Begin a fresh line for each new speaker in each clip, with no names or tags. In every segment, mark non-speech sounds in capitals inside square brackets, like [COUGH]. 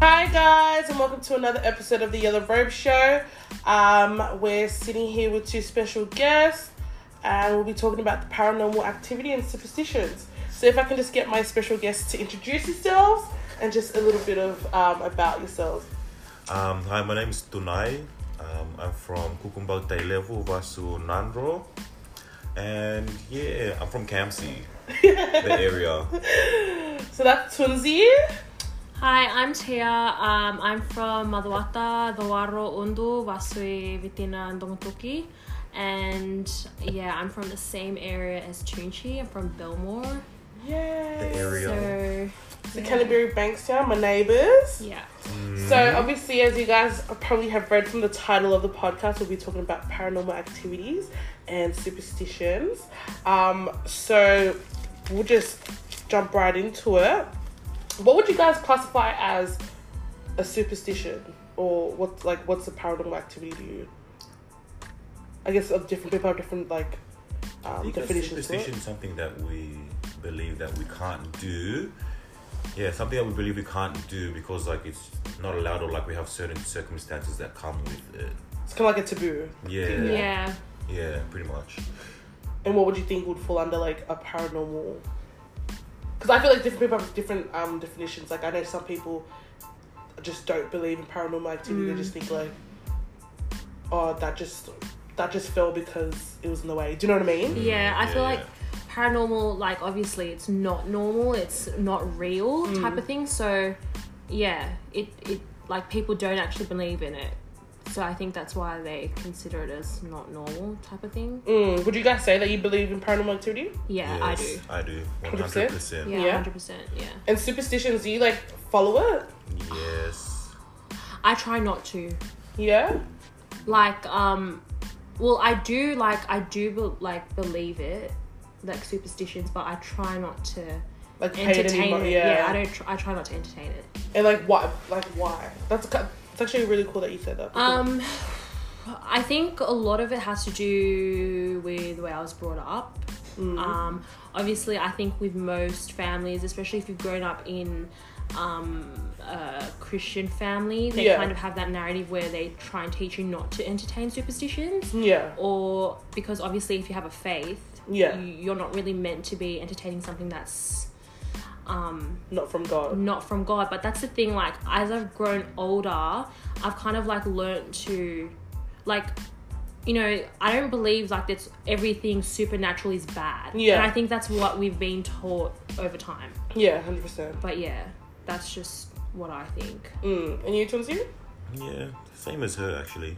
Hi guys, and welcome to another episode of the Yellow Robe Show. Um, we're sitting here with two special guests, and we'll be talking about the paranormal activity and superstitions. So, if I can just get my special guests to introduce yourselves and just a little bit of um, about yourselves.
Um, hi, my name is Tunai. Um, I'm from Kukumbau Tailevu, Vasu Nanro. And yeah, I'm from Kamsi,
[LAUGHS]
the area.
So that's Tunzi.
Hi, I'm Tia. Um, I'm from Madawata, Dawaro, Undu, Wasui, Vitina, and Domotoki. And yeah, I'm from the same area as Chunchi. I'm from Belmore.
The
Yay.
area.
So,
So, Canterbury Bankstown, my neighbours.
yeah.
So, obviously, as you guys probably have read from the title of the podcast, we'll be talking about paranormal activities and superstitions. Um, so, we'll just jump right into it. What would you guys classify as a superstition, or what's like what's a paranormal activity to you? I guess of different people have different like
I
um,
think a
definitions. to it.
superstition is something that we believe that we can't do. Yeah, something that we believe we can't do because like it's not allowed or like we have certain circumstances that come with it.
It's kind of like a taboo.
Yeah.
Yeah.
Yeah, pretty much.
And what would you think would fall under like a paranormal? Because I feel like different people have different um, definitions. Like I know some people just don't believe in paranormal activity.
Mm.
They just think like, oh, that just that just fell because it was in the way. Do you know what I mean?
Yeah, I
Yeah,
feel
yeah.
like paranormal, like, obviously, it's not normal, it's not real
Mm.
type of thing. So, yeah, it, it, like, people don't actually believe in it. So, I think that's why they consider it as not normal type of thing.
Mm. Would you guys say that you believe in paranormal activity
Yeah, I
Yes,
do.
I do.
100%?
100%.
Yeah,
Yeah.
hundred percent. Yeah,
and superstitions? Do you like follow it?
Yes.
I try not to.
Yeah.
Like, um, well, I do. Like, I do be- like believe it, like superstitions, but I try not to
Like pay it any
entertain
mo-
it.
yeah.
I don't. Tr- I try not to entertain it.
And like why? Like why? That's ki- it's actually really cool that you said that. because-
Um, I think a lot of it has to do with the way I was brought up.
Mm.
Um, obviously, I think with most families, especially if you've grown up in um, a Christian family, they
Yeah.
kind of have that narrative where they try and teach you not to entertain superstitions.
yeah.
Or because obviously, if you have a faith,
Yeah.
you, you're not really meant to be entertaining something that's um,
Not from God.
not from God. But that's the thing, like, as I've grown older, I've kind of like learned to, like, you know, I don't believe like that's everything supernatural is bad.
Yeah.
And I think that's what we've been taught over time.
Yeah, hundred percent.
But yeah, that's just what I think.
Mm. And you, Tunsi?
Yeah, same as her actually,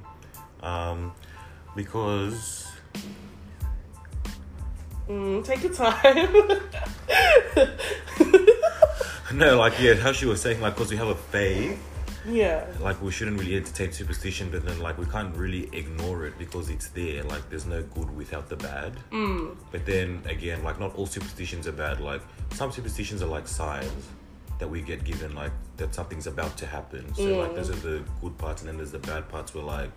um, because [LAUGHS]
Mm, take your time.
no, like yeah, how she was saying, like because we have a faith,
[LAUGHS] yeah.
like we shouldn't really entertain superstition, but then like we can't really ignore it because it's there. Like there's no good without the bad. Mm. But then again, like not all superstitions are bad. Like some superstitions are like signs that we get given, like that something's about to happen. So like those are the good parts, and then there's the bad parts where like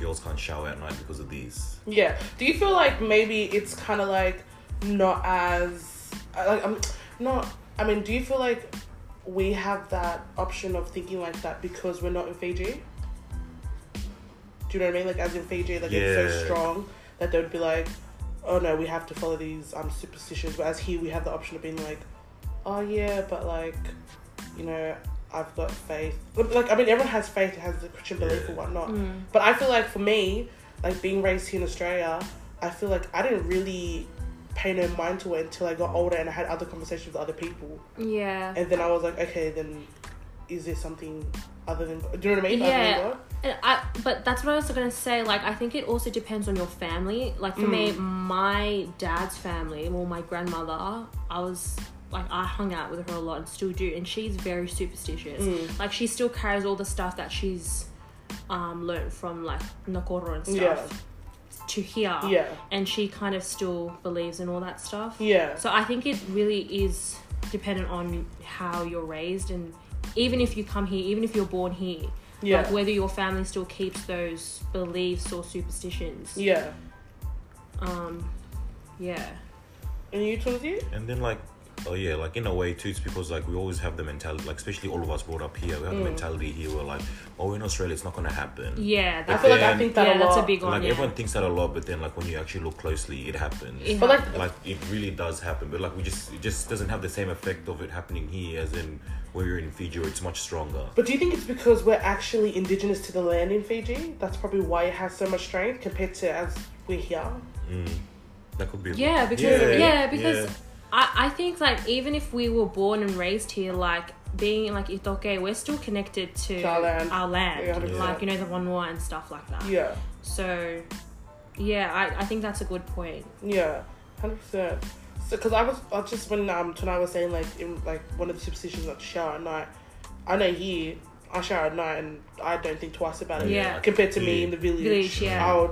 girls can't shower at night because of these.
Yeah. Do you feel like maybe it's kind of like not as I- like I'm not. I mean, do you feel like we have that option of thinking like that because we're not in Fiji? Do you know what I mean? Like, as in Fiji, like it's so
Yeah.
strong that they would be like, "Oh no, we have to follow these um superstitions." Whereas here, we have the option of being like, "Oh yeah, but like, you know." I've got faith. Like, I mean, everyone has faith, has the Christian belief
Yeah.
or whatnot.
Hmm.
But I feel like for me, like being raised here in Australia, I feel like I didn't really pay no mind to it until I got older and I had other conversations with other people.
Yeah.
And then I was like, okay, then is there something other than do you know what I mean?
Yeah.
Other than God?
And I, but that's what I was gonna say. Like, I think it also depends on your family. Like for me,
Mm.
my dad's family, well, my grandmother, I was like, I hung out with her a lot and still do, and she's very superstitious.
Mm.
Like, she still carries all the stuff that she's um learned from like Nakoro and stuff to here,
Yeah. Yeah.
and she kind of still believes in all that stuff.
Yeah.
So I think it really is dependent on how you're raised, and even if you come here, even if you're born here,
Yeah.
like whether your family still keeps those beliefs or superstitions.
yeah.
Um, yeah.
And you told you?
And then like Oh yeah, like in a way too, it's because like we always have the mentality, like especially all of us brought up here, we have the mentality here where like, oh, in Australia, it's not gonna happen.
Mm. Yeah,
I
that's,
feel like I
then-
think that
yeah,
a
that's
lot.
a big one.
Like
yeah.
everyone thinks that a lot, but then like when you actually look closely, it happens.
It
But like,
Like it really does happen, but like we just it just doesn't have the same effect of it happening here as in where you're in Fiji, where it's much stronger.
but do you think it's because we're actually indigenous to the land in Fiji? That's probably why it has so much strength compared to as we're here.
That could be.
Yeah, because yeah, because
yeah.
I, I think like even if we were born and raised here, like being in like Itoke, we're still connected
To
to
our land.
our land.
Yeah, 100%.
Like, you know, the Wanwa and stuff like that.
Yeah,
So yeah, I, I think that's a good point.
yeah, hundred percent. So, because I was, I was just when um tonight was saying like in like one of the superstitions not to shower at night. I know here I shower at night and I don't think twice about it.
Yeah.
Compared to me
Yeah.
in the village,
Village, yeah.
I would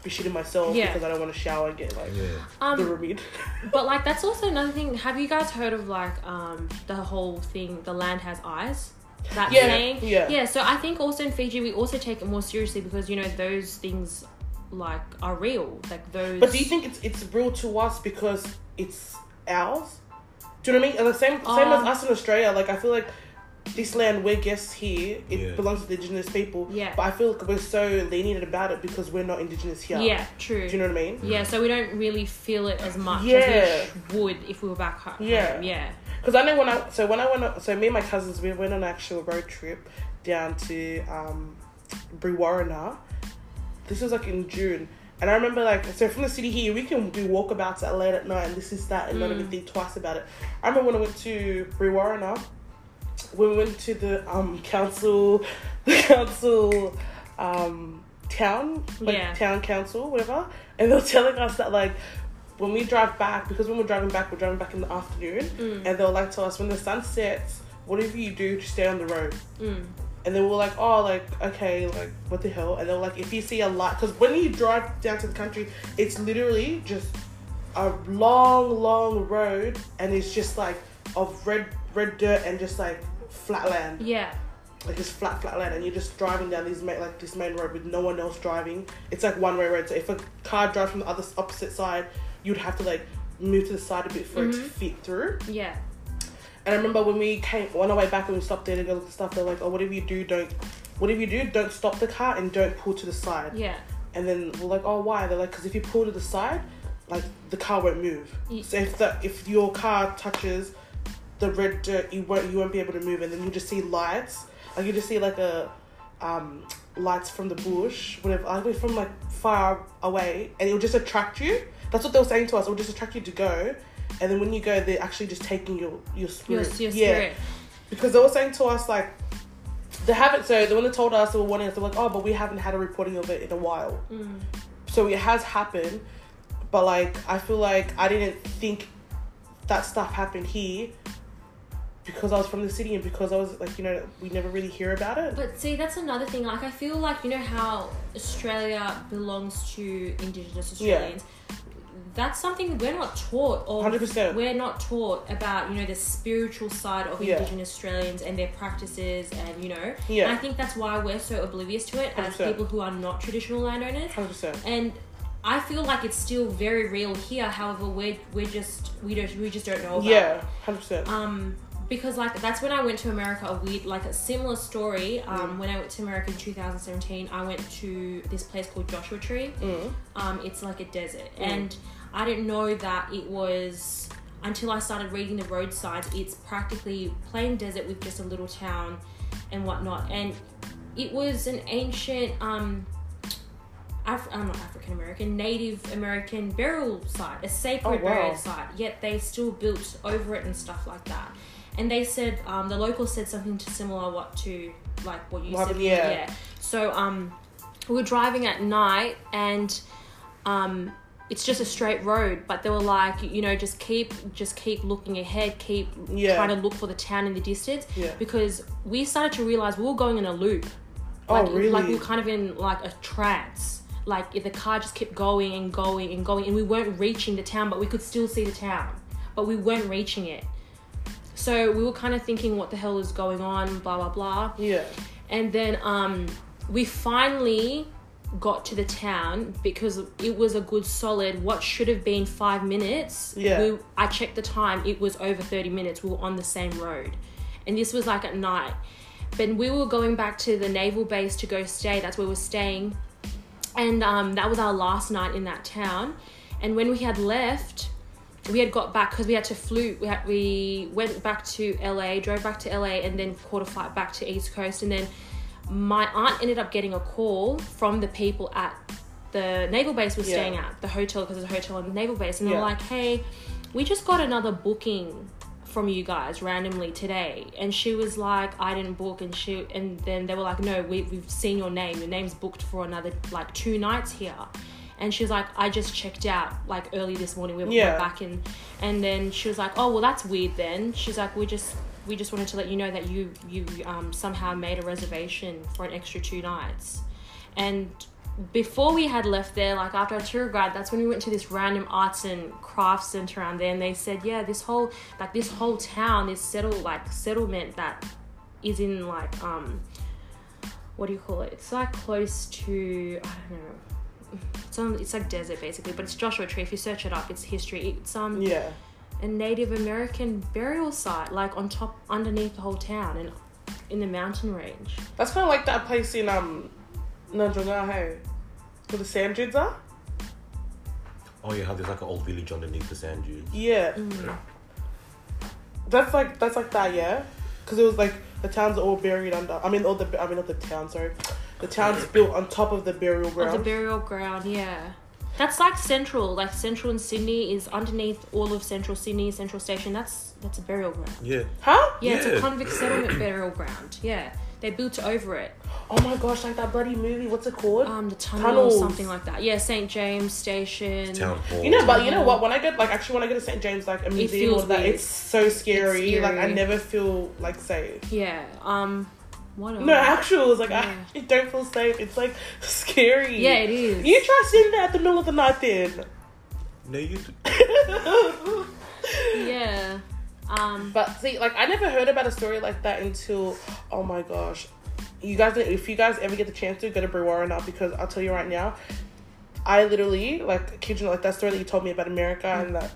be shitting myself
Yeah.
because I don't want to shower and get like
Yeah.
the
Um
[LAUGHS] remede.
but like that's also another thing. Have you guys heard of like um the whole thing the land has eyes? That
Yeah,
saying?
yeah.
Yeah, so I think also in Fiji we also take it more seriously because you know those things like are real. Like those
But do you think it's it's real to us because it's ours? Do you know what I mean? And the same same
Uh,
as us in Australia. Like I feel like this land we're guests here. It
Yeah.
belongs to the indigenous people.
Yeah.
But I feel like we're so lenient about it because we're not indigenous here.
Yeah, true.
Do you know what I mean?
Yeah, so we don't really feel it as much
Yeah.
as we sh- would if we were back home.
Yeah.
Yeah.
Because I know when I so when I went on, so me and my cousins we went on an actual road trip down to um, Brewarrina. This was like in June, and I remember like so from the city here we can do walkabouts at late at night and this is that and not even think twice about it. I remember when I went to Brewarrina, when we went to the um, council, [LAUGHS] the council. Um, town like
Yeah.
town council whatever and they were telling us that like when we drive back, because when we're driving back, we're driving back in the afternoon, and they'll like tell us when the sun sets, whatever you do, just stay on the road.
Mm.
And then we're like, oh, like okay, like what the hell? And they're like, if you see a light, because when you drive down to the country, it's literally just a long, long road, and it's just like of red, red dirt and just like flat land
Yeah.
like this flat flat land and you're just driving down these ma- like this main road with no one else driving it's like one way road so if a car drives from the other s- opposite side you'd have to like move to the side a bit for it to fit through
Yeah.
and i remember when we came on our way back and we stopped there to go look at stuff they're like oh whatever you do don't whatever you do don't stop the car and don't pull to the side
Yeah.
and then we're like oh why they're like because if you pull to the side like the car won't move
Ye-
so if the if your car touches the red dirt, you won't you won't be able to move, and then you just see lights. Like you just see like a um, lights from the bush, whatever, like from like far away, and it'll just attract you. That's what they were saying to us. It'll just attract you to go, and then when you go, they're actually just taking your your
Your,
spirit.
your
yeah,
spirit.
because they were saying to us like they haven't. So the one that told us they were warning us, they're like, oh, but we haven't had a reporting of it in a while.
Mm.
So it has happened, but like I feel like I didn't think that stuff happened here because I was from the city and because I was like you know we never really hear about it.
But see, that's another thing. Like, I feel like, you know, how Australia belongs to Indigenous
Yeah.
Australians. That's something we're not taught, or
100%.
we're not taught about, you know, the spiritual side of
Yeah.
Indigenous Australians and their practices, and you know,
Yeah.
and I think that's why we're so oblivious to it as
100%.
people who are not traditional landowners.
Hundred percent.
and I feel like it's still very real here. However, we're we're just we don't we just don't know about.
Yeah, hundred percent.
Um, because like that's when I went to America. We like a similar story. Um, when I went to America in 2017, I went to this place called Joshua Tree. Um, it's like a desert,
Mm.
and I didn't know that it was until I started reading the road signs. It's practically plain desert with just a little town and whatnot, and it was an ancient. Um, Af- I'm not African American, Native American burial site, a sacred
Oh, wow.
burial site. Yet they still built over it and stuff like that. And they said um, the locals said something to similar what to like what you
What
said.
happened- yeah.
So um, we were driving at night and um, it's just a straight road, but they were like, you know, just keep just keep looking ahead, keep
Yeah.
trying to look for the town in the distance.
Yeah.
Because we started to realize we were going in a loop.
Oh,
Like,
really?
Like we were kind of in like a trance. Like if the car just kept going and going and going, and we weren't reaching the town, but we could still see the town, but we weren't reaching it. So we were kind of thinking, what the hell is going on? Blah blah blah.
Yeah,
And then um, we finally got to the town because it was a good solid what should have been five minutes
Yeah.
we, i checked the time it was over 30 minutes we were on the same road and this was like at night but we were going back to the naval base to go stay that's where we we're staying and um, that was our last night in that town and when we had left we had got back because we had to flute we, had, we went back to la drove back to la and then caught a flight back to east coast and then my aunt ended up getting a call from the people at the naval base we're
Yeah.
staying at the hotel because it's a hotel on the naval base and they're
Yeah.
like hey we just got another booking from you guys randomly today and she was like i didn't book and she and then they were like no we, we've seen your name your name's booked for another like two nights here and she was like i just checked out like early this morning we were
Yeah.
back back and and then she was like oh well that's weird then she's like we just we just wanted to let you know that you you um, somehow made a reservation for an extra two nights and before we had left there like after our tour guide that's when we went to this random arts and crafts center around there and they said yeah this whole like this whole town this settle like settlement that is in like um what do you call it it's like close to i don't know it's, um, it's like desert basically, but it's Joshua Tree. If you search it up, it's history. It's um
Yeah.
a Native American burial site, like on top, underneath the whole town, and in the mountain range.
That's kind of like that place in um, Nandrunga, hey? Where the sand dunes are?
Oh yeah, how there's like an old village underneath the sand dunes.
Yeah.
Mm.
That's like that's like that, yeah. Because it was like the towns are all buried under. I mean, all the I mean, not the town. Sorry, the town's built on top of the burial
Of the
ground.
burial ground, yeah. That's like central, like central in Sydney is underneath all of central Sydney, central station. That's that's a burial ground.
Yeah.
huh?
Yeah, it's a
Yeah.
convict settlement burial ground. Yeah, they built over it.
Oh my gosh! Like that bloody movie. What's it called?
Um, the tunnel
Tunnels.
or something like that. Yeah, St James Station.
Town hall.
you know, but you know what? When I go, like, actually, when I go to St James, like a museum,
feels
or that,
weird.
it's so scary.
It's
Like, I
scary.
never feel like safe.
Yeah. Um, what?
No,
else?
actual is like I
Yeah.
actually don't feel safe. It's like [LAUGHS] scary.
Yeah, it is.
You try sitting there at the middle of the night, then.
No, you. Th-
Uh, Yeah. Um,
But see, like I never heard about a story like that until oh my gosh. You guys if you guys ever get the chance to go to Brewarren now because I'll tell you right now, I literally like kid you not, like that story that you told me about America and that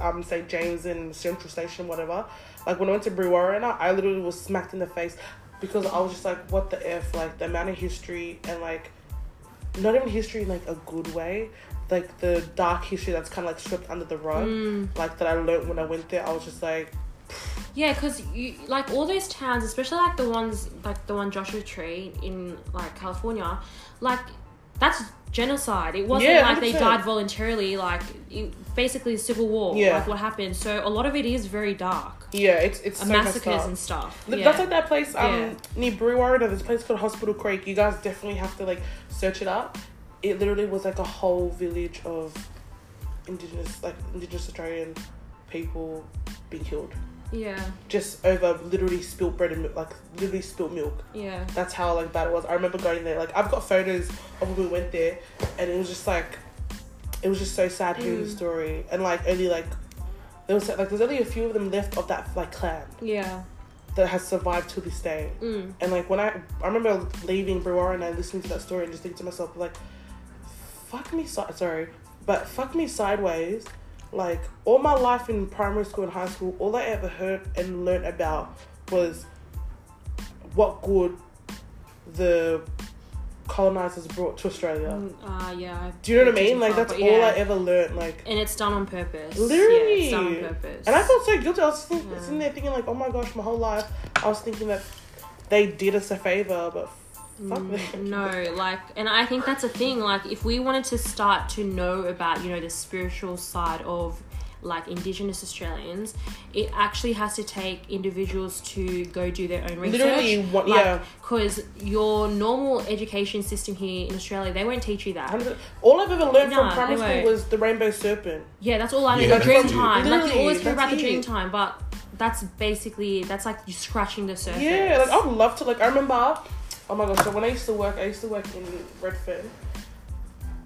um St. James and Central Station, whatever. Like when I went to Brewarren now, I literally was smacked in the face because I was just like, what the F? Like the amount of history and like not even history in like a good way. Like the dark history that's kind of like swept under the rug, like that I learned when I went there. I was just like,
yeah, because you like all those towns, especially like the ones like the one Joshua Tree in like California, like that's genocide. It wasn't
Yeah,
like they
100%.
died voluntarily. Like it, basically civil war.
Yeah.
Like what happened. So a lot of it is very dark.
Yeah, it's it's
Uh,
so
massacres
massacres.
and stuff.
Th
yeah.
That's like that place um
Yeah.
near Brewarren. There's a place called Hospital Creek. You guys definitely have to like search it up. It literally was like a whole village of indigenous like indigenous Australian people being killed
yeah,
just over literally spilt bread and milk, like literally spilt milk.
yeah.
That's how like bad it was. I remember going there. Like I've got photos of when we went there, and it was just like, it was just so sad hearing the
Mm.
story. And like only like there was like there's only a few of them left of that like clan
Yeah.
that has survived to this day.
Mm.
And like when I I remember leaving Brewer and I listening to that story and just thinking to myself like, fuck me si- sorry, but fuck me sideways. Like all my life in primary school and high school, all I ever heard and learnt about was what good the colonizers brought to Australia.
Mm, Uh, yeah. I-
Do you know what I mean?
Teaching
Like
from-
that's
but yeah.
all I ever learnt. Like
And it's done on purpose.
Literally.
Yeah, it's done on purpose.
And I felt so guilty. I was just think,
Yeah.
sitting there thinking, like, oh my gosh, my whole life, I was thinking that they did us a favor, but fuck
Mm,
them.
no like and i think that's a thing like if we wanted to start to know about you know the spiritual side of like indigenous australians it actually has to take individuals to go do their own research
Literally, what,
like,
yeah.
because your normal education system here in australia they won't teach you that
All I've ever learned from
Nah,
primary
they
school
won't.
was the rainbow serpent.
yeah that's all i
Yeah,
knew
that's
dream
it.
time like you
Literally,
always hear about the
that's
dream
it.
time but that's basically that's like you scratching the surface
Yeah, like, I would love to, like, I remember, oh my gosh, so when I used to work, I used to work in Redfern.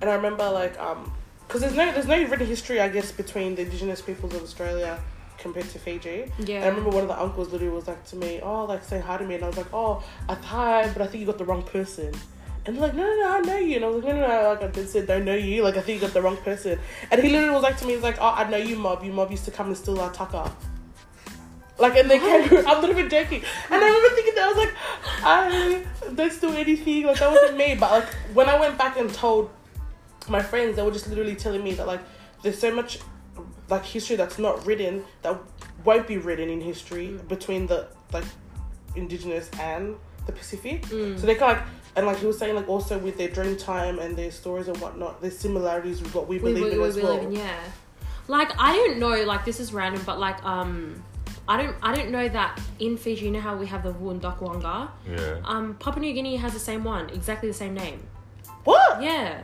And I remember, like, um, because there's no, there's no written history, I guess, between the indigenous peoples of Australia compared to Fiji.
yeah
I remember one of the uncles literally was like to me, oh, like say hi to me, and I was like, oh, I hi, but I think you got the wrong person. And they're like, no, no, no, I know you. And I was like, no, no, no, like I did said, don't know you. Like I think you got the wrong person. And he literally was like to me, he's like, oh, I know you, mob. You mob used to come and steal our tucker. Like and they came. [LAUGHS] I'm not even joking. And I remember thinking that I was like, I don't steal anything. Like that wasn't me. But like when I went back and told my friends, they were just literally telling me that like there's so much like history that's not written that won't be written in history between the like indigenous and the Pacific. So they kind of like and like he was saying like also with their dream time and their stories and whatnot, there's similarities with what we
we,
believe
we, we,
in as
we
well.
live in yeah like i don't know like this is random but like um i don't i don't know that in fiji you know how we have the wundakwanga
Yeah.
um papua new guinea has the same one exactly the same name
What?
yeah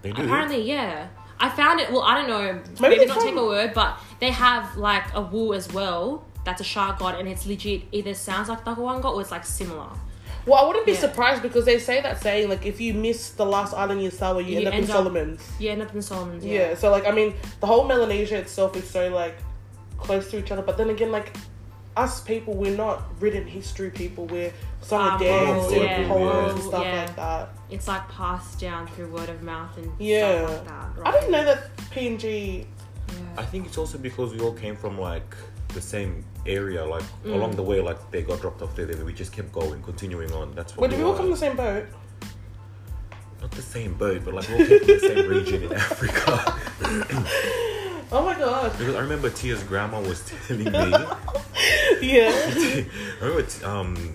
They do.
apparently yeah i found it well i don't know
Maybe
maybe,
they're
not take my
from-
word but they have like a wu as well that's a shark god and it's legit either sounds like dakwanga or it's like similar
Well, I wouldn't be
Yeah.
surprised because they say that saying like if you miss the last island you saw, you, end up in Solomon's.
yeah end up in the solomons
Yeah.
yeah,
So like I mean, the whole Melanesia itself is so like close to each other, but then again, like us people, we're not written history people. We're song
Um,
and dance
yeah,
and poems and
yeah.
stuff
Yeah.
like that.
it's like passed down through word of mouth and
Yeah.
stuff like that right?
I didn't know that PNG.
I think it's also because we all came from like the same area, like
Mm.
along the way, like they got dropped off there, then we just kept going, continuing on. That's what
Wait, did we all come in
were.
the same boat?
Not the same boat, but like we all came from
[LAUGHS]
the same region in Africa. [LAUGHS]
Oh my god.
Because I remember Tia's grandma was telling me
[LAUGHS] [LAUGHS] Yeah.
I remember t- um,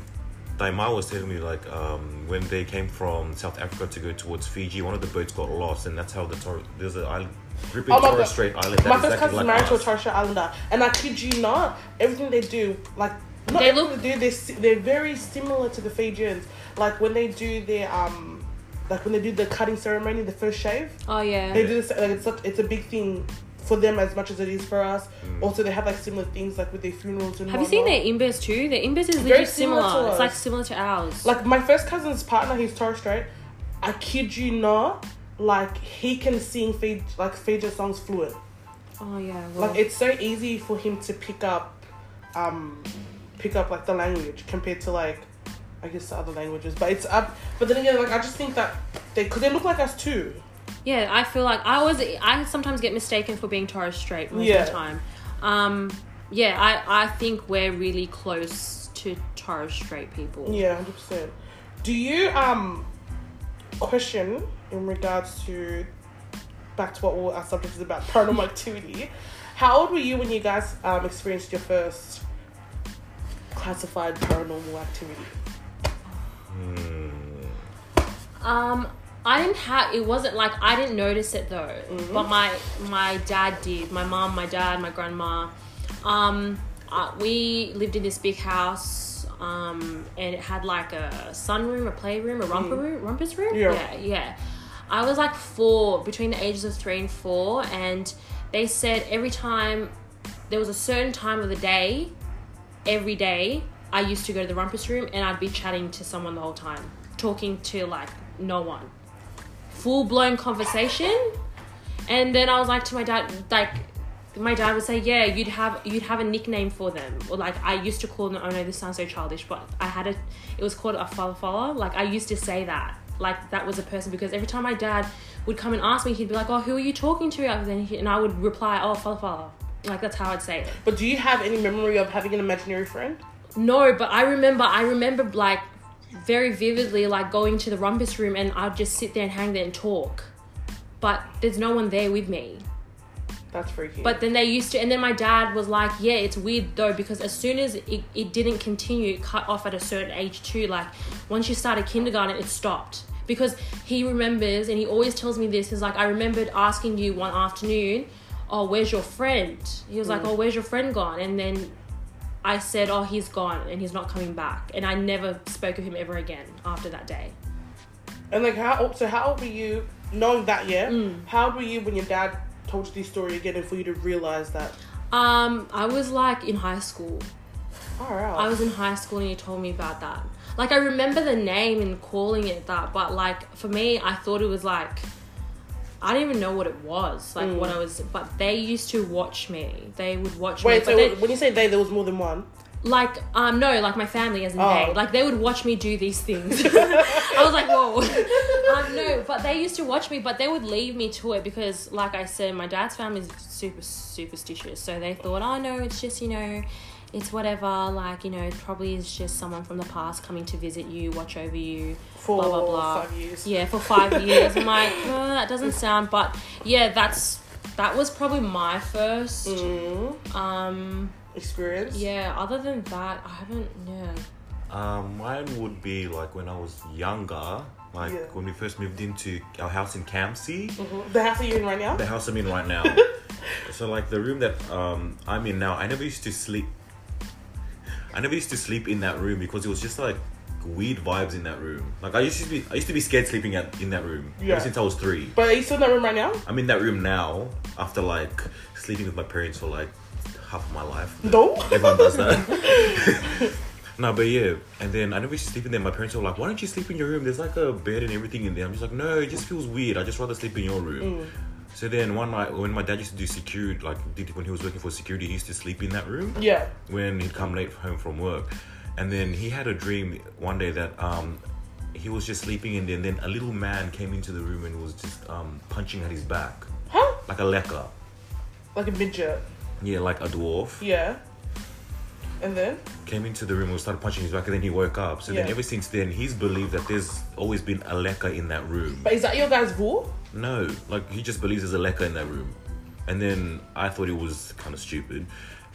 Daima was telling me like um, when they came from South Africa to go towards Fiji, one of the boats got lost, and that's how the Tor- there's a island, gripping
Oh my
Torres
God.
Strait island. That's
my first
exactly
cousin's
like
married to a
us.
Torres Strait Islander, and I kid you not, everything they do, like not
They
everything
look-
they do, they're, si- they're very similar to the Fijians. Like when they do their um, like when they do the cutting ceremony, the first shave,
oh yeah
they do this. Like it's such, it's a big thing for them as much as it is for us.
Mm.
Also, they have like similar things like with their funerals and.
Have you seen
whatnot.
their imbes too? Their imbes is
Very
very
similar
similar.
to
It's like
us.
similar to ours.
Like my first cousin's partner, he's Torres Strait. I kid you not, like he can sing Fiji, like Fijian songs fluent.
oh yeah, well,
like it's so easy for him to pick up um pick up like the language compared to like I guess the other languages, but it's up. But then again, like I just think that they because they look like us too.
yeah. I feel like I was. I sometimes get mistaken for being Torres Strait most
Yeah.
of the time. Um, yeah, I I think we're really close to Torres Strait people.
Yeah, hundred percent. Do you um question in regards to back to what all our subject is about [LAUGHS] paranormal activity? How old were you when you guys um experienced your first classified paranormal activity?
Um, I didn't have. It wasn't like I didn't notice it though. But my my dad did. My mom, my dad, my grandma. Um, uh, we lived in this big house. Um, and it had like a sunroom, a playroom, a romper room, rumpus room.
Yeah.
yeah, yeah. I was like four, between the ages of three and four, and they said every time there was a certain time of the day, every day, I used to go to the rumpus room and I'd be chatting to someone the whole time, talking to like no one. Full blown conversation. And then I was like to my dad, like, my dad would say, "Yeah, you'd have you'd have a nickname for them, or like I used to call them. Oh no, this sounds so childish, but I had a. It was called a falafala. Like I used to say that. Like that was a person because every time my dad would come and ask me, he'd be like, "Oh, who are you talking to?" And then he, and I would reply, "Oh, falafala." Like that's how I'd say it.
But do you have any memory of having an imaginary friend?
No, but I remember, I remember like very vividly, like going to the rumpus room and I'd just sit there and hang there and talk. But there's no one there with me.
That's freaky.
But then they used to, and then my dad was like, yeah, it's weird though, because as soon as it, it didn't continue, it cut off at a certain age too. Like, once you started kindergarten, it stopped. Because he remembers, and he always tells me this, he's like, I remembered asking you one afternoon, oh, where's your friend? He was like, oh, where's your friend gone? And then I said, oh, he's gone and he's not coming back. And I never spoke of him ever again after that day.
And like, how old? So how old were you? Knowing that, yeah.
Mm.
How old were you when your dad told you this story again, and for you to realize that?
Um, I was like in high school.
All right.
I was in high school and you told me about that. Like I remember the name and calling it that, but like for me, I thought it was like I didn't even know what it was,
Mm.
like what I was. But they used to watch me. They would watch
Wait.
me.
So
But they,
when you say they, there was more than one.
Like, um, no, like my family as in
Oh.
they. Like they would watch me do these things. [LAUGHS] I was like, whoa. um, no, but they used to watch me, but they would leave me to it because, like I said, my dad's family is super superstitious. So they thought, oh no, it's just you know, it's whatever. Like you know, it probably is just someone from the past coming to visit you, watch over you,
for
blah blah blah.
five years.
Yeah,
[LAUGHS]
for five years. I'm like, no, that doesn't sound. But yeah, that's that was probably my first.
Mm,
Um,
experience.
yeah. Other than that, I haven't. Yeah.
Um, mine would be like when I was younger, like
Yeah.
when we first moved into our house in Campsie,
Mhm. The house that you're in right now.
the house I'm in right
[LAUGHS]
now. so like the room that um I'm in now, I never used to sleep. I never used to sleep in that room because it was just like weird vibes in that room. Like I used to be, I used to be scared sleeping at, in that room
Yeah.
ever since I was three.
But are you still in that room right now?
I'm in that room now after like sleeping with my parents for like half of my life.
No.
Everyone does that. [LAUGHS] no, but yeah. And then I never used to sleep in there. My parents were like, why don't you sleep in your room? There's like a bed and everything in there. I'm just like, no, it just feels weird. I just rather sleep in your room. So then one night when my dad used to do security, like did when he was working for security, he used to sleep in that room
[LAUGHS] Yeah.
when he'd come late home from work. And then he had a dream one day that um, he was just sleeping in there, and then a little man came into the room and was just um, punching at his back,
Huh?
like a lecker.
Like a midget.
Yeah, like a dwarf.
Yeah. And then
Came into the room and started punching his back, and then he woke up. So then,
Yeah.
ever since then, he's believed that there's always been a lecker in that room.
But is that your guys' rule?
No, like he just believes there's a lecker in that room. And then I thought it was kind of stupid.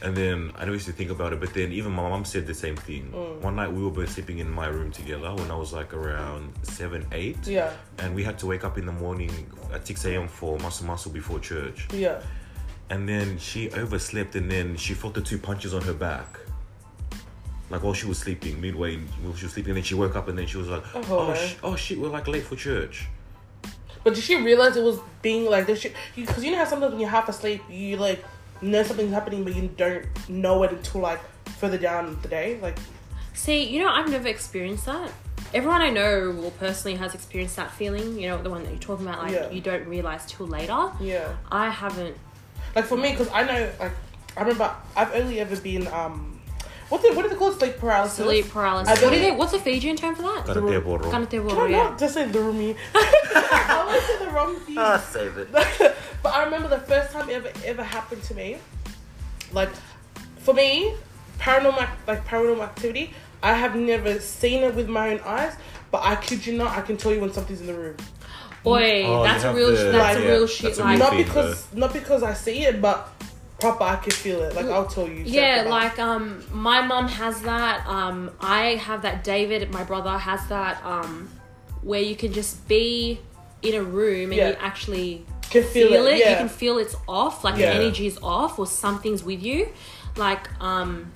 And then I never used to think about it, but then even my mom said the same thing.
Mm.
One night we were both sleeping in my room together when I was like around seven, eight.
Yeah.
And we had to wake up in the morning at 6 a.m. for muscle muscle before church.
Yeah.
And then she overslept and then she felt the two punches on her back. Like while she was sleeping, midway while she was sleeping, and then she woke up and then she was like,
Oh,
oh,
no.
sh- oh shit, we're like late for church.
But did she realize it was being like this? Because you know how sometimes when you're half asleep, you like know something's happening, but you don't know it until like further down the day. Like,
See, you know, I've never experienced that. Everyone I know, well, personally, has experienced that feeling. You know, the one that you're talking about, like
Yeah.
you don't realize till later.
yeah.
I haven't.
Like for me, because I know, like, I remember I've only ever been um, what's it? What is it called? Sleep paralysis.
Sleep
I
paralysis.
don't-
What is it? What's the Fijian term for that?
Cara Deborah.
Kanate
Can I
woro, yeah.
not just say the roomie? [LAUGHS] I always say the wrong thing.
Ah, save it.
[LAUGHS] but I remember the first time it ever ever happened to me. Like, for me, paranormal like paranormal activity. I have never seen it with my own eyes, but I kid you not, I can tell you when something's in the room.
Oi,
Oh, you
that's
have
real.
the-
that's
Like,
real
yeah,
shit.
that's a
Like,
real
not
feel
because not because I see it, but proper I can feel it. Like I'll tell you. straight
yeah,
up.
like um, my mum has that. Um, I have that. David, my brother, has that. Um, where you can just be in a room and
Yeah.
you actually
can feel, it. Yeah.
You can feel it's off, like
Yeah.
the energy is off, or something's with you. Like, um,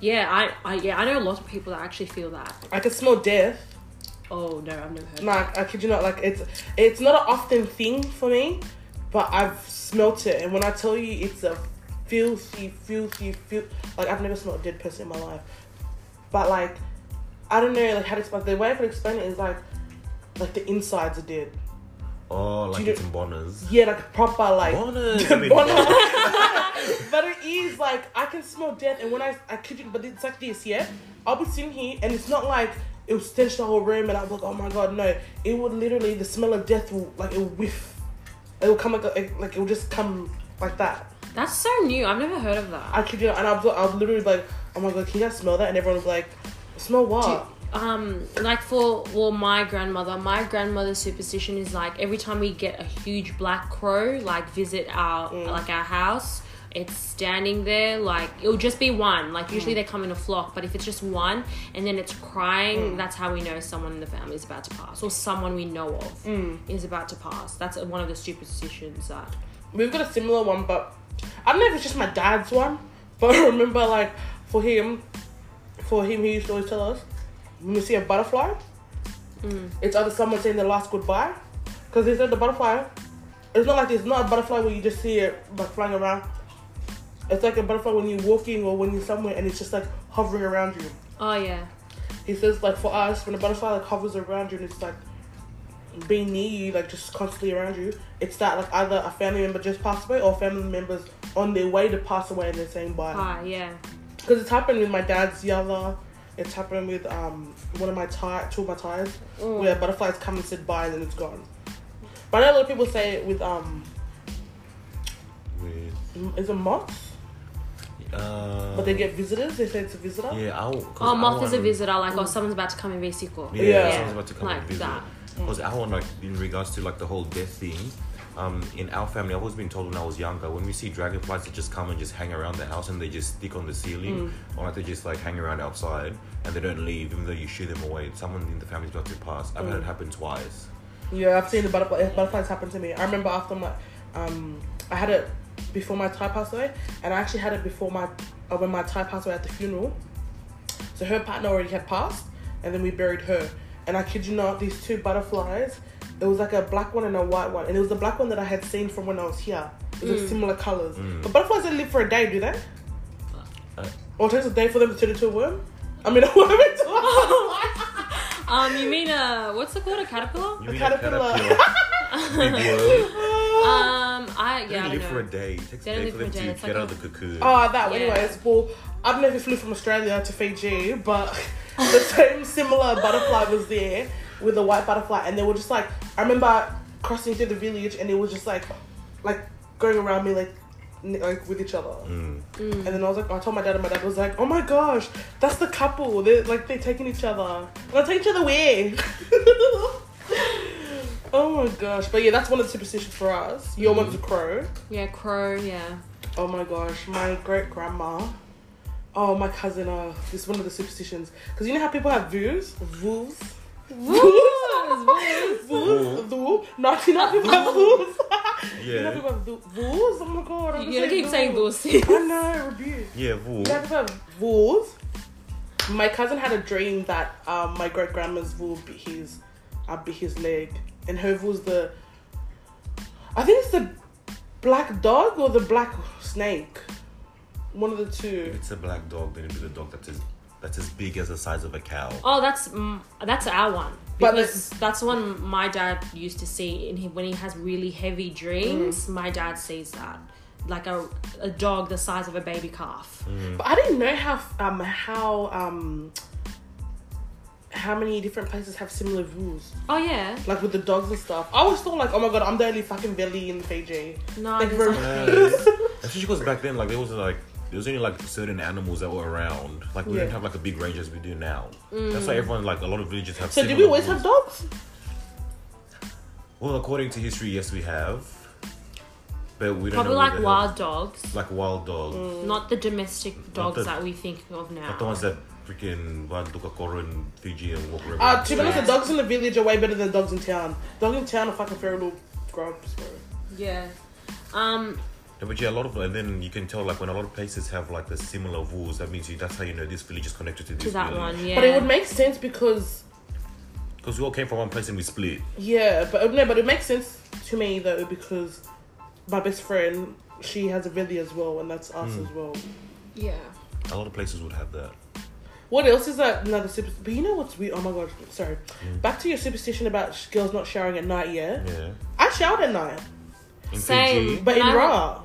yeah, I, I, yeah, I know a lot of people that actually feel that.
I can smell death.
Oh no, I've never heard. of
Like I kid you not, like it's it's not an often thing for me, but I've smelt it, and when I tell you, it's a filthy, filthy, filthy. Like I've never smelled a dead person in my life, but like I don't know, like how to explain. The way I could explain it is like like the insides are dead.
Oh, like
Do you
it's in Bonners.
Yeah, like proper like. [LAUGHS]
Bonners. I mean,
Bono. [LAUGHS] but it is like I can smell death, and when I I kid you, but it's like this, yeah. I'll be sitting here, and it's not like it was stench the whole room, and I'm like, oh my god, no. It would literally the smell of death will like it will whiff, it will come like a, it- like it will just come like that.
that. That's so new. I've never heard of that.
I kid you, not, and I'll I'll literally be like, oh my god, can you guys smell that? And everyone will be like, smell what?
um, like for well, my grandmother, my grandmother's superstition is like every time we get a huge black crow, like visit our
Mm.
like our house, it's standing there. Like it'll just be one. Like
Mm.
usually they come in a flock, but if it's just one and then it's
Mm.
crying, that's how we know someone in the family is about to pass or someone we know of
Mm.
is about to pass. That's one of the superstitions that.
We've got a similar one, but I don't know if it's just my dad's one. [LAUGHS] But I remember, like, for him, for him, he used to always tell us when we see a butterfly, it's either someone saying their last goodbye. Because he said the butterfly, it's not like it's not a butterfly where you just see it like flying around. It's like a butterfly when you're walking or when you're somewhere and it's just like hovering around you.
Oh yeah.
He says, like, for us, when a butterfly like hovers around you and it's like being near you, like just constantly around you, it's that like either a
Uh,
family member just passed away or family members on their way to pass away and they're saying bye.
Hi. Yeah.
because it's happened with my dad's yalla. It's happened with um one of my tie, two of my ties, where butterflies come and said bye and then it's gone. But I know a lot of people say it with um,
With,
m- is it moths?
uh,
But they get visitors. They say it's a visitor.
Yeah, I'll. 'cause
Oh,
I
moth is a
want-
visitor, like, oh, someone's about to come and visit you.
Yeah,
Yeah.
someone's about to come
Like
and visit.
that.
Because I want, like, in regards to like the whole death thing, um, in our family, I've always been told when I was younger, when we see dragonflies, they just come and just hang around the house and they just stick on the ceiling,
Mm.
or like they just like hang around outside and they don't leave, even though you shoo them away. Someone in the family's about to pass. I've
Mm.
had it happen twice.
Yeah, I've seen the butterfly, butterflies happen to me. I remember after my, um, I had it before my Thai passed away, and I actually had it before my, uh, when my Thai passed away at the funeral. So her partner already had passed, and then we buried her. And I kid you not, these two butterflies, it was like a black one and a white one, and it was the black one that I had seen from when I was here. It was similar colors. But butterflies don't live for a day, do they?
Uh,
Or it takes a day for them to turn into a worm. I mean, [LAUGHS] a worm into
[LAUGHS]
a
[LAUGHS] Um, you mean uh, what's it called? A caterpillar?
you
A
mean
caterpillar. [LAUGHS]
[LAUGHS]
Big worm.
Um, I
They
yeah, I
live
don't
for a
know.
day. It takes
They
a day
don't live
for
for a
them
day.
to
It's
get
like
out
a-
of the cocoon.
Oh, that.
Yeah.
Anyways, well, I don't know if you flew from Australia to Fiji, but [LAUGHS] the same similar butterfly was there with a white butterfly, and they were just like, I remember crossing through the village, and it was just like, like going around me like. n- Like with each other, and then I was like, I told my dad, and my dad was like, "Oh my gosh, that's the couple. They're like they're taking each other. They're taking each other where? [LAUGHS] oh my gosh! But yeah, that's one of the superstitions for us. Your one's a crow.
Yeah, crow. Yeah.
Oh my gosh, my great grandma. Oh, my cousin. Uh, this is one of the superstitions. Because you know how people have views? Views?
Wolves.
Views? View? No, you know how people have views? [LAUGHS] You know
Yeah.
people have view- views? Oh my god. I'm
You're gonna keep
views.
saying those.
I know, rebuke.
Yeah, wool.
You know how people have views? My cousin had a dream that um, my great grandma's view bit his, uh, bit his leg. And her view was the. I think it's the black dog or the black snake. One of the two.
If it's a black dog, then it'd be the dog that's as, that's as big as the size of a cow.
Oh, that's mm, that's our one.
But
Because that's the one my dad used to see in him when he has really heavy
Mm.
dreams. My dad sees that, like a a dog the size of a baby calf.
But I didn't know how um how um how many different places have similar rules,
Oh yeah,
like with the dogs and stuff. I always thought like, oh my god, I'm the only fucking valley in Fiji.
no,
Like very-
there's not
Yeah.
these.
Especially because back then, like there was like there was only like certain animals that were around. Like
Yeah.
we
Mm.
didn't have like a big range as we do now. That's why everyone like a lot of villages have.
So did we
similar
always
rules.
have dogs?
Well, according to history, yes, we have. But we don't
[LAUGHS] probably
know
like
whether-
wild dogs,
like wild dogs,
Mm.
not the domestic dogs
the-
that we think of now.
like the ones that freaking run Tukakoro in Fiji and walk around.
Uh, to be honest,
Yeah.
the dogs in the village are way better than dogs in town. Dogs in town are fucking feral little grubs, bro.
yeah. Um,
Yeah, but yeah, a lot of and then you can tell like when a lot of places have like the similar rules. That means you, that's how you know this village is connected to this
to that
village.
one, yeah.
But it would make sense because
Because we all came from one place and we split.
yeah, but uh, no, but it makes sense to me though because my best friend she has a village as well, and that's us as well.
yeah.
A lot of places would have that.
What else is that? Another super. But you know what's weird? Oh my god! Sorry. Back to your superstition about sh- girls not showering at night. Yeah,
Yeah.
I showered at night,
In
Same.
Fiji,
but in
No.
Ra,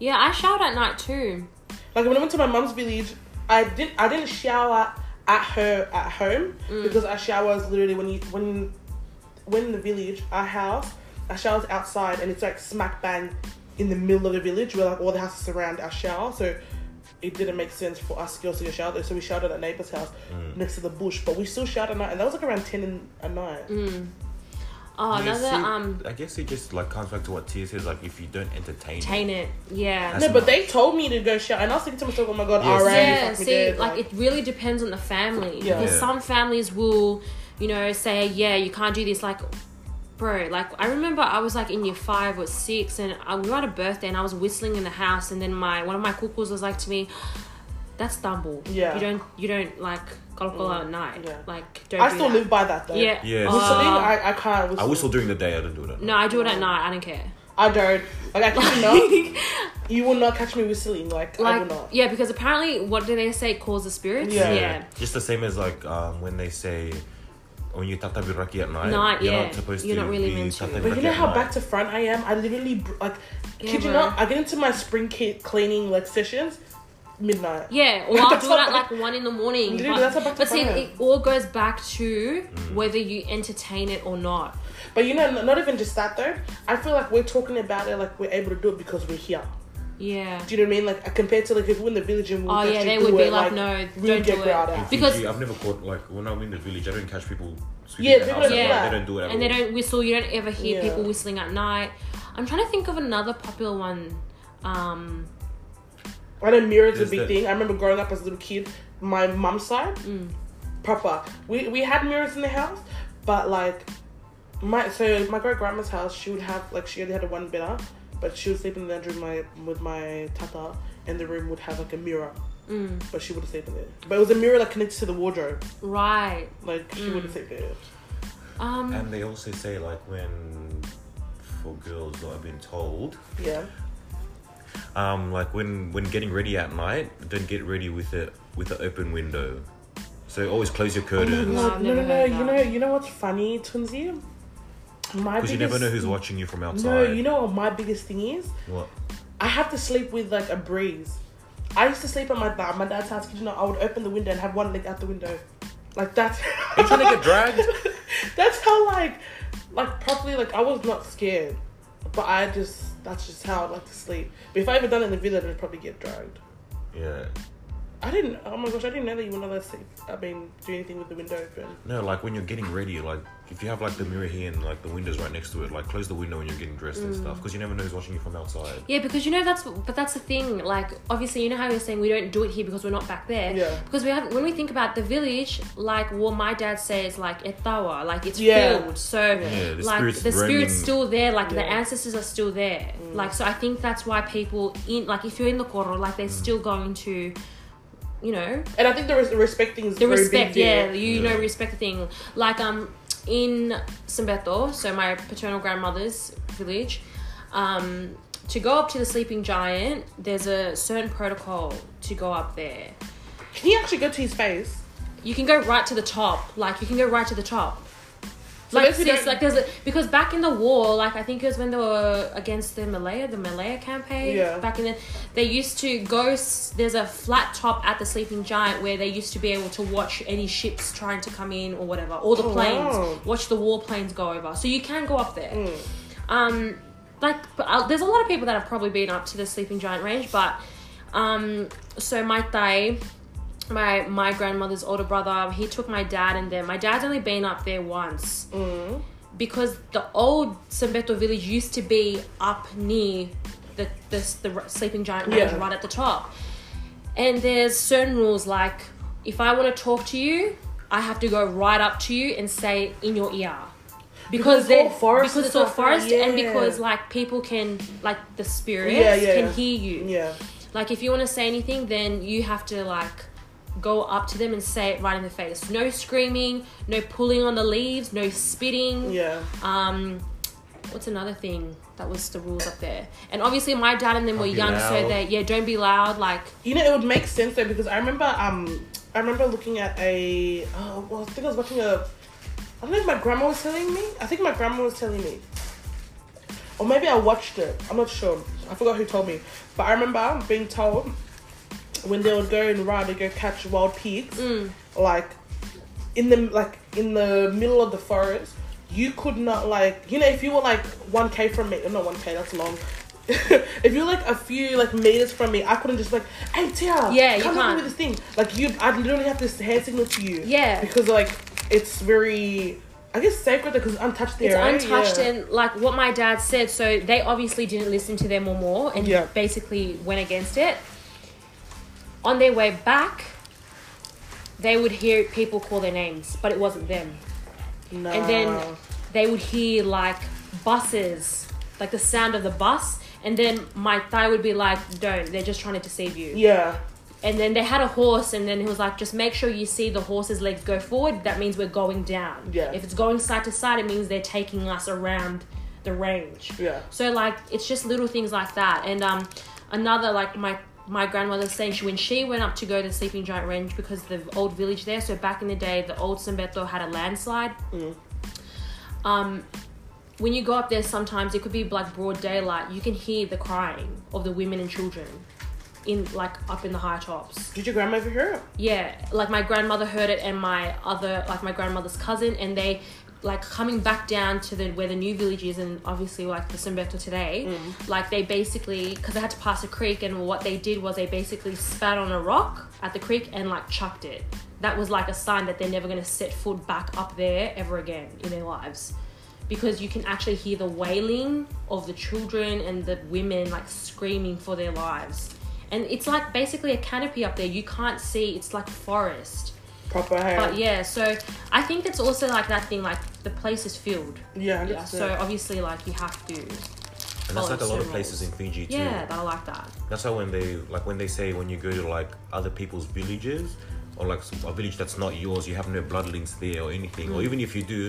Yeah, I shout at night too.
like when I went to my mum's village, I didn't. I didn't shower at her at home
Mm.
because I showers literally when you when when in the village our house. Our shower's outside and it's like smack bang in the middle of the village where like all the houses surround our shower. So it didn't make sense for us girls to go shower there. So we showered at a neighbour's house
Mm.
next to the bush. But we still showered at night and that was like around 10 in, at night.
Mm. Oh,
Yeah,
another
see,
um,
I guess it just like comes back to what Tia says. Like if you don't entertain, it,
taint it. Yeah.
That's
No, but
not-
they told me to go shower, and I was thinking to myself, "Oh my god,
Yes.
RA,
yeah,
fuck me
see,
dead,
like, it really depends on the family
Yeah.
because
Yeah.
some families will, you know, say, yeah, you can't do this. Like, bro, like I remember I was like in year five or six, and I, we were at a birthday, and I was whistling in the house, and then my one of my cuckoos was like to me, "That's dumble.
Yeah. Mm.
you don't, you don't like call at night.
Yeah.
Like, don't."
I
do
still
that."
live by that though.
Yeah.
Yes.
whistling,
Uh,
I, I can't. Whistle.
I whistle during the day. I don't do it at
no,
night.
I do it
Mm.
at night. I don't care.
I don't. Like I kid
[LAUGHS]
you not. You will not catch me whistling. Like, I will
Like,
not.
yeah, because apparently, what do they say? Calls the spirits.
Yeah.
yeah.
Just the same as like um, when they say when you tata biraki at night.
Night,
you're
yeah.
not supposed
You're
to
not really
be
meant to.
tata
But you
biraki
know
at
how
night.
back to front I am. I literally br- like.
Yeah,
kid you
bro.
not. I get into my spring ki- cleaning like sessions. midnight. [LAUGHS]
Yeah, or I'll
That's
do it at
not-
like one in the morning.
Dude,
but
that's not back to
but see,
front.
it all goes back to whether you entertain it or not.
But you know, n- not even just that though. I feel like we're talking about it like we're able to do it because we're here.
Yeah.
Do you know what I mean? Like compared to like if we're in the village and we
Oh yeah,
actually
they
do
would be
it,
like, no,
we
don't
get
do
growled
it
out.
because
Fiji, I've never caught like when I'm in the village, I don't catch people. sweeping
Yeah,
their
people
house
don't
at
do
night.
that.
They don't do it at
and they
all.
don't whistle. You don't ever hear
Yeah.
people whistling at night. I'm trying to think of another popular one. Um,
I know mirrors is a
There's
big
that-
thing. I remember growing up as a little kid, my mum's side,
Mm.
proper. We we had mirrors in the house, but like my so my great grandma's house, she would have like she only had a one bedder, but she would sleep in the bedroom with my with my tata, and the room would have like a mirror,
mm,
but she would sleep in it. But it was a mirror that connected to the wardrobe,
right.
like she
Mm.
would sleep in it.
Um,
And they also say like when for girls that I've been told,
Yeah,
um, like when when getting ready at night, don't get ready with it with an open window. So always close your curtains
No,
no,
I've
no, no,
never
no.
heard
You know,
that.
you know what's funny, Tunzi? My
because you never know
biggest-
who's watching you from outside.
No, you know what my biggest thing is.
what?
I have to sleep with like a breeze. I used to sleep at my dad, my dad's house kitchen. I would open the window and have one leg out the window, like that's.
I'm trying to get dragged.
[LAUGHS] that's how like, like properly like I was not scared, but I just that's just how I like to sleep. But if I ever done it in the village, I'd probably get dragged.
Yeah.
I didn't. Oh my gosh, I didn't know that you were not allowed to sleep. I mean, do anything with the window open.
No, like when you're getting ready, like if you have like the mirror here and like the windows right next to it, like close the window when you're getting dressed and stuff,
Mm.
because you never know who's watching you from outside.
Yeah, because you know that's but that's the thing. Like obviously, you know how you're saying we don't do it here because we're not back there.
Yeah.
Because we have when we think about the village, like what my dad says, like etawa, like it's
Yeah.
filled. So
Yeah, the
like
spirit's
the
roaming.
spirit's still there. Like the
Yeah. Mm.
ancestors are still there. Like so, I think that's why people in like if you're in the koro, like they're
Mm.
still going to, you know,
And I think the, res- the respect thing is
the
very
respect.
big
Yeah,
there.
you
Yeah.
know, respect the thing. Like um, in Sambeto, so my paternal grandmother's village, um, to go up to the sleeping giant, there's a certain protocol to go up there.
Can you actually go to his face?
You can go right to the top. Like you can go right to the top.
So
like,
those who
sis,
don't-
like there's a, because back in the war, like I think it was when they were against the Malaya, the Malaya campaign.
Yeah.
Back in the, they used to go. s- There's a flat top at the Sleeping Giant where they used to be able to watch any ships trying to come in or whatever, or the
Oh,
planes.
wow. Mm.
Watch the war planes go over. So you can go up there. Um, like but, uh, there's a lot of people that have probably been up to the Sleeping Giant range, but um, so my thai my my grandmother's older brother he took my dad and them my dad's only been up there once
Mm.
because the old Sembeto village used to be up near the the, the r- sleeping giant range
Yeah.
right at the top and there's certain rules like if i want to talk to you i have to go right up to you and say it in your ear because
it's
they're-
all forest
because
and
it's all
stuff, right?
forest and
Yeah.
because like people can like the spirits
Yeah, yeah.
can hear you
Yeah.
like if you want to say anything, then you have to like go up to them and say it right in the face. No screaming, no pulling on the leaves, no spitting.
Yeah.
Um, what's another thing that was the rules up there? And obviously, my dad and them were
Don't be
young, so
loud.
they yeah, don't be loud. Like
You know, it would make sense though because I remember um I remember looking at a oh well I think I was watching a I don't know if my grandma was telling me. I think my grandma was telling me. Or maybe I watched it. I'm not sure. I forgot who told me. But I remember being told when they would go and ride they go catch wild pigs
Mm.
like in the like in the middle of the forest you could not like you know if you were like 1k from me not 1k that's long [LAUGHS] if you're like a few like meters from me i couldn't just like hey tia
Yeah, you
come help
can't.
me with this thing like you i'd literally have to hand signal to you
Yeah.
because like it's very i guess sacred because it's untouched
it's
there right?
untouched
Yeah.
and like what my dad said. So they obviously didn't listen to them or more, and
Yeah.
basically went against it. On their way back, they would hear people call their names, but it wasn't them.
Nah.
and
Oh.
then they would hear like buses, like the sound of the bus, and then my thigh would be like, "Don't! They're just trying to deceive you."
yeah
And then they had a horse, and then he was like, "Just make sure you see the horse's legs go forward. That means we're going down.
Yeah.
If it's going side to side, it means they're taking us around the range."
yeah
So like it's just little things like that. And um another like my my grandmother's saying she when she went up to go to the sleeping giant range because the old village there, so back in the day the old Sembeto had a landslide. Um when you go up there sometimes it could be like broad daylight, you can hear the crying of the women and children. in like up in the high tops.
Did your grandma ever hear it?
Yeah, like my grandmother heard it, and my other like my grandmother's cousin, and they like coming back down to the where the new village is, and obviously like the Sumberto today. Like they basically because they had to pass a creek, and what they did was they basically spat on a rock at the creek and like chucked it. That was like a sign that they're never gonna set foot back up there ever again in their lives because you can actually hear the wailing of the children and the women like screaming for their lives. And it's like basically a canopy up there. You can't see. It's like forest.
Proper hair.
But Uh, yeah, so I think it's also like that thing. Like the place is filled.
yeah,
Yeah.
that's
So
it.
obviously, like you have to.
And that's
Oh,
like a lot of
so
places in
nice.
Fiji too.
Yeah, I like that.
That's how when they like when they say when you go to like other people's villages or like a village that's not yours, you have no bloodlinks there or anything.
Mm.
Or even if you do,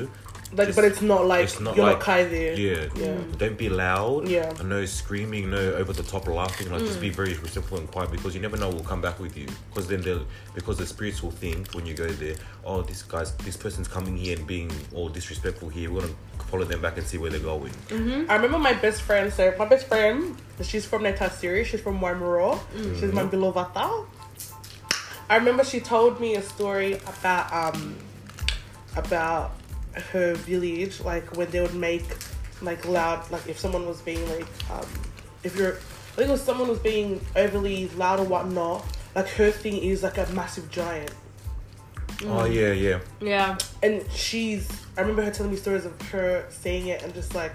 Like,
just-
but it's not like
it's not
you're
like
not Kai there.
yeah,
Yeah.
don't be loud.
Yeah.
no screaming, no over the top laughing. Like just be very simple and quiet because you never know what will come back with you. Because then they'll because the spirits will think when you go there, oh this guy's this person's coming here and being all disrespectful here. We're gonna follow them back and see where they're going.
I remember my best friend. So my best friend, she's from Naitasiri. She's from Waimaro. She's my Bilovata. I remember she told me a story about um about her village, like when they would make like loud, like if someone was being like um if you're I think it was someone was being overly loud or whatnot. Like her thing is like a massive giant Mm-hmm.
Oh yeah, yeah.
Yeah.
and she's I remember her telling me stories of her saying it and just like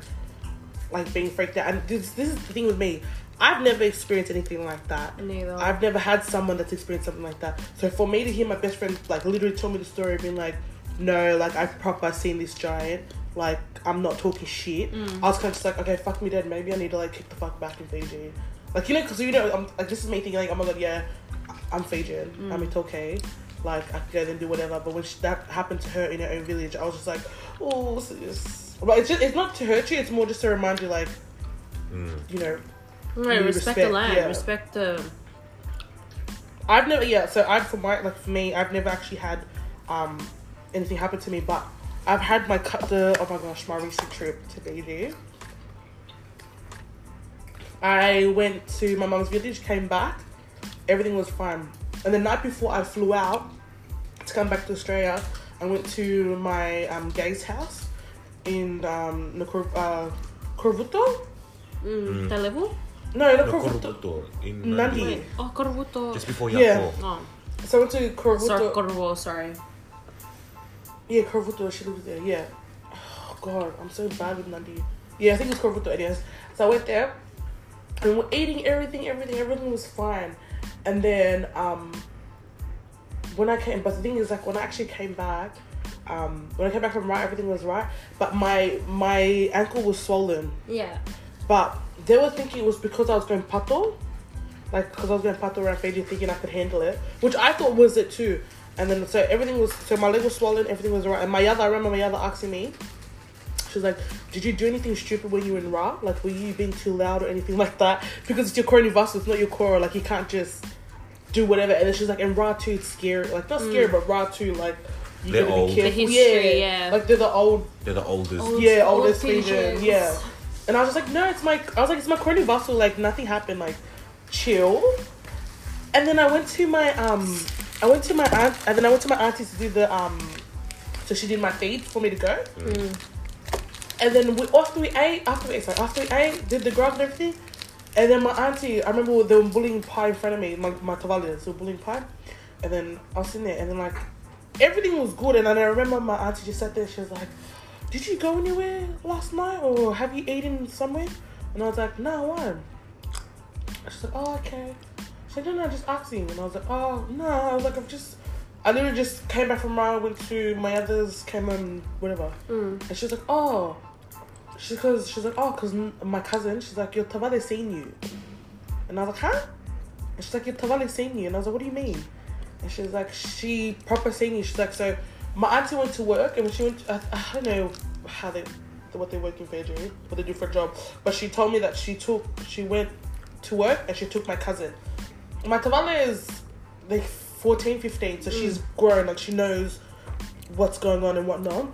like being freaked out. And this this is the thing with me. I've never experienced anything like that.
Neither.
I've never had someone that's experienced something like that. So for me to hear my best friend like literally tell me the story being like, No, like I've proper seen this giant, like I'm not talking shit. I was kind of just like, Okay, fuck me dead, maybe I need to like kick the fuck back in Fiji. Like you know, because you know, I'm like this is me thinking like, oh my god, yeah, I'm Fijian. I mean, it's okay. Like I can go there and do whatever. But when she, that happened to her in her own village, I was just like, oh, what's this? But it's just, it's not to hurt you. It's more just to remind you, like, you know,
No,
You
respect, the
respect-
land.
yeah.
Respect the.
I've never yeah. So I've for my like for me, I've never actually had um anything happen to me, but I've had my cut the oh my gosh my recent trip to Beijing. I went to my mum's village, came back, everything was fine. And the night before I flew out to come back to Australia, I went to my um, gay's house in um, Nakuru- uh, Kurvuto.
Mm, The level.
No, not
No,
Kurvuto.
Korbuto
Nandi.
in Nandi.
Wait. Oh, Corvuto.
Just before Yako.
Yeah.
Oh,
So I went to Kurvuto.
sorry, Corvo. Sorry.
Yeah, Corvuto, she lives there, yeah. Oh god, I'm so bad with Nandi. Yeah, I think it's Corvuto, anyways. So I went there and we're eating everything, everything, everything was fine. And then um when I came but the thing is like when I actually came back, um when I came back from right, everything was right. But my my ankle was swollen.
Yeah.
But they were thinking it was because I was going pato, like because I was going pato around Fiji, thinking I could handle it, which I thought was it too. And then so everything was so my leg was swollen, everything was alright. And my other, I remember my other asking me, she was like, "Did you do anything stupid when you were in Ra? Like, were you being too loud or anything [LAUGHS] like that? Because it's your coronavirus, it's not your core. Like, you can't just do whatever." And then she's like, "And Ra too, it's scary. Like, not scary, but Ra too, like." You
They're
gotta
old.
Be
The
careful.
history, yeah.
Like they're the old
They're the oldest.
Old-
yeah,
all
oldest
the
Asian.
pigeons.
Yeah. And I was just like, no, it's my. I was like, it's my cardiovascular. Like nothing happened. Like, chill. And then I went to my um, I went to my aunt, and then I went to my auntie to do the um, so she did my feed for me to go. And then we after we ate, after we ate, sorry, after we ate, did the grub and everything. And then my auntie, I remember they were bullying pie in front of me, my, my cavaliers were bullying pie. And then I was sitting there, and then like everything was good. And then I remember my auntie just sat there, she was like, Did you go anywhere last night? Or have you eaten somewhere? And I was like, No, why? She's like, Oh, okay. She's like, No, no, just asking. And I was like, Oh, no. I was like, I've just, I literally just came back from Ryan, went to my others, came and whatever.
Mm.
And she's like, oh. She goes, she's like, oh, because my cousin, she's like, your Tavale seen you. And I was like, huh? And she's like, your Tavale seen you. And I was like, what do you mean? And she's like, she proper seen you. She's like, so my auntie went to work and when she went, to, I, I don't know how they, what they work in Fiji, what they do for a job. But she told me that she took, she went to work and she took my cousin. My Tavale is like 14, 15, so she's grown, like she knows what's going on and whatnot.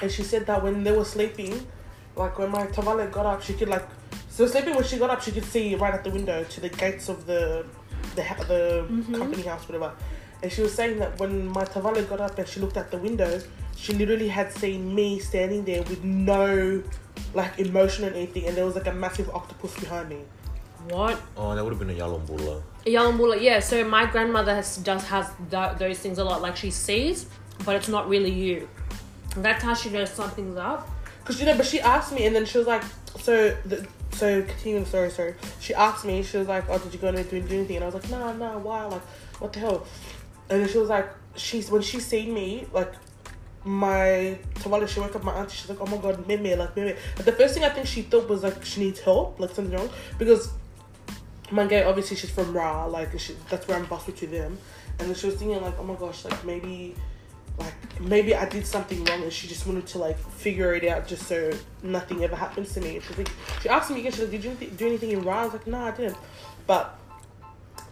And she said that when they were sleeping, like when my Tavale got up, she could like So sleeping when she got up, she could see right out the window to the gates of the the ha- the company house, whatever. And she was saying that when my Tavala got up and she looked out the window, she literally had seen me standing there with no like emotion or anything, and there was like a massive octopus behind me.
What?
Oh, that would have been a Yalombula.
Yalambula, yeah. So my grandmother has, does has th- those things a lot. Like she sees, but it's not really you. That's how she knows something's up.
Cause you know, but she asked me, and then she was like, "So, the, so continuing the story. Sorry, she asked me. She was like, "Oh, did you go and do, do anything?" And I was like, "No, no, why? Like, what the hell?" And then she was like, "She's when she seen me, like, my Tawala, she woke up my auntie. She's like, "Oh my god, Meme, like Meme." But the first thing I think she thought was like she needs help, like something wrong, because my gay obviously she's from Ra, like she, that's where I'm busted to them, and then she was thinking like, "Oh my gosh, like maybe." like maybe I did something wrong and she just wanted to like figure it out just so nothing ever happens to me. And she's like, she asked me again, she's like, did you th- do anything in Ra? I was like, no, I didn't. But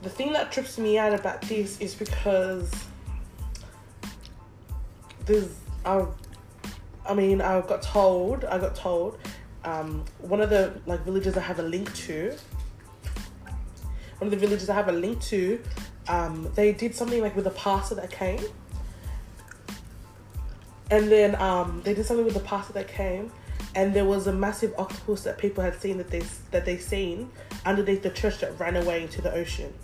the thing that trips me out about this is because there's, I, I mean, I got told, I got told, um, one of the like villages I have a link to, one of the villages I have a link to, um, they did something like with a pastor that came. And then um, they did something with the pasta that came, and there was a massive octopus that people had seen that they that they seen underneath the church that ran away into the ocean.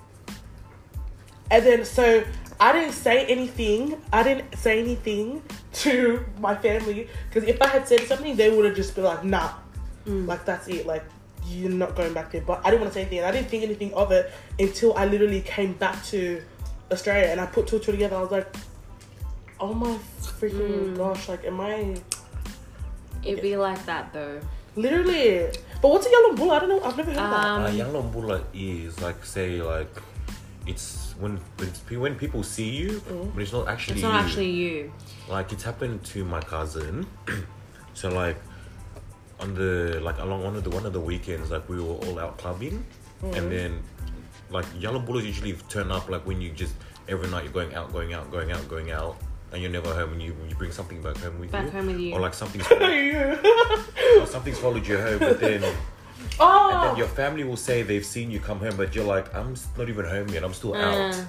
And then so I didn't say anything. I didn't say anything to my family because if I had said something, they would have just been like, "Nah, like that's it. Like you're not going back there." But I didn't want to say anything. And I didn't think anything of it until I literally came back to Australia and I put two and two together. I was like, "Oh my freaking gosh! Like, am I?"
It'd be like that though.
Literally. But what's a yellow bull? I don't know. I've never heard [LAUGHS]
Um,
Uh, Yalombula is like say like it's when when it's pe- when people see you, but it's not actually
Mm. It's not
you.
actually you.
like it's happened to my cousin [CLEARS THROAT] so like on the like along one of the one of the weekends like we were all out clubbing
Mm.
and then like yellow bullets usually turn up like when you just every night you're going out going out going out going out and you're never home and you you bring something back home with
Back
you
home with you.
or like
[LAUGHS]
something's
that.
followed,
You.
or something's followed you home but then and then
oh.
your family will say they've seen you come home but you're like i'm s- not even home yet i'm still out
Uh,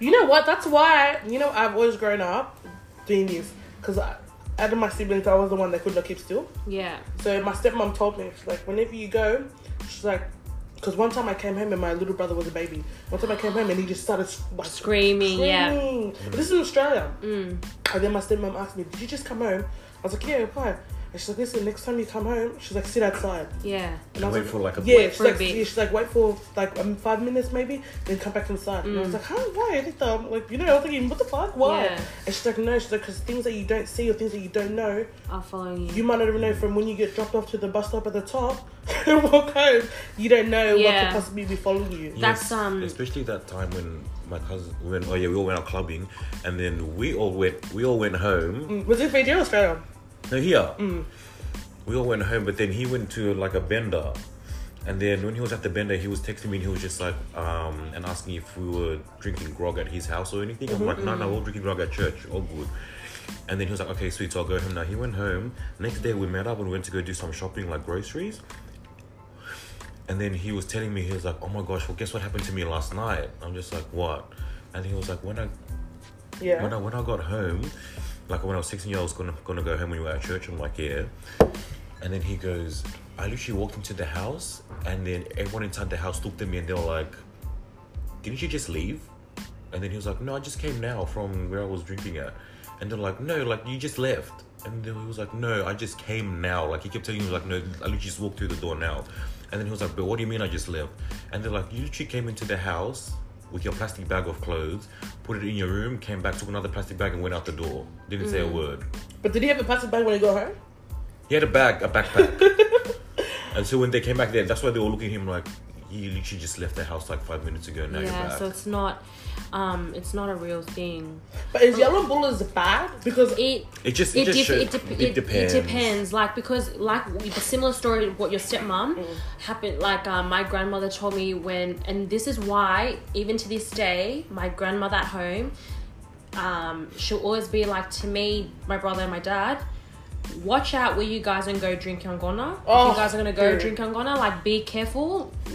You know what? That's why. You know, I've always grown up doing this because out of my siblings, I was the one that could not keep still.
yeah.
So my stepmom told me, she's like, whenever you go, she's like, because one time I came home and my little brother was a baby. One time I came home and he just started like,
Screaming, yeah. Mm.
screaming. But This is in Australia. And then my stepmom asked me, did you just come home? I was like, yeah, why? And she's like, listen, next time you come home, she's like, sit outside.
Yeah.
And I was
Wait for, like, a
yeah,
break.
she's
For a
like,
bit.
yeah, she's like, wait for like um, five minutes maybe, then come back inside. And I was like, huh, why? Did the- Like, you know, I was thinking, what the fuck, why?
Mm. Yeah.
And she's like, no, she's like, because things that you don't see or things that you don't know,
I'll follow you.
you might not even know from when you get dropped off to the bus stop at the top [LAUGHS] and walk home, you don't know what
Yeah.
could possibly be following you.
That's,
Yes,
um,
especially that time when my cousin when oh yeah we all went out clubbing and then we all went we all went home
Mm, Was it video or Australia?
no here we all went home but then he went to like a bender and then when he was at the bender he was texting me and he was just like um and asking if we were drinking grog at his house or anything I'm like no no we're drinking grog at church all good and then he was like okay sweet so I'll go home now he went home next day we met up and we went to go do some shopping like groceries and then he was telling me, he was like, oh my gosh, well, guess what happened to me last night? I'm just like, what? And he was like, when I
Yeah.
when I when I got home, like when I was 16 years old, I was gonna gonna go home when we were at church. I'm like, yeah. And then he goes, I literally walked into the house, and then everyone inside the house looked at me and they were like, didn't you just leave? And then he was like, no, I just came now from where I was drinking at. And they're like, no, like you just left. And then he was like, no, I just came now. Like he kept telling me, like, no, I literally just walked through the door now. And then he was like, but what do you mean I just left? And they're like, you literally came into the house with your plastic bag of clothes, put it in your room, came back, took another plastic bag, and went out the door. Didn't say a word.
But did he have a plastic bag when he got home?
He had a bag, a backpack. [LAUGHS] and so when they came back there, that's why they were looking at him like, you literally just left the house like five minutes ago. Now you're
yeah.
back.
So it's not, um, it's not a real thing.
But is yellow bullets bad? Because
It
It just- it just
dif-
show-
dep-
it
it,
depends.
It depends, like because like with the similar story of what your stepmom happened. Like um, my grandmother told me when, and this is why even to this day, my grandmother at home, um, she'll always be like to me, my brother, and my dad. watch out where you guys are gonna go drink Yangona.
Oh,
if you guys are gonna go
dude.
drink Yangona, like be careful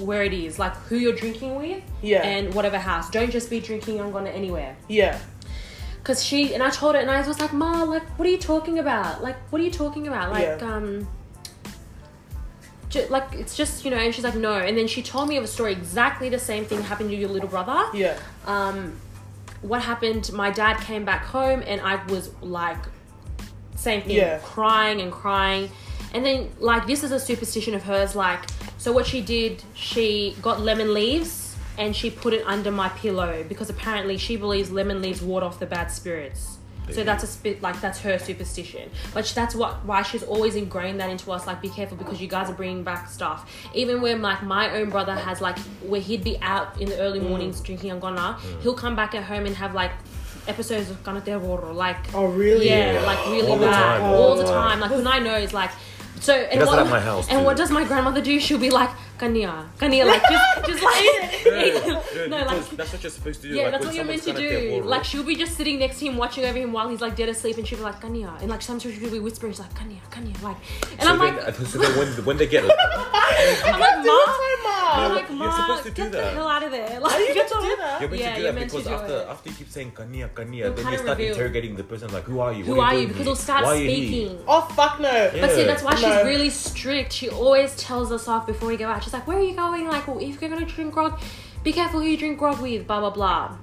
where it is, like who you're drinking with,
Yeah.
and whatever house. Don't just be drinking Yangona anywhere.
Yeah.
Cause she and I told her, and I was like, Ma, like what are you talking about? Like what are you talking about? Like
Yeah.
um. ju- Like it's just you know, and she's like no, and then she told me of a story exactly the same thing happened to your little brother
Yeah.
um, what happened my dad came back home and i was like same thing
Yeah.
crying and crying and then like this is a superstition of hers like so what she did she got lemon leaves and she put it under my pillow because apparently she believes lemon leaves ward off the bad spirits so
Okay.
that's a spit like that's her superstition, but she- that's what why she's always ingrained that into us. Like, be careful because you guys are bringing back stuff. Even when like my own brother has like where he'd be out in the early mornings drinking angona, he'll come back at home and have like episodes of ganatevoro, like
Oh, really?
yeah,
Yeah.
like really
All the
bad
time,
all the time. Like when I know it's like so. And
does
what,
that at my house,
And
too.
what does my grandmother do? She'll be like kania, kania, like [LAUGHS] just,
[LAUGHS]
just like [LAUGHS] no, like
because that's what you're supposed to do.
yeah,
like,
that's
when
what you're meant
someone's
to
gonna
do.
get
Like she'll be just sitting next to him, watching over him while he's like dead asleep, and she'll be like Kanya, and like sometimes she'll be whispering, she's like Kanya, Kanya, like, and
So
I'm
then, uh,
like,
so then when, when they get yeah,
I'm like,
Do
Mom,
it,
I'm
Mama.
like,
you're
Mom,
supposed to do
get the
that.
hell out of there. Like,
Are you
get
meant to
the-
do that?
you're meant
Yeah,
to do
you're
that
meant to
because
do
after
it.
after you keep saying kania
It'll
kania, then
kinda
you start
reveal.
interrogating the person like, who are you?
Who
What
are
doing
you? Because
here?
he'll start
Why are you here?
speaking.
Oh fuck no.
Yeah.
But see, that's why
No.
she's really strict. She always tells us off before we go out. She's like, "Where are you going? Like, well, if you're gonna drink grog, be careful who you drink grog with." Blah blah blah.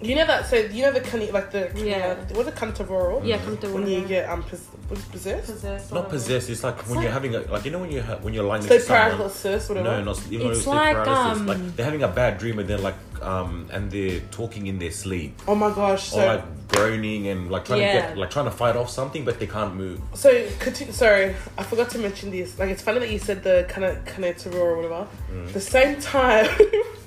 You know that? So you know the cunning, like the
Yeah.
yeah. What's a cantavoro?
Yeah, come to
Mm-hmm. When you get um pos- was it possessed.
possessed.
Not possessed. It's like when
like-
you're having a like you know when you ha- when you're lying
So
next to someone.
paralysis, whatever.
No, not even
It's
it's like,
like,
paralysis.
um,
like they're having a bad dream and they're like um and they're talking in their sleep
Oh my gosh. So
or like groaning and like trying to
Yeah.
get like trying to fight off something but they can't move.
So, continue, sorry, I forgot to mention this. Like, it's funny that you said the kind of or whatever.
Mm.
The same time, [LAUGHS]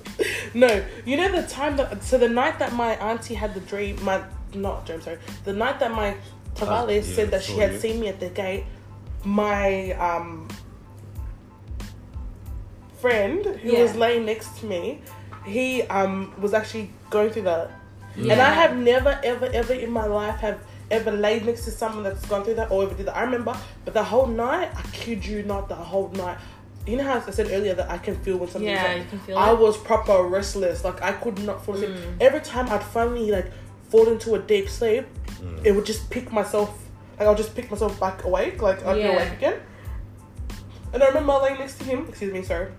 no, you know the time that so the night that my auntie had the dream, my not dream, sorry, the night that my tavale
Ah, yeah,
said that she
saw
had
you.
seen me at the gate, my um friend who
Yeah.
was laying next to me, he um was actually going through that. And
Yeah.
I have never, ever, ever in my life have ever laid next to someone that's gone through that or ever did that. I remember, but the whole night, I kid you not, the whole night. You know how I said earlier that I can feel when something's
Yeah,
up?
you can feel
I
it. Mm.
was proper restless. Like I could not fall asleep. Every time I'd finally like fall into a deep sleep,
Mm.
it would just pick myself. Like I'll just pick myself back awake. Like I'd be
Yeah.
awake again. And I remember laying next to him. Excuse me, sorry.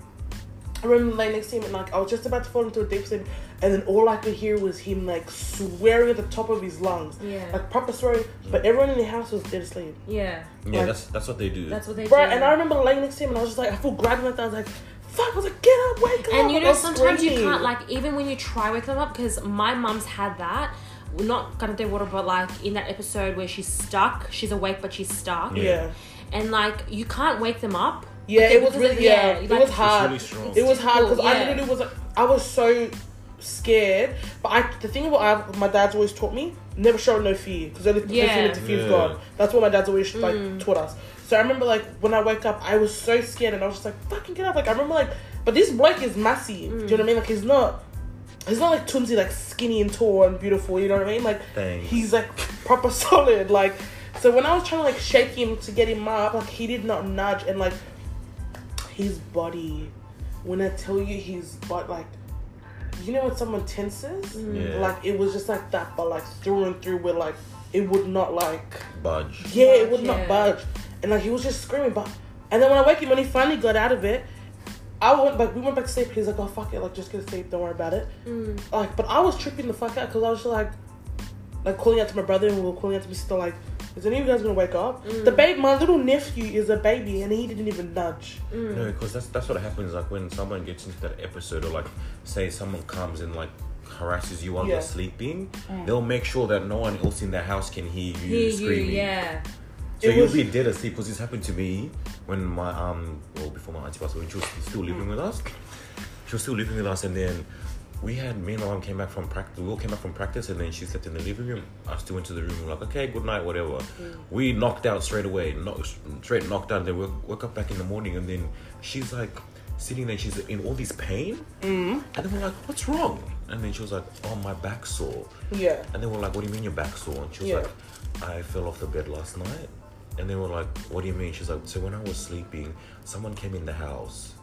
I remember laying next to him and like I was just about to fall into a deep sleep, and then all I could hear was him like swearing at the top of his lungs,
Yeah.
like proper swearing. But everyone in the house was dead asleep,
Yeah,
Yeah,
Like-
that's that's what they do.
that's what they
bro.
do.
And I remember laying next to him and I was just like, I feel grabbing at that. I was like, fuck. I was like, get up, wake up.
And you
Like, I
know,
was
sometimes you
screaming.
can't like even when you try wake them up because my mum's had that. Well, Not kind of their water, but like in that episode where she's stuck, she's awake but she's stuck,
yeah,
and like you can't wake them up.
yeah.
Okay,
It was
because
really
it-
yeah.
yeah,
It
like-
was
It's
hard.
really strong.
It was hard because
Cool,
I
yeah.
literally was like, I was so scared. But I the thing what I, my dad's always taught me never show no fear because only the
Yeah.
person that fears
Yeah.
God. That's what my dad's always like taught us. So I remember like when I woke up, I was so scared and I was just like, fucking get up. Like I remember like, but this bloke is massive. Do you know what I mean? Like he's not. He's not like Tunzi, like skinny and tall and beautiful. You know what I mean? Like
Thanks.
he's like proper [LAUGHS] solid. Like so when I was trying to like shake him to get him up, like he did not nudge and like his body. When I tell you his butt, like, you know when someone tenses,
Yeah.
like it was just like that, but like through and through, where like it would not like,
budge.
yeah, it would not
Yeah.
budge, and like he was just screaming. But and then when I wake him, when he finally got out of it, I went like we went back to sleep. He's like, oh fuck it, like just get to sleep, don't worry about it. Like, but I was tripping the fuck out because I was just like, like calling out to my brother and we were calling out to my sister, like, is any of you guys gonna wake up? The baby, my little nephew is a baby, and he didn't even nudge.
No, because that's that's what happens. Like when someone gets into that episode, or like say someone comes and like harasses you while
Yeah.
you're sleeping, they'll make sure that no one else in the house can hear you
Hear you,
screaming.
yeah.
So
It
you'll
was-
be dead asleep because uh, this happened to me when my um well before my auntie passed away, when she was still
Hmm.
living with us. She was still living with us, and then we had me and my mom came back from practice. We all came back from practice, and then she slept in the living room. I still went to the room. we like, okay, good night, whatever.
Hmm.
We knocked out straight away, knock, straight knocked out. Then we woke up back in the morning, and then she's like sitting there. She's in all this pain,
Hmm.
mm. and then we're like, what's wrong? And then she was like, oh, my back sore.
Yeah.
And they were like, "What do you mean your back sore?" And she was
Yeah.
like, "I fell off the bed last night, And then we're like, what do you mean? She's like, so when I was sleeping, someone came in the house.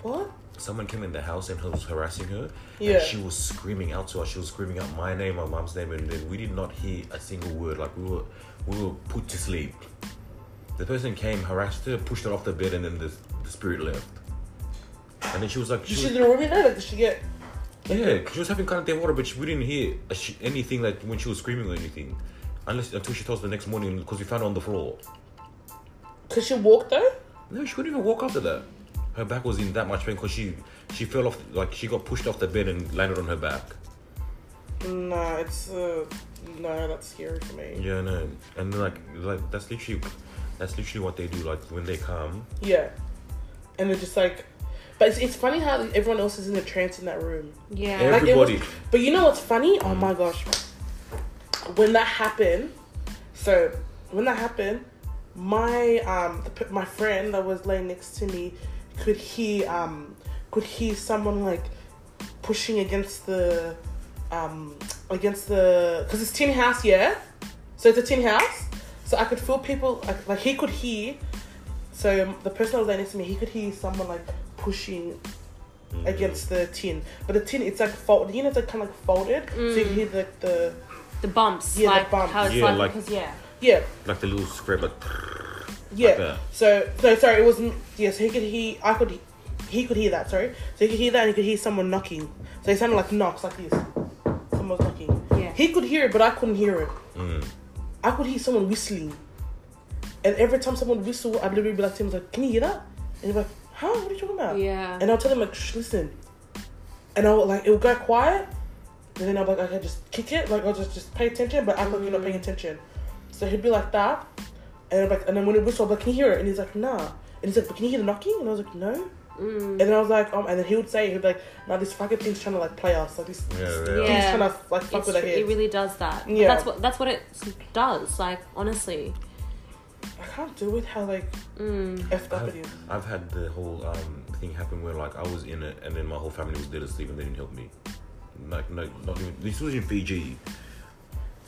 What?
Someone came in the house and was harassing her.
Yeah.
And she was screaming out to us. She was screaming out my name, my mom's name, and then we did not hear a single word. Like we were, we were put to sleep. The person came, harassed her, pushed her off the bed, and then the, the spirit left. And then she was like,
Did
she
she
was-
did already know that? Did she get?
yeah, 'cause she was having caliente water, but she, we didn't hear a sh- anything like when she was screaming or anything, unless until she told us the next morning because we found her on the floor.
Cause she walked though.
No, she couldn't even walk after that. Her back was in that much pain because she she fell off like she got pushed off the bed and landed on her back.
No, it's uh, no, that's scary for me.
Yeah, no, and like like that's literally that's literally what they do. Like when they come,
Yeah, and they're just like, but it's, it's funny how everyone else is in a trance in that room.
Yeah.
Every-
Like, it was-
Everybody.
but you know what's funny? Oh my gosh, when that happened, so when that happened, my um the, p- my friend that was laying next to me could hear um could hear someone like pushing against the um against the because it's tin house yeah so it's a tin house so i could feel people like, like he could hear so the person that was laying next to me he could hear someone like pushing against the tin but the tin it's like folded you know it's like kind of like folded so you can hear the, the
the bumps.
Yeah, the
like
bumps.
how it's
Yeah,
like,
like-
because yeah.
yeah
like the little scrap, like
Yeah.
that.
so no, sorry, it wasn't. Yeah, so he could hear. I could. He could hear that. Sorry. So he could hear that, and he could hear someone knocking. So it sounded like knocks, like this. Someone's knocking.
Yeah.
He could hear it, but I couldn't hear it.
mm.
I could hear someone whistling, and every time someone whistled, I'd literally be like, "Tim's like, can you hear that?" And he's like, "Huh? What are you talking about?"
Yeah.
And I'll tell him like, Shh, "Listen," and I'll like it would go quiet, and then I'll be like, "Okay, just kick it." Like I'll just just pay attention, but I'm like, "You're not
Mm.
paying attention." So he'd be like that, and I'm like, and then when it whistled, I'm like, "Can you hear it?" And he's like, "Nah." And he's like, "But can you hear the knocking?" And I was like, "No."
Mm.
And then I was like, um, and then he would say, he'd be like, "Now this fucking thing's trying to like play us, like this,
Yeah,
this
yeah.
thing's
Yeah.
trying to like fuck
It's,
with our
it
heads."
really does that.
Yeah.
That's what that's what it does. Like honestly.
I can't deal with how like effed up it
I've,
is.
I've had the whole um, thing happen where like I was in it and then my whole family was dead asleep and they didn't help me. Like no, not even. This was in Fiji.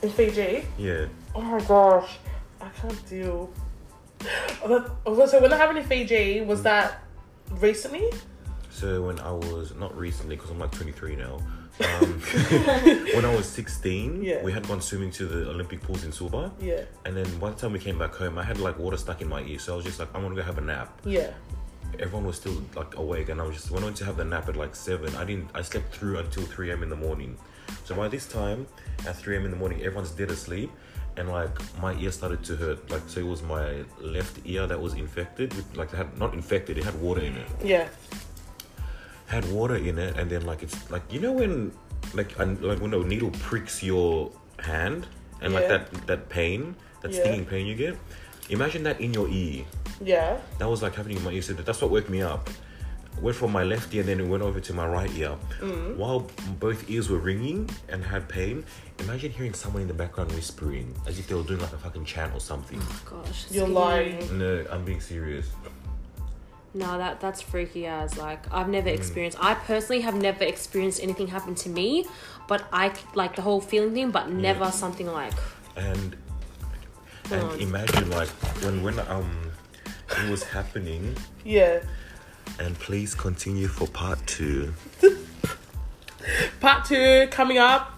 In Fiji,
Yeah.
Oh my gosh, I can't deal. Oh, So when that happened in Fiji, was that recently?
So when I was not recently, because I'm like 23 now.
[LAUGHS]
Um, [LAUGHS] when I was 16,
Yeah.
we had gone swimming to the Olympic pools in Suva.
Yeah,
And then by the time we came back home, I had like water stuck in my ear, so I was just like, I'm gonna go have a nap.
yeah,
Everyone was still like awake, and I was just went on to have the nap at like seven. I didn't. I slept through until 3 a.m. in the morning. So by this time, at 3 a.m. in the morning, everyone's dead asleep, and like my ear started to hurt. Like so, it was my left ear that was infected. With, like it had not infected. It had water in it
yeah,
had water in it, and then like it's like you know when like un- like when a needle pricks your hand and like
Yeah.
that that pain, that
Yeah.
stinging pain you get. Imagine that in your ear.
yeah.
That was like happening in my ear. So that- that's what woke me up. Went from my left ear, and then it went over to my right ear.
Mm.
While both ears were ringing and had pain, imagine hearing someone in the background whispering as if they were doing like a fucking chant or something.
Gosh.
You're
scary.
lying.
No, I'm being serious.
No, that that's freaky as like I've never experienced. I personally have never experienced anything happen to me, but I c- like the whole feeling thing, but never something like
and and
on.
imagine like when when um it was happening
Yeah.
and please continue for part two
Part two coming up.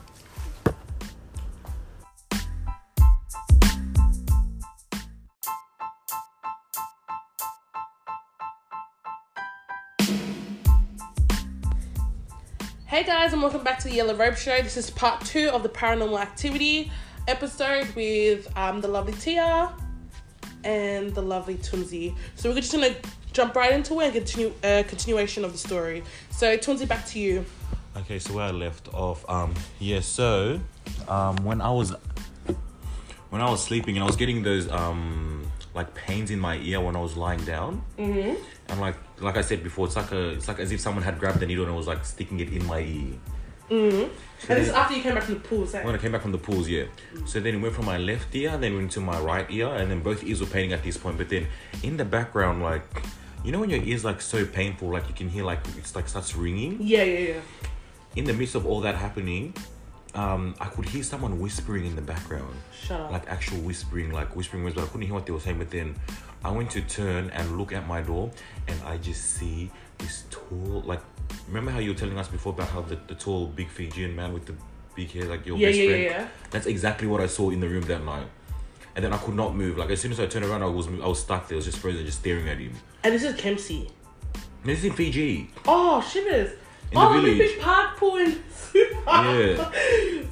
Hey guys, and welcome back to the Yellow Robe Show. This is part two of the Paranormal Activity episode with um, the lovely Tia and the lovely Tunzi. So we're just gonna jump right into it and continue uh, continuation of the story. So Tunzi, back to you.
okay so where i left off um yeah so um when i was when i was sleeping and i was getting those um like pains in my ear when i was lying down mm-hmm. and like like i said before it's like a it's like as if someone had grabbed the needle and was like sticking it in my ear
And this is after you came back from the pool, so
When I came back from the pools, yeah. So then it went from my left ear, then went to my right ear, and then both ears were paining at this point. But then in the background, like, you know when your ears like so painful, like you can hear like it's like starts ringing.
yeah, yeah, yeah.
In the midst of all that happening, um, I could hear someone whispering in the background.
Shut up.
Like actual whispering, like whispering words, but I couldn't hear what they were saying. But then I went to turn and look at my door, and I just see this tall, like, remember how you were telling us before about how the, the tall, big Fijian man with the big hair, like your
Yeah,
best
yeah,
friend?
yeah, yeah.
That's exactly what I saw in the room that night. And then I could not move. Like, as soon as I turned around, I was I was stuck there. I was just frozen, just staring at him.
And this is Kempsey.
And this is in
[LAUGHS]
Fiji.
Oh, shivers.
In
oh,
the
the
village.
big park pool in [LAUGHS]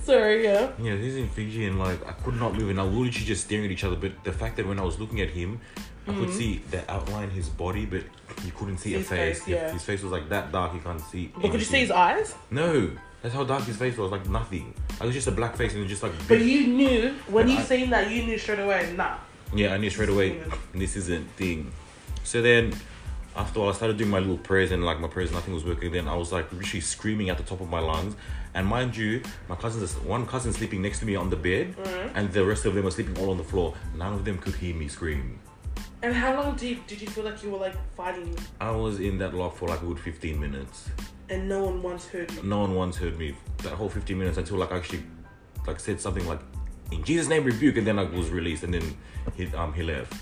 Sorry, yeah.
Yeah, this is in Fiji, and like I could not move, and I was literally just staring at each other. But the fact that when I was looking at him, I could see the outline, his body, but you couldn't see, a
Mm. His face,
face.
yeah.
His face was like that dark, you can't see.
But could you see
anything.
his eyes?
No, that's how dark his face was. Like nothing. Like, it was just a black face, and it was just like.
But
big-
you knew, when
But
you
I-
seen that, you knew straight away, nah.
Yeah, I knew straight away this isn't thing. So then, after all, I started doing my little prayers and like my prayers, nothing was working. Then I was like literally screaming at the top of my lungs. And mind you, my cousins, one cousin sleeping next to me on the bed, and the rest of them are sleeping all on the floor. None of them could hear me scream.
And how long did you, did you feel like you were like fighting
I was in that loft for like a good 15 minutes.
and no one once heard you?
No one once heard me that whole 15 minutes until like I actually like said something like, in Jesus' name rebuke, and then I was released, and then he, um, he left.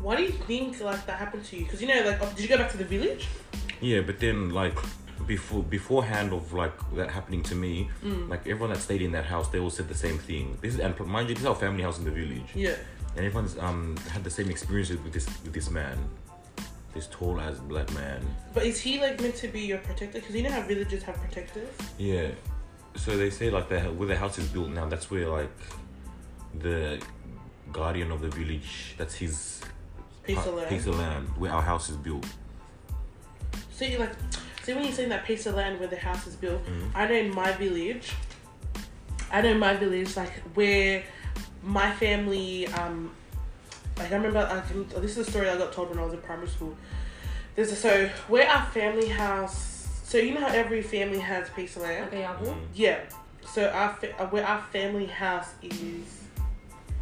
Why do you think like that happened to you? Because you know, like, oh, did you go back to the village?
Yeah, but then like before beforehand of like that happening to me,
Mm.
like everyone that stayed in that house, they all said the same thing. This is and mind you, this is our family house in the village,
Yeah.
and everyone's um had the same experience with this with this man, this tall ass black man.
But is he like meant to be your protector? Because you know how villages have protectors.
Yeah, so they say like the where the house is built now, that's where like the guardian of the village, that's his
Piece
pa-
of land.
piece of land where our house is built.
So you like, see when you're saying that piece of land where the house is built, I know in my village, I know in my village like where my family, um, like I remember, I can, this is a story I got told when I was in primary school. There's a, so where our family house, so you know how every family has a piece of land.
Okay, yeah.
Yeah. So our fa- uh, where our family house is,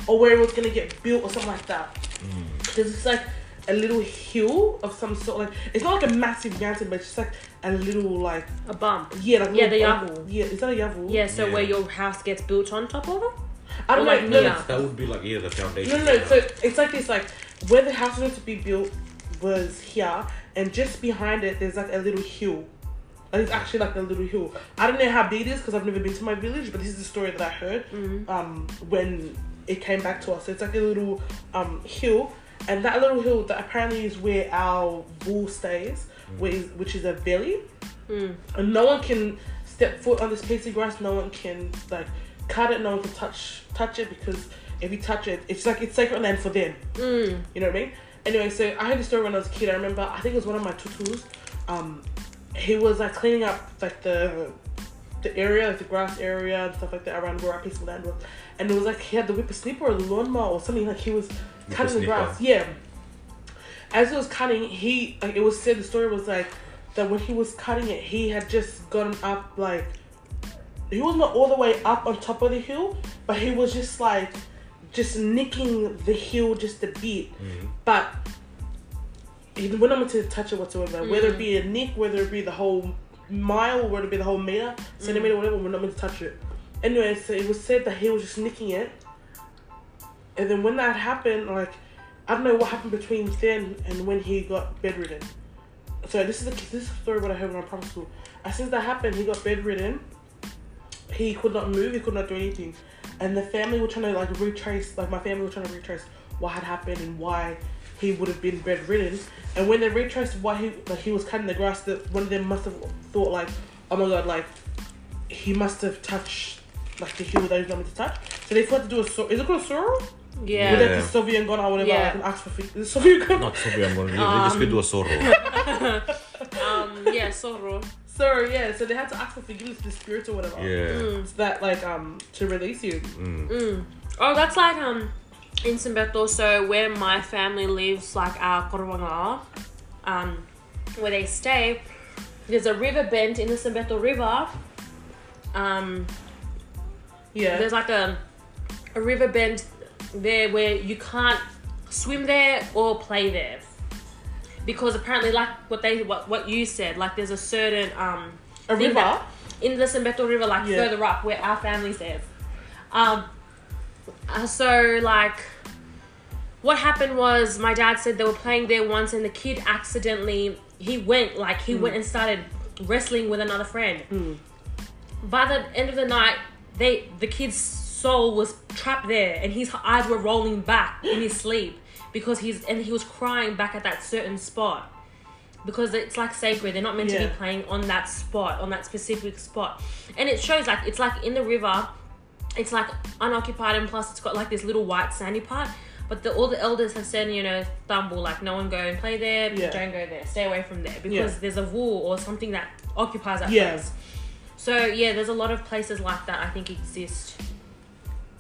or where it was gonna get built or something like that. There's just like a little hill of some sort. Like it's not like a massive mountain, but it's just like a little like
A bump.
yeah, like
Yeah,
little
the
oval.
oval.
Yeah, is that a yavel?
Yeah, so
Yeah.
where your house gets built on top of it?
I don't
Or
know.
like
no,
near.
no,
That would be like yeah, the foundation.
no, no, no. So it's like this like where the house was meant to be built was here, and just behind it there's like a little hill. Like, It's actually like a little hill. I don't know how big it is because I've never been to my village, but this is the story that I heard um, when it came back to us. So it's like a little um, hill, and that little hill that apparently is where our bull stays, which is, which is a valley, and no one can step foot on this piece of grass. No one can like cut it. No one can touch touch it because if you touch it, it's like it's sacred land for them. You know what I mean? Anyway, so I heard the story when I was a kid. I remember, I think it was one of my tutus. Um, he was like cleaning up like the the area, like the grass area and stuff like that around where our piece of land was. And it was like he had the whippersnapper or the lawnmower or something. Like he was cutting the grass. Yeah. As he was cutting, he like it was said the story was like that when he was cutting it, he had just gotten up like he was not all the way up on top of the hill, but he was just like just nicking the hill just a bit. But he we're not meant to touch it whatsoever. Whether it be a nick, whether it be the whole mile, whether it be the whole meter, centimeter, whatever, we're not meant to touch it. Anyway, so it was said that he was just nicking it. And then when that happened, like I don't know what happened between then and when he got bedridden. So this is the this is the story what I heard when I primary school. As soon as that happened, he got bedridden. He could not move. He could not do anything. And the family were trying to like retrace, like my family were trying to retrace what had happened and why he would have been bedridden. And when they retraced why he like he was cutting the grass, that one of them must have thought like, oh my god, like he must have touched like the heel that he's not meant to touch. So they forgot to do a sor- is it called a sorrel?
Yeah.
With
Yeah.
like the Soviet gun or whatever,
Yeah.
like an axe for feet. The [LAUGHS] Soviet gun.
not sorry, I'm gonna. they just could do a sorrow.
[LAUGHS]
Um, yeah, sorrow.
So yeah, so they had to ask for forgiveness to the spirit or whatever.
Yeah. Mm.
So that like um to release you.
Oh, that's like um in Simbeto, so where my family lives, like our Korwanga, um, where they stay, there's a river bend in the Simbeto River. Um,
Yeah.
there's like a a river bend there where you can't swim there or play there because apparently like what they what, what you said like there's a certain um
a
thing
river.
that- in the Simbeto River, like
Yeah.
further up where our family lives. Um, uh, so like, what happened was my dad said they were playing there once, and the kid accidentally he went like he went and started wrestling with another friend. By the end of the night, they the kid's soul was trapped there, and his eyes were rolling back in his sleep because he's and he was crying back at that certain spot because it's like sacred. They're not meant to
Yeah.
be playing on that spot, on that specific spot. And it shows like it's like in the river, it's like unoccupied and plus it's got like this little white sandy part. But the, all the elders have said, you know, thumble, like no one go and play there,
Yeah.
don't go there, stay away from there because
Yeah.
there's a wall or something that occupies that
Yeah.
place. So yeah, there's a lot of places like that I think exist.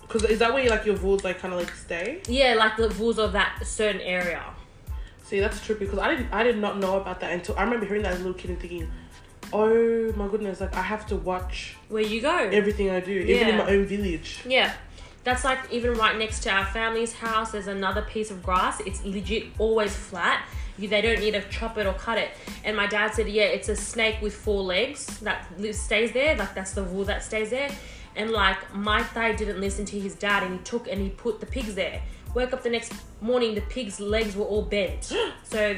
Because is that where like your rules like kind of like stay?
Yeah, like the walls of that certain area.
See, that's trippy because I didn't I did not know about that until I remember hearing that as a little kid and thinking, oh my goodness, like I have to watch
Where you go.
everything I do, even in
Yeah.
my own village.
Yeah. That's like even right next to our family's house, there's another piece of grass. It's legit always flat. You, they don't need to chop it or cut it. And my dad said, yeah, it's a snake with four legs that li- stays there. Like that's the rule that stays there. And like my thigh didn't listen to his dad and he took and he put the pigs there. Woke up the next morning, the pig's legs were all
[GASPS]
bent. so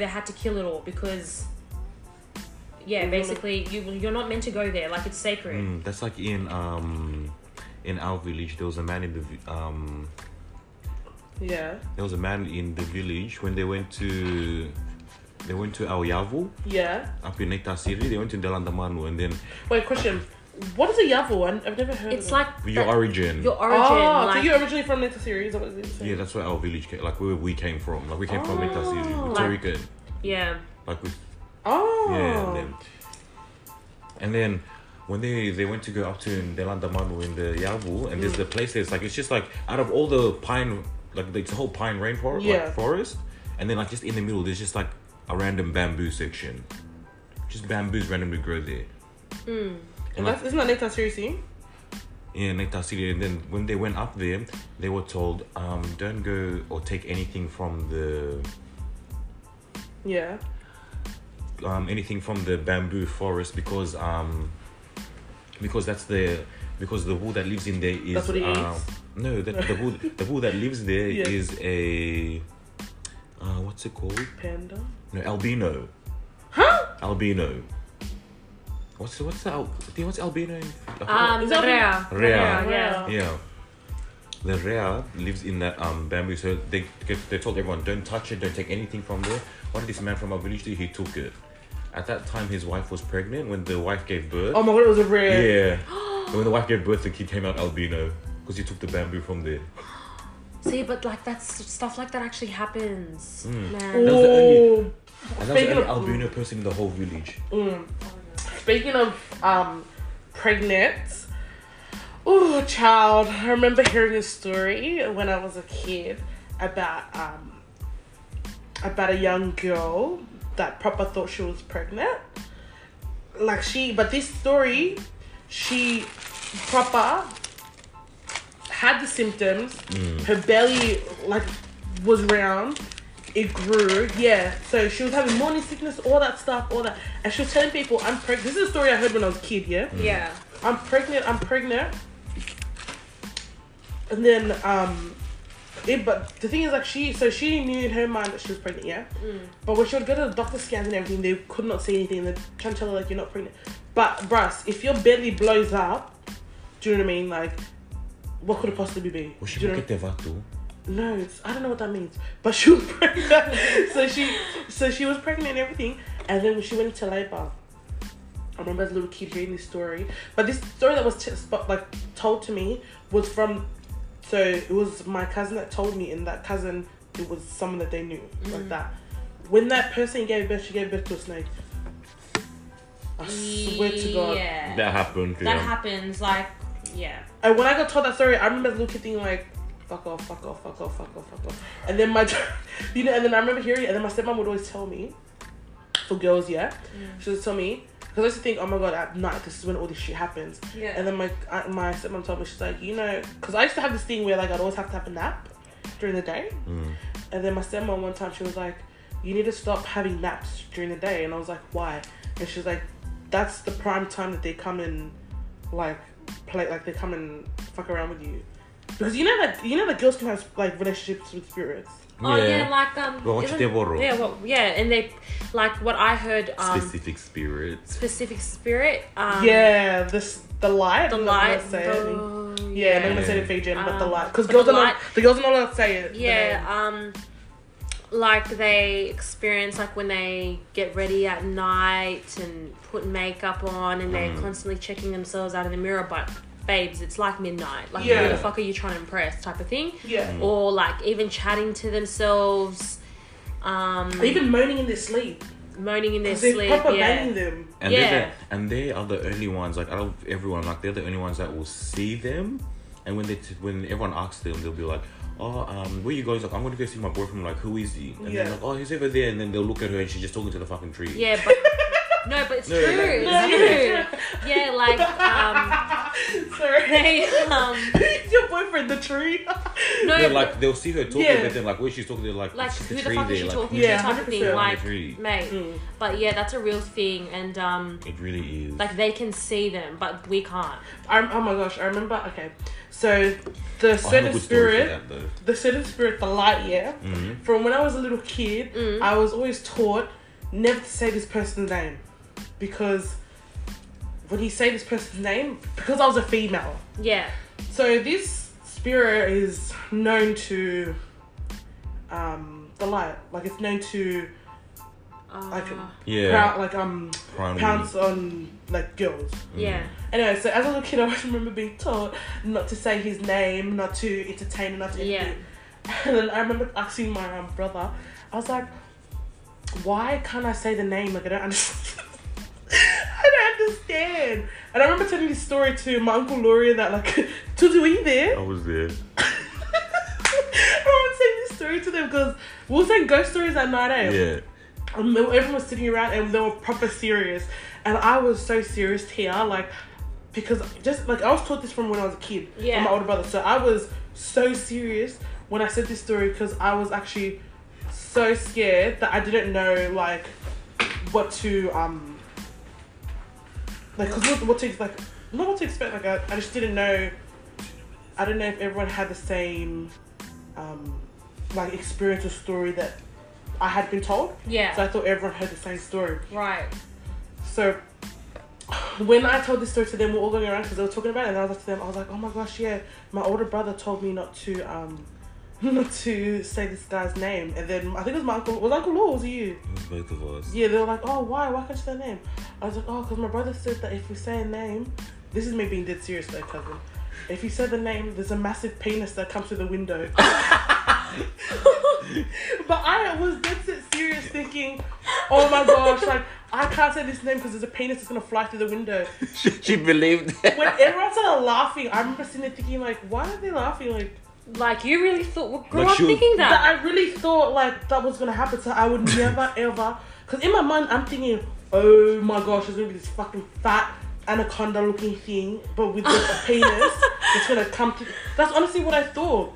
they had to kill it all because, yeah, basically you, you're not meant to go there. Like it's sacred.
Mm, that's like in um in our village there was a man in the vi- um
Yeah,
there was a man in the village when they went to they went to Ao Yavu
yeah.
up in Ektasiri, they went to Delandamanu and then
Wait, question. What is a Yavo? I- I've never heard.
It's
of
like
your
that-
origin.
your origin.
Oh,
like,
so you're originally from Nita series? That was it?
yeah, that's where our village came like where we came from. Like we came from
Oh.
Ektasiri, with
Like-
Rican.
yeah.
Like with
Oh.
yeah, and then, and then when they, they went to go up to Delandamanu in the Yavu, and there's the
Mm.
place there, it's like, it's just like out of all the pine, like it's a whole pine rainforest,
Yeah.
like forest, and then like just in the middle, there's just like a random bamboo section. Just bamboos randomly grow there.
And that's, isn't that Nita series? thing?
in Nectar City. And then when they went up there, they were told, um, don't go or take anything from the
Yeah.
um, anything from the bamboo forest because um, because that's the because the wool that lives in there is
That's what it
um,
eats?
no the, the wool the wool that lives there is
[LAUGHS] Yeah.
a uh, what's it called
Panda.
no albino
Huh?
albino what's what's the al- what's albino in, I forgot.
Um,
Is that
Rea.
Rea.
yeah.
Yeah. The Rea lives in that um, bamboo, so they get, they told everyone, don't touch it, don't take anything from there. What did this man from our village do? He took it. At that time, his wife was pregnant. When the wife gave birth,
Oh my god, it was a rare.
[GASPS]
yeah. And when the wife gave birth, the kid came out albino because he took the bamboo from there.
See, but like that's stuff like that actually happens,
Mm.
man.
was the
Oh.
And that was the
Speaking
only
of-
albino person in the whole village.
Oh,
Speaking of um, pregnant, oh child, I remember hearing a story when I was a kid about um, about a young girl that proper thought she was pregnant. Like she, but this story, she proper had the symptoms. Her belly like was round. It grew, yeah. So she was having morning sickness, all that stuff, all that. And she was telling people, I'm pregnant. This is a story I heard when I was a kid, yeah?
Oh, Yeah.
I'm pregnant, I'm pregnant. And then, um, it, but the thing is, like, she, so she knew in her mind that she was pregnant, yeah? But when she would go to the doctor scans and everything, they could not see anything. And they're trying to tell her, like, you're not pregnant. But, bruh, if your belly blows up, do you know what I mean? Like, what could it possibly be?
Was she
Do you know-
Bukete Vatu?
no, it's, I don't know what that means. But she was [LAUGHS] pregnant. so she so she was pregnant and everything. And then when she went into labor, I remember as a little kid hearing this story. But this story that was t- spot, like told to me was from so it was my cousin that told me, and that cousin it was someone that they knew like that. When that person gave birth, she gave birth to a snake. I swear to God.
Yeah.
That happened.
That
yeah.
happens, like, yeah.
And when I got told that story, I remember as a little kid thinking like, fuck off, fuck off, fuck off, fuck off, fuck off. And then my, [LAUGHS] you know, and then I remember hearing it, and then my stepmom would always tell me, for girls, yeah, she would tell me, because I used to think, oh my god, at night, this is when all this shit happens.
Yeah.
And then my I, my stepmom told me, she's like, you know, because I used to have this thing where like I'd always have to have a nap during the day.
Mm.
And then my stepmom one time she was like, you need to stop having naps during the day. And I was like, why? And she was like, that's the prime time that they come and like play like they come and fuck around with you. Because you know that you know that girls can have like relationships with spirits.
Oh yeah, like um,
Well, what's
isn't-
the borrow?
yeah, well, yeah, and they like what I heard um specific,
specific spirits.
spirit um
yeah, this the light.
the
I'm not gonna
light
say it.
the-
Yeah, I'm not gonna say the Fijian, but the
Um,
light because
but
girls
the
are not
light-
the girls are not allowed to say it. the
yeah
name.
um like they experience like when they get ready at night and put makeup on and
Mm.
they're constantly checking themselves out in the mirror but babes it's like midnight like who
Yeah.
the fuck are you trying to impress type of thing
yeah.
Mm.
or like even chatting to themselves um
Even moaning in their sleep.
moaning in their
'Cause They're
sleep
proper
yeah
banging them. [LAUGHS]
And
Yeah.
they're the, and they are the only ones like out of everyone like they're the only ones that will see them, and when they t- when everyone asks them they'll be like, oh um where you guys like I'm gonna go see my boyfriend like who is he and
Yeah.
they're like oh he's over there and then they'll look at her and she's just talking to the fucking tree.
yeah but no but it's
No,
true
no,
it's
no,
true yeah like um [LAUGHS]
Sorry. [LAUGHS]
they um
Your boyfriend, the tree. [LAUGHS]
no
They're like they'll see her talking,
Yeah.
but then like where she's talking, they're like,
like
it's
who the fuck is she talking
Yeah,
to type of thing
100%.
like
Really.
mate
Hmm.
but yeah that's a real thing and um
It really is.
like they can see them but we can't
i oh my gosh, I remember. Okay, so the
I have a
certain
good story for
spirit,
that though. Mm-hmm.
the certain spirit, the light. Yeah, from when I was a little kid, I was always taught never to say this person's name because when you say this person's name, because I was a female,
yeah
so this spirit is known to um, the light, like it's known to
uh,
like
Yeah,
prou- like um
prime
pounce on like girls.
Hmm.
yeah
Anyway, so as a little kid, [LAUGHS] I always remember being told not to say his name, not to entertain, him, not to
Yeah.
anything. [LAUGHS] And then I remember asking my um, brother, I was like, why can't I say the name? Like, I don't understand. [LAUGHS] I don't understand. And I remember telling this story to my Uncle Laurie that, like, [LAUGHS] Tudu, were you there? [LAUGHS]
I was there.
I remember telling this story to them because we were saying ghost stories at night, eh?
Yeah,
And they- everyone was sitting around and they were proper serious. And I was so serious here, like, because just like I was taught this from when I was a kid,
Yeah.
from my older brother. So I was so serious when I said this story because I was actually so scared that I didn't know, like, what to, um, like, 'cause what, what to, like, not what to expect, like, I, I just didn't know, I don't know if everyone had the same, um, like, experience or story that I had been told. So
yeah
I thought everyone heard the same story.
right
So when I told this story to them, we are all going around because they were talking about it, and I was like to them, I was like, oh my gosh, yeah, my older brother told me not to um [LAUGHS] not to say this guy's name, and then I think it was my uncle, was Uncle Law, or was it you?
it was both of us.
Yeah, they were like, oh why, why can't you say a name? I was like, oh, because my brother said that if we say a name, this is me being dead serious though, cousin. If you say the name, there's a massive penis that comes through the window. [LAUGHS] But I was dead set serious thinking, oh my gosh, like I can't say this name because there's a penis that's gonna fly through the window.
she, [LAUGHS] she believed.
When everyone started laughing, I remember sitting there thinking like, why are they laughing? Like
like you really thought well, grew
Like
up
she was-
thinking that,
that I really thought like that was gonna happen, so I would never ever. Because in my mind, I'm thinking, oh my gosh, there's gonna be this fucking fat anaconda looking thing, but with this penis that's gonna come through. That's honestly what I thought.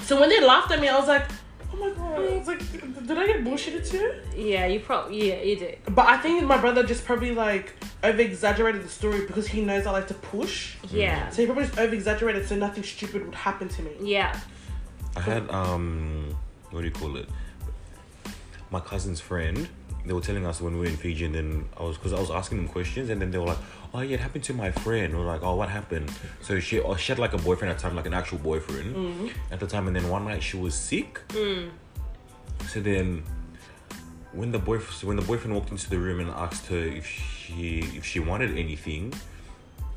So when they laughed at me, I was like, oh my god, I was like, did I get bullshitted too?
yeah you probably yeah you did
But I think my brother just probably like over exaggerated the story because he knows I like to push.
yeah
Hmm.
So he probably just over exaggerated so nothing stupid would happen to me.
yeah
I had um, what do you call it? My cousin's friend. They were telling us when we were in Fiji, and then I was because I was asking them questions, and then they were like, "Oh yeah, it happened to my friend." We are like, "Oh, what happened?" So she, oh, she had like a boyfriend at the time, like an actual boyfriend at the time, and then one night she was sick. So then, when the boy, so when the boyfriend walked into the room and asked her if she if she wanted anything,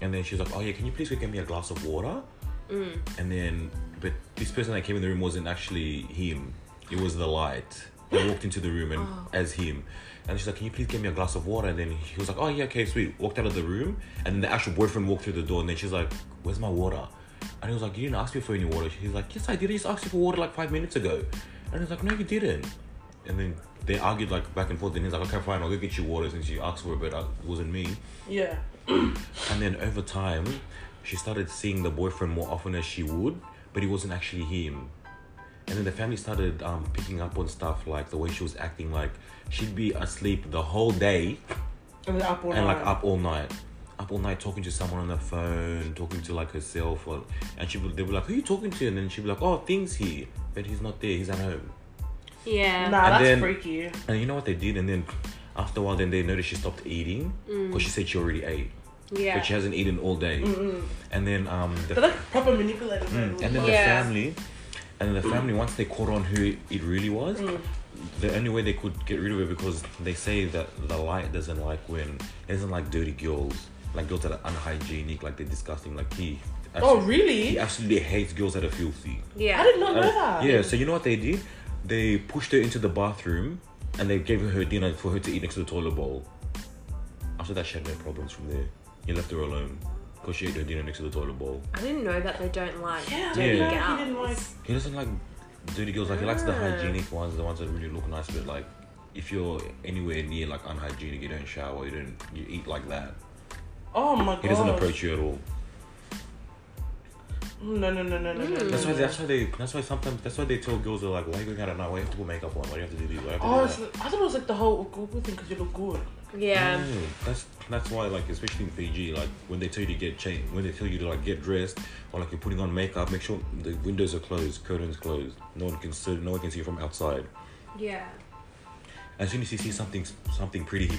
and then she was like, "Oh yeah, can you please go get me a glass of water?" and then but this person that came in the room wasn't actually him it was the light they walked into the room and as him and she's like can you please get me a glass of water and then he was like oh yeah okay sweet walked out of the room and then the actual boyfriend walked through the door and then she's like where's my water and he was like you didn't ask me for any water she's like yes i did i just asked you for water like five minutes ago and he's like no you didn't and then they argued like back and forth and he's like okay fine i'll go get you water since you asked for it but uh, it wasn't me
Yeah.
and then over time, she started seeing the boyfriend more often as she would, but he wasn't actually him. And then the family started um, picking up on stuff like the way she was acting, like she'd be asleep the whole day
And then up all
and
night.
like up all night. up all night talking to someone on the phone, talking to like herself, or, and she would they were like, "Who are you talking to?" And then she'd be like, "Oh, things here," but he's not there. He's at home.
Yeah.
Nah, that's
then-
freaky.
And you know what they did? And then after a while, then they noticed she stopped eating because she said she already ate,
Yeah.
but she hasn't eaten all day. And then um, the
They're like proper manipulators.
Mm. And then the
Yeah.
family, and the family once they caught on who it really was,
Mm.
the only way they could get rid of it because they say that the light doesn't like when it doesn't like dirty girls, like girls that are unhygienic, like they're disgusting. Like he,
oh,
absolutely, he
really?
absolutely hates girls that are filthy.
Yeah.
I did not know
Uh,
that.
yeah. So you know what they did? They pushed her into the bathroom, and they gave her her dinner for her to eat next to the toilet bowl. After that, she had no problems from there. He left her alone because she ate her dinner next to the toilet bowl.
I didn't know that they don't like
Yeah, I
dirty
didn't know
gals.
he didn't like.
He doesn't like dirty girls. Like he likes the
Ah.
hygienic ones, the ones that really look nice. But like, if you're anywhere near like unhygienic, you don't shower, you don't you eat like that.
Oh my god.
He doesn't approach you at all.
No, no, no, no, no.
Mm.
no,
That's
no,
why.
no.
That's why they. That's why sometimes. That's why they tell girls they're like, why are you going out at night? Why do you have to put makeup on? Why do you have to do this? Why do you have to do
Oh,
that?"
it's, I thought it was like the whole Google thing because you look good.
Yeah.
No, that's that's why like especially in Fiji like when they tell you to get changed when they tell you to like get dressed or like you're putting on makeup make sure the windows are closed curtains closed no one can see no one can see you from outside Hmm.
Yeah.
As soon as he sees something something pretty, he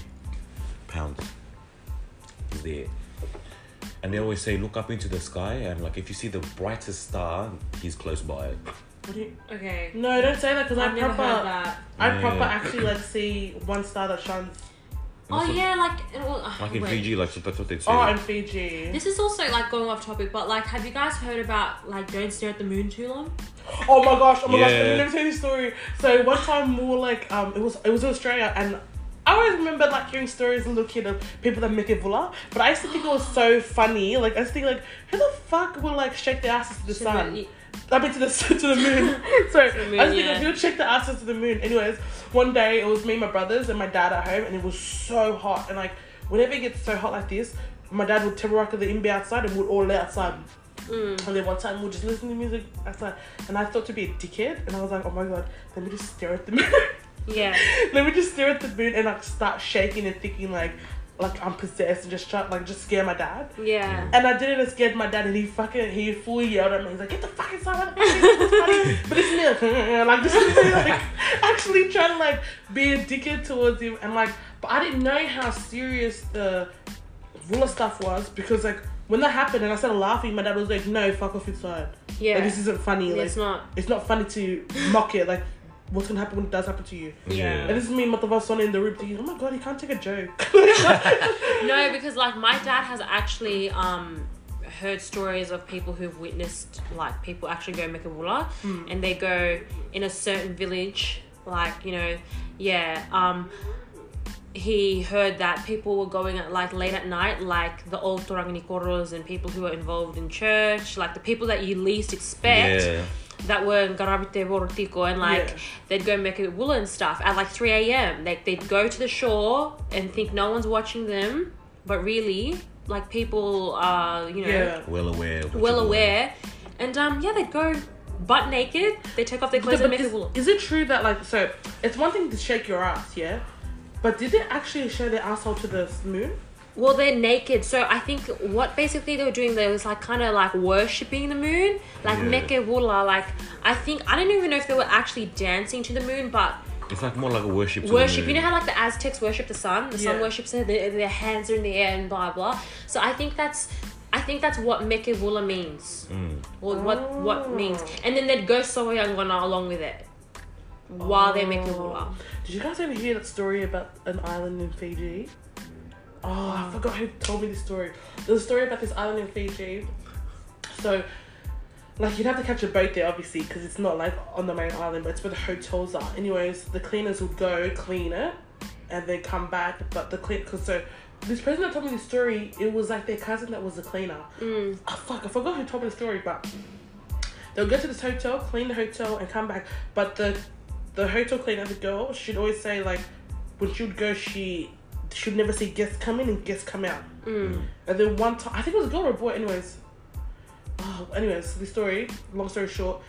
pounds. He's there. And they always say, look up into the sky, and like if you see the brightest star, he's close by.
What do you,
Okay.
no, don't say that because I
I've never heard
proper,
that.
I
Yeah.
proper actually like see one star that shines.
Oh
That's what-
yeah, like well, uh,
Like in
wait.
Fiji, like so that's what they say.
Oh, in Fiji.
This is also like going off topic, but like, have you guys heard about like don't stare at the moon too long?
Oh my gosh! Oh my gosh!
Yeah.
Let me tell you a story. So one time we were like, um, it was it was in Australia, and I always remember like hearing stories and looking of people that make it vula, but I used to think it was so funny. Like I used to think like, who the fuck will like shake their asses to the
Should
sun?
we-
I mean to the to the [LAUGHS] moon. Sorry,
To the moon,
I was thinking
yeah.
if you check the asses to the moon. Anyways, one day it was me, and my brothers, and my dad at home, and it was so hot. And like whenever it gets so hot like this, my dad would terrorize the imbi outside, and we'd all lay outside.
Mm.
And then one time we'll just listen to music outside, and I thought to be a dickhead, and I was like, oh my god, let me just stare at the [LAUGHS] moon.
Yeah.
let me just stare at the moon and like start shaking and thinking like, like I'm possessed and just try like just scare my dad.
Yeah.
And I did it and scared my dad, and he fucking he fully yelled at me. He's like, "Get the fuck inside!" what the fuck is
[LAUGHS]
this funny?" but it's me [LAUGHS] like, like this is me like actually trying to like be a dickhead towards him, and like, but I didn't know how serious the ruler stuff was because like when that happened and I started laughing, my dad was like, "No, fuck off inside.
Yeah.
Like this isn't funny. Like
it's not.
it's not funny to mock it. Like what's gonna happen when it does happen to you?"
Yeah.
And this is me, Matava Sonny in the room thinking, "Oh my god, he can't take a
[LAUGHS]
joke." [LAUGHS]
No, because like my dad has actually um heard stories of people who've witnessed like people actually go Mekabula
Hmm.
and they go in a certain village, like, you know, yeah, um he heard that people were going at like late at night, like the old Torangani and people who were involved in church, like the people that you least expect
Yeah.
that were in Garabite Borotiko and like
Yeah.
they'd go make it wool and stuff at like 3 a.m. Like they'd go to the shore and think no one's watching them, but really, like people are, you know,
yeah.
Well aware. of what
well
you're doing.
aware. And um, yeah, they'd go butt naked, they take off their clothes and
But
make it
is,
wool.
is it true that like so it's one thing to shake your ass, yeah? But did they actually show their asshole to the moon?
Well, they're naked. So I think what basically they were doing there was like kind of like worshipping the moon, like
Yeah.
meke wula. Like I think I don't even know if they were actually dancing to the moon, but
It's like more like a worship. to the
worship. You
moon.
know how like the Aztecs worship the sun. The sun
Yeah.
worships it. Their, their hands are in the air and blah blah. So I think that's, I think that's what Mekevula means.
Mm.
Or what what means. And then they'd go Soyangwana along with it, while they're Mekevula.
Did you guys ever hear that story about an island in Fiji? Oh, I forgot who told me this story. There's a story about this island in Fiji. So, like, you'd have to catch a boat there, obviously, because it's not like on the main island, but it's where the hotels are. Anyways, the cleaners would go clean it and then come back. But the clean, because so this person that told me this story, it was like their cousin that was the cleaner. Oh, fuck, I forgot who told me the story, but they'll go to this hotel, clean the hotel, and come back. But the the hotel cleaner, the girl, she'd always say like, when she would go, she she'd never see guests come in and guests come out. And then one time, I think it was a girl or a boy, anyways. Oh, anyways, the story, long story short,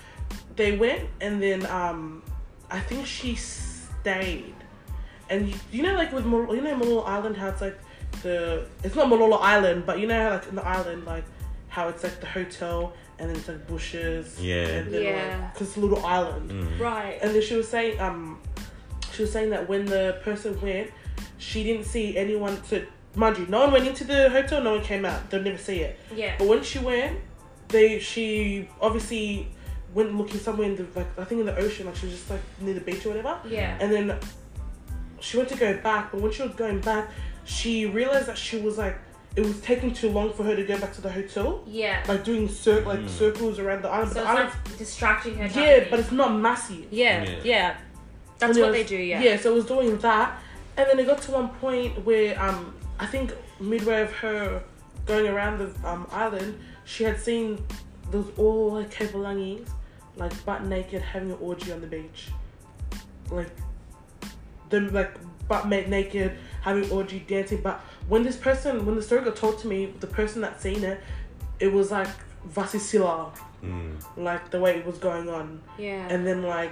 they went and then um, I think she stayed. And you, you know, like with Mal- you know Malone Island, how it's like the it's not Malolo Island, but you know like in the island like how it's like the hotel and then it's like bushes.
Yeah.
And then
Yeah.
Like, 'cause it's a little island.
Right.
And then she was saying, um, she was saying that when the person went, she didn't see anyone. So, mind you, no one went into the hotel, no one came out. They'll never see it.
Yeah.
But when she went, they she obviously went looking somewhere in the like I think in the ocean, like she was just like near the beach or whatever.
Yeah.
And then she went to go back, but when she was going back, she realized that she was like it was taking too long for her to go back to the hotel.
Yeah.
Like doing cir- like
Mm.
circles around the island,
so
but
it's
the island,
like distracting her.
yeah,
company.
but it's not massive.
yeah,
Yeah.
yeah, That's
And it
what they
was-
do. Yeah.
Yeah, so it was doing that. And then it got to one point where um I think midway of her going around the um, island, she had seen those all like Kevalangis, like butt naked having an orgy on the beach. Like them like butt ma- naked, having orgy, dancing. But when this person when the story got told to me, the person that seen it, it was like Vasisila,
Mm.
like the way it was going on.
Yeah.
And then like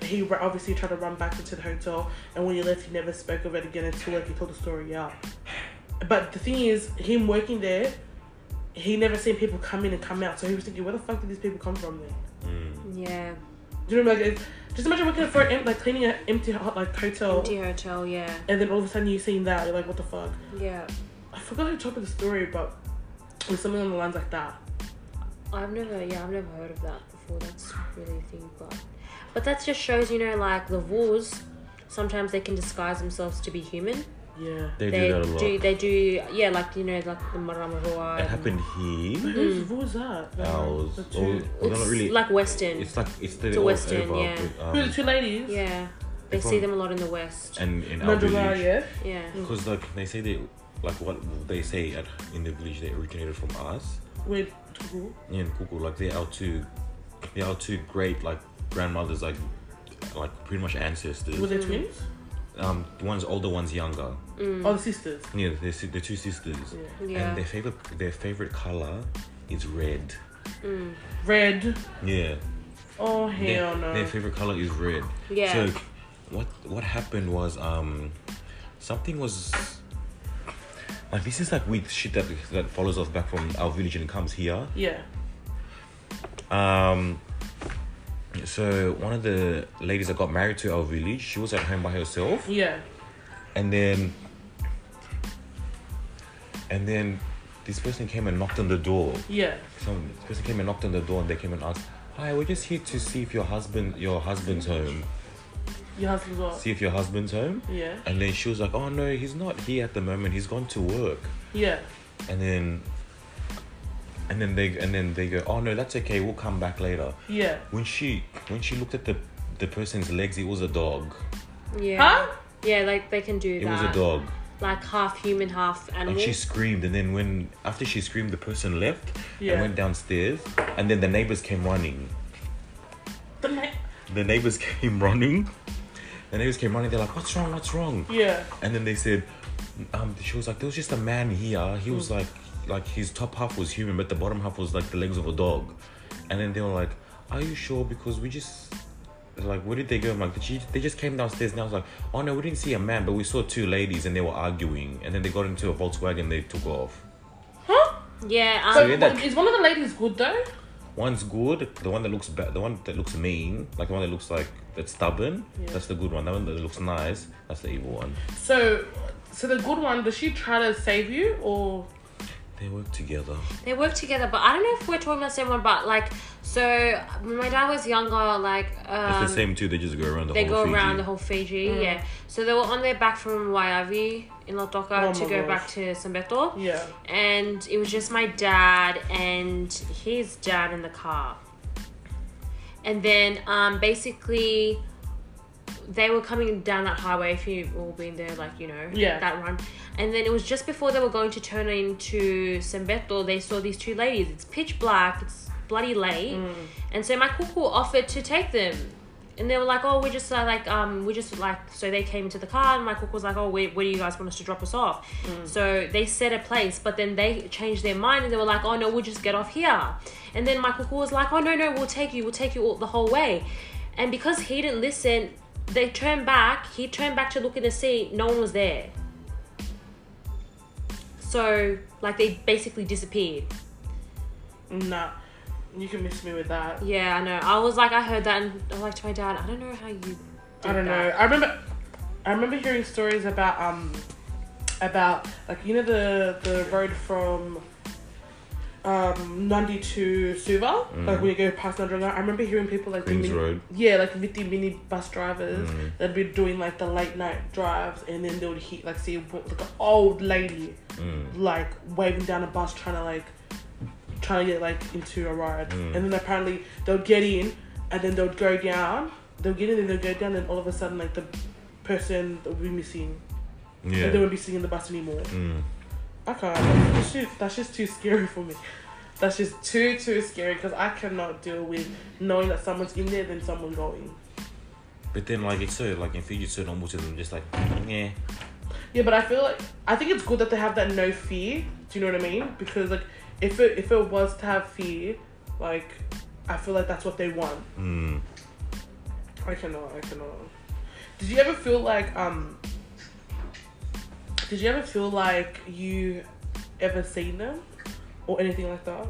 he ra- obviously tried to run back into the hotel, and when he left, he never spoke of it again until like he told the story out. But the thing is, him working there, he never seen people come in and come out, so he was thinking, where the fuck did these people come from then?
Mm.
yeah.
Do you know what I mean? Like, it's- just imagine working for an em- like cleaning an empty ho- like hotel,
Empty hotel. Yeah.
and then all of a sudden you seen that, you're like, what the fuck?
Yeah.
I forgot who told me the story, but it was something on the lines like that.
I've never, yeah, I've never heard of that before. That's really a thing, but but that just shows, you know, like the wolves. Sometimes they can disguise themselves to be human.
Yeah.
They,
They
do that a lot.
do. They do. Yeah, like you know, like the Maramarua.
It happened
Who
here.
Who's, who was that?
Ours.
The two-
Or, well,
It's
not really.
like Western.
it's like it's the
It's a
all
Western,
over,
yeah.
but,
who the
um,
two ladies?
yeah, they
It's
see
on-
them a lot in the West.
and in our
Mandurah,
village,
yeah.
yeah.
because like they say they like what they say at, in the village they originated from us.
Wait, Tugu?
Yeah, and Kuku, like they're our two, they're our two great like grandmothers, like like pretty much ancestors.
Were they twins?
Um, one's older, one's younger.
Oh, the sisters.
Yeah, they're, si- they're two sisters.
Yeah.
And their favorite their favorite color is red.
Red.
Yeah.
Oh hell
their,
no.
their favorite color is red.
Yeah.
So what what happened was um something was like this is like weird shit that that follows us back from our village and comes here.
yeah.
Um, so one of the ladies that got married to our village, she was at home by herself,
Yeah.
and then, and then, this person came and knocked on the door.
Yeah.
Some this person came and knocked on the door, and they came and asked, "Hi, we're just here to see if your husband, your husband's home.
Your husband's well.
See if your husband's home."
Yeah.
And then she was like, "Oh no, he's not here at the moment. He's gone to work."
Yeah.
And then, and then they and then they go, "Oh no, that's okay. We'll come back later."
Yeah.
When she when she looked at the the person's legs, it was a dog.
Yeah.
Huh?
Yeah, like they can do
It
that.
was a dog.
Like half human, half animal.
Like she screamed, and then when after she screamed, the person left
Yeah.
and went downstairs, and then the neighbors came running.
The na-
The neighbors [LAUGHS] came running. The neighbors came running. They're like, "What's wrong? What's wrong?"
yeah.
And then they said, um, "She was like, there was just a man here. He was like, like his top half was human, but the bottom half was like the legs of a dog." And then they were like, "Are you sure? Because we just." Like, where did they go? I'm like, she, they just came downstairs, and I was like, oh no, we didn't see a man, but we saw two ladies, and they were arguing, and then they got into a Volkswagen, and they took off.
Huh?
yeah. Um,
So
you're
what-
that-
is one of the ladies good though?
One's good, the one that looks bad, the one that looks mean, like the one that looks like that's stubborn.
Yeah.
That's the good one. The one that looks nice, that's the evil one.
So, so the good one does she try to save you or?
They work together.
They work together, but I don't know if we're talking about the same one. But like, so when my dad was younger, like um,
it's the same two. They just go around the
they
whole.
go
Fiji.
around the whole Fiji.
Mm.
Yeah. So they were on their back from Waiavi in Lotoka
Oh
to
my
go
gosh.
back to Sambeto,
Yeah.
and it was just my dad and his dad in the car. And then um, basically, they were coming down that highway. If you've all been there, like you know,
Yeah.
that run. And then it was just before they were going to turn into Sembeto, they saw these two ladies. It's pitch black. It's bloody late.
Mm.
And so my cuckoo offered to take them. And they were like, oh, we're just uh, like, um, we just like, so they came into the car and my cook was like, oh, where, where do you guys want us to drop us off?
Mm.
So they set a place, but then they changed their mind and they were like, oh, no, we'll just get off here. And then my cook was like, oh, no, no, we'll take you, we'll take you all, the whole way. And because he didn't listen, they turned back, he turned back to look in the sea, no one was there. So like they basically disappeared.
Nah, you can miss me with that.
Yeah, I know. I was like, I heard that, and I was like to my dad, I don't know how you. Did
I don't know.
that."
I remember, I remember hearing stories about um, about like you know the the road from um Nandi to Suva, like when you go past Nandronga. I remember hearing people like the
Mm. Queens
mini-
Road. Mm.
Yeah, like Viti mini bus drivers that'd be doing like the late night drives, and then they would hit like see like an old lady
mm,
like waving down a bus trying to like trying to get like into a ride, and then apparently they would get in, and then they would go down. They'll get in and they'll go down, and all of a sudden like the person that we're missing,
Yeah.
and they won't be sitting in the bus anymore.
Mm.
I can't. That's just, that's just too scary for me. That's just too too scary because I cannot deal with knowing that someone's in there than someone going.
But then, like, it's so, like, in Fiji, it's so normal to them, just like, yeah.
Yeah, but I feel like I think it's good that they have that no fear. Do you know what I mean? Because like if it if it was to have fear, like I feel like that's what they want.
Mm.
I cannot. I cannot. Did you ever feel like um? Did you ever feel like you ever seen them or anything like that?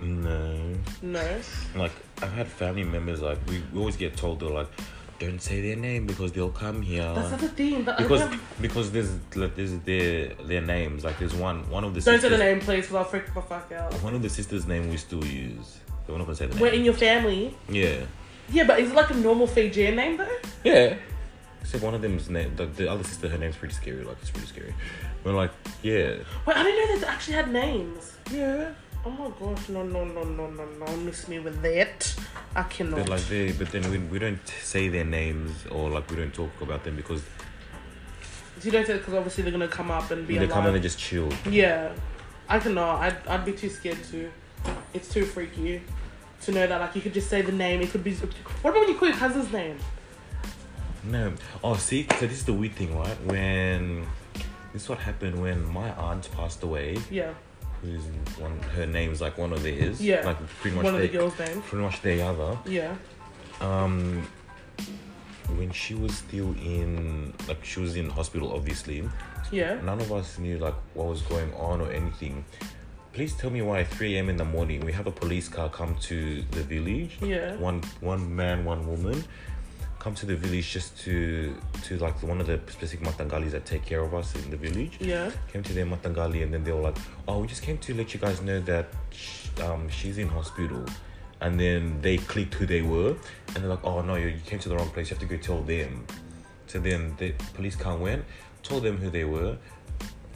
No.
No.
Like, I've had family members, like, we, we always get told, they're like, don't say their name because they'll come here.
That's not the thing. That,
because
I can't-
because there's like, there's their their names like there's one one of the
don't say
sisters,
the name, please, because I'll freak my fuck out.
one of the sisters name we still use but we're not gonna say the
We're
name
in your family.
yeah
Yeah, but is it like a normal Fijian name though?
yeah except one of them's name the, the other sister her name's pretty scary like it's pretty scary we're like yeah
Wait, I didn't know they actually had names.
yeah
Oh my gosh, no, no, no, no, no, no. Miss me with that. I cannot.
but like they but then we, we don't say their names or like we don't talk about them because
you don't say because obviously they're gonna come up and be
they come and
alive.
they just chill
Yeah, I cannot. I'd, I'd be too scared to. It's too freaky to know that. Like, you could just say the name. It could be. What about when you call your cousin's name?
No. Oh, see, so this is the weird thing, right? When this is what happened when my aunt passed away.
Yeah.
Who's one? Her name's like one of theirs.
Yeah.
Like pretty much
One of the
they-
girls' names.
Pretty much the other.
Yeah.
Um, when she was still in, like she was in hospital, obviously.
Yeah.
None of us knew like what was going on or anything. Please tell me why at 3 a.m. in the morning we have a police car come to the village.
Yeah.
One one man, one woman come to the village just to to like one of the specific matangalis that take care of us in the village.
Yeah.
Came to their matangali and then they were like, oh, we just came to let you guys know that sh- um, she's in hospital. And then they clicked who they were, and they're like, oh no, you you came to the wrong place. You have to go tell them. So then the police car went, told them who they were,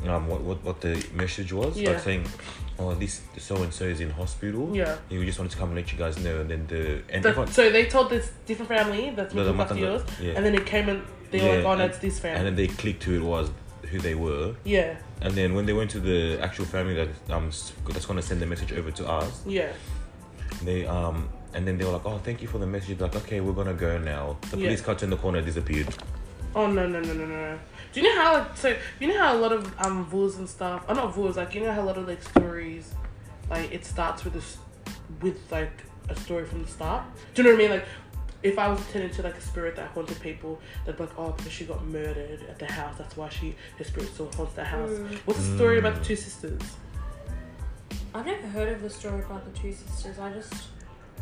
um, what, what, what the message was,
Yeah.
like saying, oh, this so and so is in hospital.
Yeah.
And we just wanted to come and let you guys know. And then the and
The-
everyone-
so they told this different family that's
No, the
looking after
Matanga-
yours,
yeah.
and then it came and they were
Yeah,
like, "Oh, no,
and-
it's this
and
family."
then they clicked who it was, who they were.
yeah,
And then when they went to the actual family that um s- that's gonna send the message over to us,
yeah,
they um and then they were like, oh, thank you for the message. Like, okay, we're gonna go now. The
Yeah.
police car turned the corner, disappeared.
Oh no no no no no. Do you know how like so you know how a lot of um voos and stuff oh not voos, like you know how a lot of like stories like it starts with a s- with like a story from the start? Do you know what I mean? Like if I was turning to like a spirit that haunted people, they'd be like, Oh, because she got murdered at the house, that's why she her spirit still haunts the house. What's the story about the two sisters?
I've never heard of the story about the two sisters. I just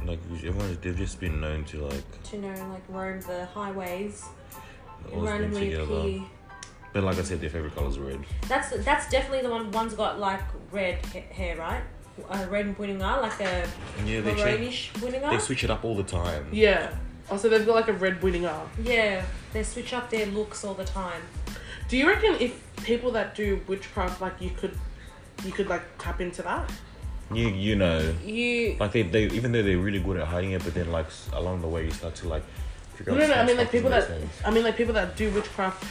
Like everyone, they've just been known to like
to know like roam the highways
always been
randomly
together.
appear.
But like I said, their favorite color is red.
That's that's definitely the one. One's got like red ha- hair, right? Uh, red buninga, like a
Yeah, they change.
maroonish
They
buninga.
switch it up all the time.
Yeah. Also they've got like a red winning arm.
Yeah, they switch up their looks all the time.
Do you reckon if people that do witchcraft like you could you could like tap into that?
You you know,
You
like they, they even though they're really good at hiding it, but then like s- along the way you start to like. figure
No,
out
no, no. I
stuff
mean, like people
makes
that
sense.
I mean, like people that do witchcraft.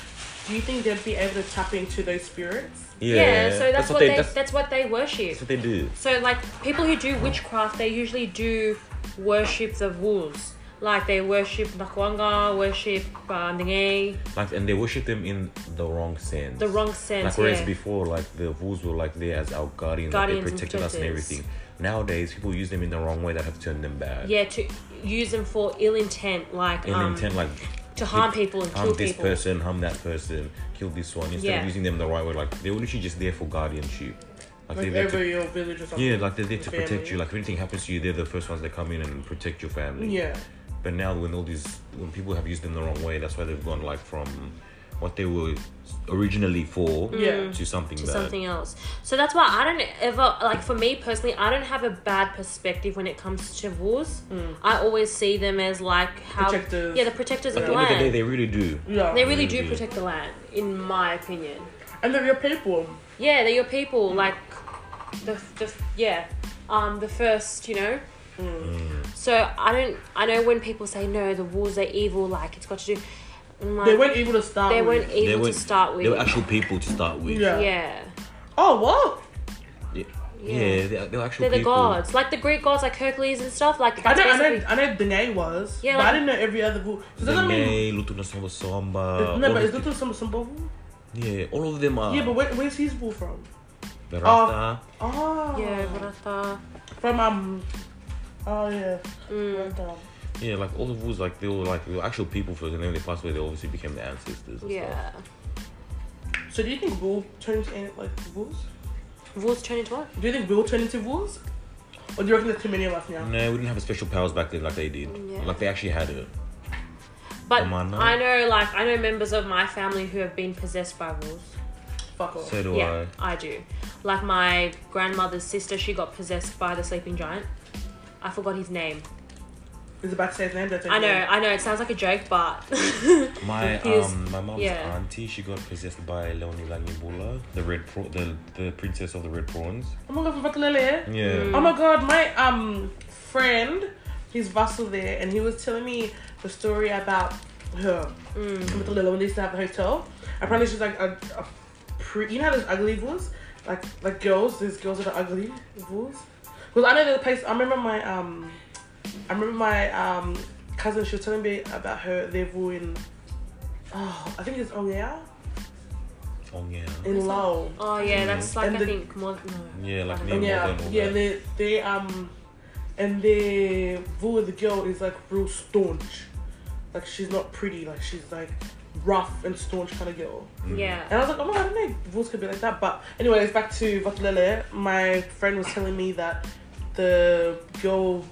Do you think they'd be able to tap into those spirits?
Yeah,
yeah. so that's, what, they
that's,
that's, what they worship.
that's what they do.
So like people who do witchcraft, they usually do worship the wolves. Like they worship Nakwanga, worship uh, Ndinge,
Like, and they worship them in the wrong sense.
the wrong
Like
sense.
whereas
yeah.
before, like the wolves were like there as our guardians,
Guardians
like,
and
they protected us and
protectors.
everything. Nowadays, people use them in the wrong way that have turned them bad.
yeah, to use them for ill intent, like
In
um,
intent, like
to harm people and
harm
kill
this
people.
person, harm that person, kill this one. Instead
Yeah.
of using them the right way, like they're literally just there for guardianship.
Like
Like, they're there
over
to,
your village or something.
yeah, like they're there to
Family.
protect you. Like if anything happens to you, they're the first ones that come in and protect your family.
Yeah.
But now when all these when people have used them the wrong way, that's why they've gone like from what they were originally for
Yeah.
to something
to
bad.
something else. So that's why I don't ever like for me personally, I don't have a bad perspective when it comes to wars. I always see them as like how
Protectors.
yeah, the Hmm. protectors of
At
the
the end of the day,
land.
they really do.
Yeah.
They really do
Really.
protect the land, in my opinion. Hmm.
and they're your people.
Yeah, they're your people. Like the the yeah, um, the first you know. So I don't. I know when people say no, the wars are evil. Like it's got to do. I'm Like,
They weren't able to start.
They
with.
weren't evil
They were
to start with.
They were actual people to start with.
Yeah.
yeah.
Oh what?
Yeah.
Yeah.
Yeah, they, they were actual
They're the
people.
gods, like the Greek gods, like Hercules and stuff. Like
I
that's
know, I know,
basically-
I know Dene was.
Yeah,
but I
like-
didn't know every other group. So doesn't mean.
Dene, Lutu Nasomba Somba.
no,
all
but
of
is
uh, the- Uh.
Lutu some Simbovu?
Yeah, all of them are.
Yeah, but uh, where, where's his bull from?
the Rasta.
Oh.
Yeah, but I thought
From um. Oh yeah.
Mm.
um, Right there.
Yeah, like all of those, like they were like they were actual people first, and then when they passed away. They obviously became the ancestors. And
yeah.
So do you think Will turns into like wolves?
Wolves turn into what?
Do you think Will turn into wolves? Or do you reckon there's too many of us now?
Stuff. No, we didn't have special powers back then, like they did.
Yeah.
Like they actually had it.
But
Am I not?
I know, like, I know members of my family who have been possessed by wolves.
Fuck off.
So do
yeah, I? do. Like my grandmother's sister, she got possessed by the sleeping giant. I forgot his name.
Is it about to say his name? That's
I know, I know. It sounds like a joke, but
I. My
[LAUGHS] He was-
um my mom's
yeah.
auntie, she got possessed by Leonie Lanyibula, the red pra- the the princess of the red prawns.
Oh my god, from Batalele, yeah?
Yeah.
Mm.
Oh my god, my um friend, he's Vassal there, and he was telling me the story about her
Mm.
with the little one they used to have at the hotel. Apparently, she's like a, a pre. You know how those ugly ghouls, like like girls, these girls that are ugly ghouls. Because I know there's a place. I remember my um, I remember my um cousin. She was telling me about her level in. Oh, I think it's Ongea
Oh yeah.
in Lao.
oh yeah, that's like
And
I
the-
think more. No,
Yeah, like
I don't
near
know.
yeah,
modern.
yeah, they they um, and they Vu the girl is like real staunch, like she's not pretty, like she's like rough and staunch kind of girl. And
yeah.
I was like, oh my god, I didn't know Vu's could be like that. But anyways, back to Vatlele. My friend was telling me that the girl,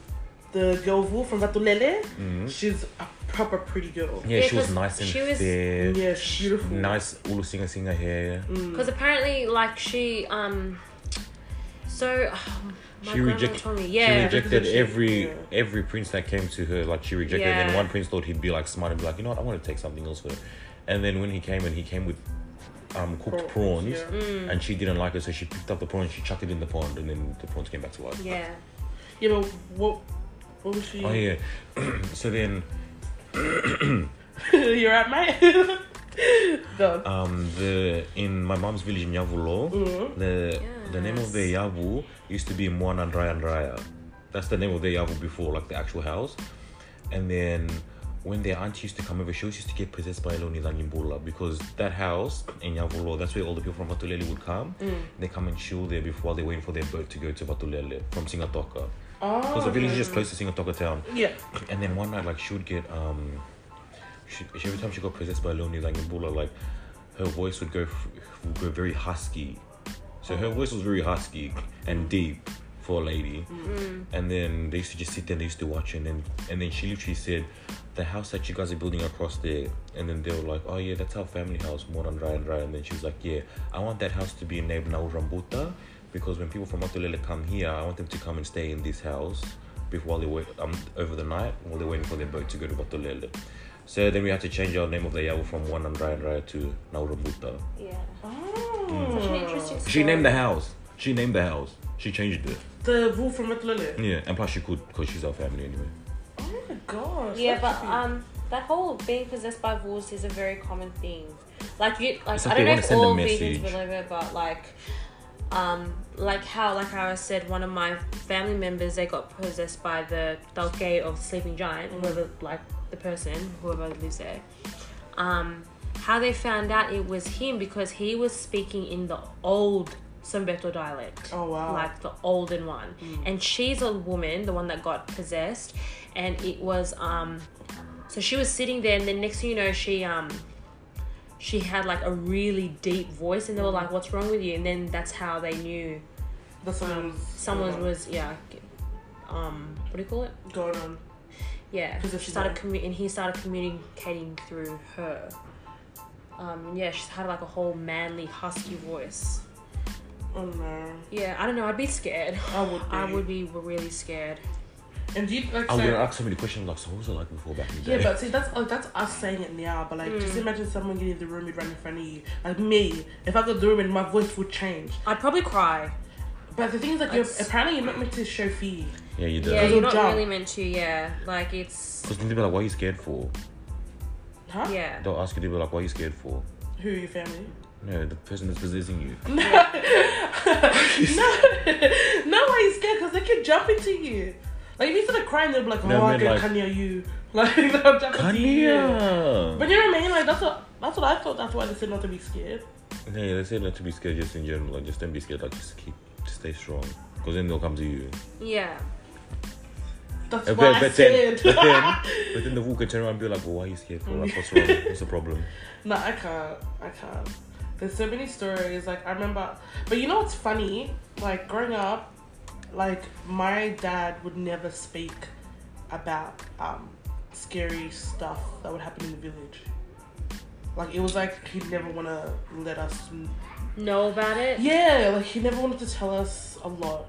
the girl Vu from Vatlele,
Mhm.
she's a proper pretty girl.
Yeah,
Yeah,
she was
'cause
nice and
she was-
fair.
Yeah, she's beautiful.
Nice, all singer singer hair.
Because apparently, like she um, so [SIGHS] um, my
She
grandmother
reject-
told me,
She
yeah,
rejected
she-
every
yeah.
every prince that came to her. Like she rejected, and
Yeah.
then one prince thought he'd be like smart and be like, you know what, I want to take something else for her. And then when he came and he came with um, cooked
Prawns,
prawns,
yeah.
Mm.
and she didn't like it, so she picked up the prawn, she chucked it in the pond, and then the prawns came back to life.
yeah.
Yeah, but what? What was she?
Oh yeah. [CLEARS THROAT] so then
[LAUGHS] You're right, mate. [LAUGHS] Go.
um, the in my mom's village in Yavulo, the the name of the Yavu used to be Moana Draya Draya. That's the name of the Yavu before, like the actual house. And then when their auntie used to come over, she always used to get possessed by Eloni Langimbula because that house in Yavulo, that's where all the people from Vatulele would come. They come and chill there before they're waiting for their boat to go to Vatulele from Singatoka.
Oh,
Because the village is just close to Singatoka town.
yeah.
And then one night, like she would get um, she, she- every time she got possessed by Leonie Langimbula, like her voice would go f- would go very husky. So her voice was very husky and deep for a lady. And then they used to just sit there and they used to watch and then and then she literally said, The house that you guys are building across there and then they were like, Oh yeah, that's our family house, Moran Rai and Rai and then she was like, Yeah, I want that house to be named Naul Rambuta because when people from Matulele come here, I want them to come and stay in this house before they wait um over the night while they're waiting for their boat to go to Matulele. So then we had to change our name of the Yawu from Moran and Rai and Rai to Naul Rambuta.
Yeah. Such an
Oh.
interesting
She
story.
named the house. She named the house. She changed it.
The wolf from Metlele.
Yeah, and plus she could because she's our family anyway.
Oh my gosh.
Yeah,
that
but
should be-
um, that whole being possessed by wolves is a very common thing. Like you, like
It's
I
like
don't
they
know
wanna
if
send a
all vegans
message.
will ever, but like, um, like how, like how I said, one of my family members they got possessed by the Dalke of Sleeping Giant, whoever, like the person, whoever lives there. Um, how they found out it was him because he was speaking in the old Sombeto dialect
Oh, wow. Hmm.
like the olden one and she's a woman the one that got possessed and it was um So she was sitting there, and then next thing you know, she um, she had like a really deep voice, and they were like, "What's wrong with you?" And then that's how they knew
That's what
um,
was
someone
going on.
was yeah, um, what do you call it?
going on.
Yeah,
'Cause if
she
she
started
died.
commu- and he started communicating through her. Um, and yeah, she's had like a whole manly husky voice.
Oh no,
Yeah, I don't know. I'd be scared.
I would. Be.
I would be really scared.
And do you like?
I was
so-
gonna Oh, ask so many questions like, so what was it like before back in the
yeah,
day?
but see, that's oh, that's us saying it now. But like, just
Mm.
imagine someone getting in the room, you'd run in front of you. Like me, if I got the room, and my voice would change.
I'd probably cry.
But the thing is, like, you're,
That's-
apparently you're not meant to show fear.
[LAUGHS] yeah, you
Yeah,
did.
you're
you'll
not
jump.
really meant to. Yeah, like it's
Because people are like, what are you scared for?
Huh?
yeah.
They'll ask you, they'll be like, what are you scared for?
Who your family?
No, the person that's possessing you.
No, [LAUGHS] no, no. Why you scared? Because they can jump into you. Like if you started crying, they'll be like, "Oh,
No, I
I
meant,
get
like-
Kanye, you." [LAUGHS] Like they'll jump into you.
Kanye!
But you know what I mean? Like that's what that's what I thought. That's why they said not to be scared.
Yeah, they say not to be scared just in general. Like, just don't be scared. Like, just keep, just stay strong. Because then they'll come to you.
Yeah.
That's
Uh,
why I
then,
said.
but
[LAUGHS]
then, but then the fool can turn around and be like, well, why are you scared for? Like, what's wrong? What's the problem?
No, I can't. I can't. There's so many stories. Like I remember, but you know what's funny? Like growing up, like my dad would never speak about um, scary stuff that would happen in the village. Like it was like he'd never want to let us.
Know about it.
Yeah, like he never wanted to tell us a lot.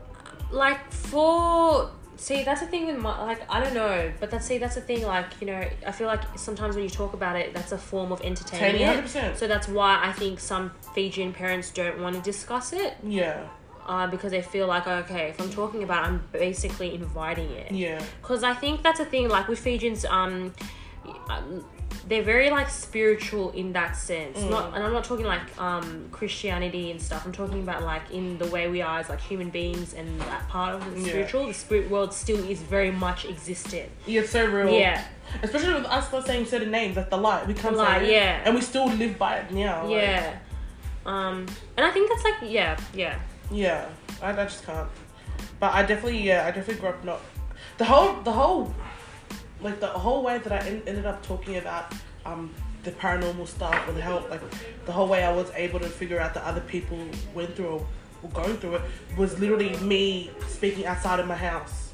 like for see that's the thing with my like i don't know but that's see that's the thing like you know i feel like sometimes when you talk about it that's a form of entertaining
Tiny, hundred
it.
percent.
so that's why i think some fijian parents don't want to discuss it
Yeah,
uh, because they feel like okay if i'm talking about it, i'm basically inviting it
yeah,
because i think that's the thing like with fijians um um, they're very like spiritual in that sense not and i'm not talking like um christianity and stuff i'm talking about like in the way we are as like human beings and that part of the
Yeah.
spiritual the spirit world still is very much existent
yeah. It's so real.
yeah
especially with us not saying certain names, like the light. We can't
The lie,
say it,
yeah.
and we still live by it now. like,
yeah um and i think that's like yeah yeah
Yeah, I, I just can't. But I definitely, yeah, I definitely grew up not. The whole, the whole, like the whole way that I en- ended up talking about um the paranormal stuff and how like the whole way I was able to figure out that other people went through or were going through it was literally me speaking outside of my house.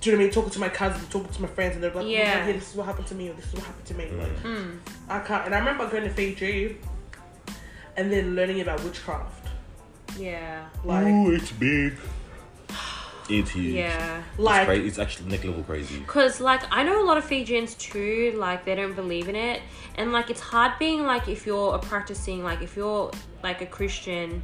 Do you know what I mean? Talking to my cousins, talking to my friends, and they're like, "Oh,
Yeah.
yeah, this is what happened to me, or this is what happened to me. Like, I can't. And I remember going to Fiji and then learning about witchcraft.
yeah
Like,
it's [SIGHS] big. It's huge.
yeah
It's,
like
cra- it's actually neck level crazy.
Because, like, I know a lot of Fijians too, like, they don't believe in it. And, like, it's hard being, like, if you're a practicing, like, if you're, like, a Christian,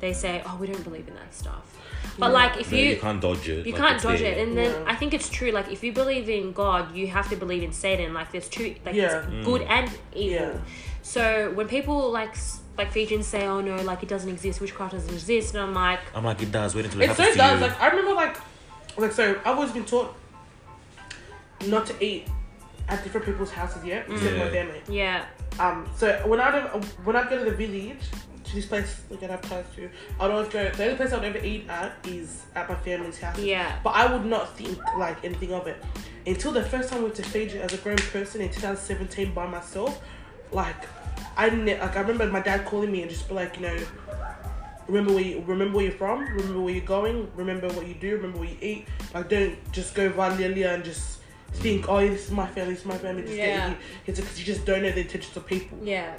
they say, oh, we don't believe in that stuff. But, like, if
No,
you,
you, can't dodge it.
you
like,
can't
it's
dodge
there.
it. And then
Yeah.
I think it's true, like, if you believe in God, you have to believe in Satan. Like, there's two, like,
Yeah.
it's good
Mm.
and evil.
Yeah.
So, when people, like, s- like Fijians say, oh, no, like, it doesn't exist, witchcraft doesn't exist. And I'm like,
I'm like, it does. Wait until it,
It so
happens to
does.
you.
Like I remember, like, like so I've always been taught not to eat at different people's houses yet, except my
Yeah.
family.
yeah,
Um, so when I would- when I go to the village to this place like I'd have plans to, I'd always go. The only place I'd ever eat at is at my family's house.
Yeah.
But I would not think like anything of it until the first time I went to Fiji as a grown person in 2017 by myself. Like I ne- like I remember my dad calling me and just be like, you know, remember where you remember where you're from, remember where you're going, remember what you do, remember what you eat. Like don't just go vanilla and just think, oh, this is my family, this is my family. Just
Yeah.
yeah. It's because you just don't know the intentions of people.
yeah.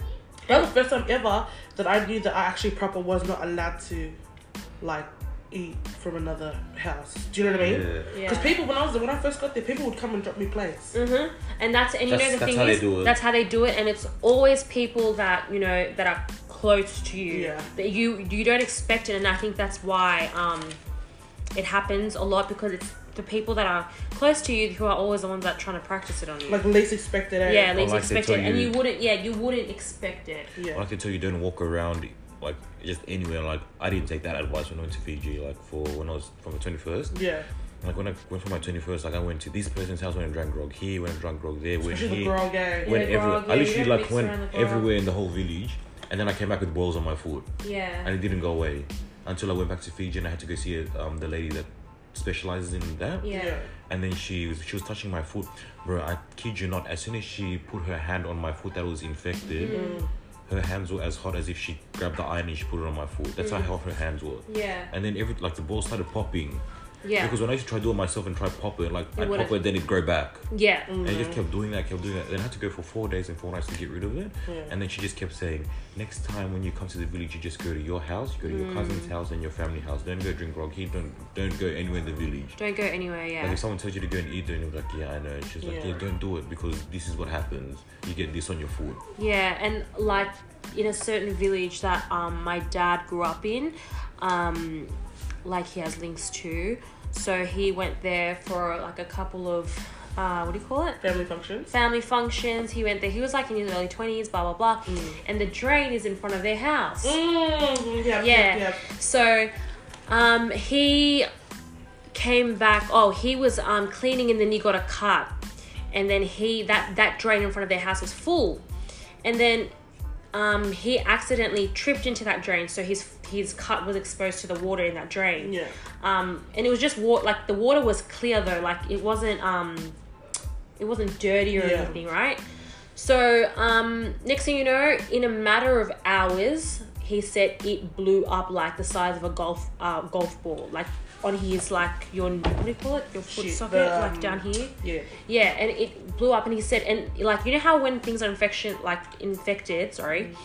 That was the first time ever that I knew that I actually proper was not allowed to, like, eat from another house. Do you know what I mean?
Yeah.
Because
yeah.
people, when I was when I first got there, people would come and drop me plates.
hmm And that's and
That's-
you know the
that's
thing
how they
is
do it.
that's how they do it, and it's always people that you know that are close to you
Yeah.
that you you don't expect it, and I think that's why um, it happens a lot because it's the people that are close to you who are always the ones that are trying to practice it on you.
Like least expected. eh?
yeah, least
like they
expect it,
tell
and
you-
you wouldn't. Yeah, you wouldn't expect it.
Yeah.
Like I tell you, don't walk around like just anywhere. Like I didn't take that advice when I went to Fiji. Like for when I was for my twenty first.
yeah.
Like when I went for my twenty first, like I went to this person's house, went and drank grog here, went and drank grog there,
[LAUGHS]
went
Especially the
here,
girl gang.
went
Yeah,
everywhere.
grog,
I
yeah, you
literally
don't
like
mix
went
around the grog.
everywhere in the whole village, and then I came back with boils on my foot,
Yeah.
and it didn't go away until I went back to Fiji and I had to go see um, the lady that specializes in that.
yeah.
And then she was she was touching my foot, bro. I kid you not. As soon as she put her hand on my foot that was infected,
Mm.
her hands were as hot as if she grabbed the iron and she put it on my foot. That's
Mm.
how hot her hands were.
Yeah.
And then every like the ball started popping.
Yeah.
Because when I used to try to do it myself and try pop it, like I
wouldn't.
pop it, then it grow back.
yeah. Mm.
And I just kept doing that, kept doing that. Then I had to go for four days and four nights to get rid of it.
Mm.
And then she just kept saying, next time when you come to the village, you just go to your house, you go to your
Mm.
cousin's house and your family house. Don't go drink grog here. Don't don't go anywhere in the village.
Don't go anywhere. Yeah.
Like if someone tells you to go and eat, then you're like, yeah, I know. And she's like,
Yeah.
yeah, don't do it because this is what happens. You get this on your food.
Yeah, and like in a certain village that um, my dad grew up in, um, like he has links to. So he went there for like a couple of, uh, what do you call it?
Family functions.
Family functions. He went there. He was like in his early 20s, blah, blah, blah. And the drain is in front of their house.
Mm, yep,
Yeah.
Yep, yep.
So um, he came back. Oh, he was um, cleaning and then he got a cut. And then he that that drain in front of their house was full. And then um, he accidentally tripped into that drain, so his his cut was exposed to the water in that drain.
Yeah.
Um, and it was just water. Like the water was clear though. Like it wasn't um, it wasn't dirty or
Yeah.
anything, right? So um, next thing you know, in a matter of hours, he said it blew up like the size of a golf uh, golf ball, like on his like your what do you call it? Your foot
Shit,
socket,
the,
like
um,
down here.
Yeah.
Yeah, and it blew up, and he said, and like you know how when things are infection, like infected, sorry,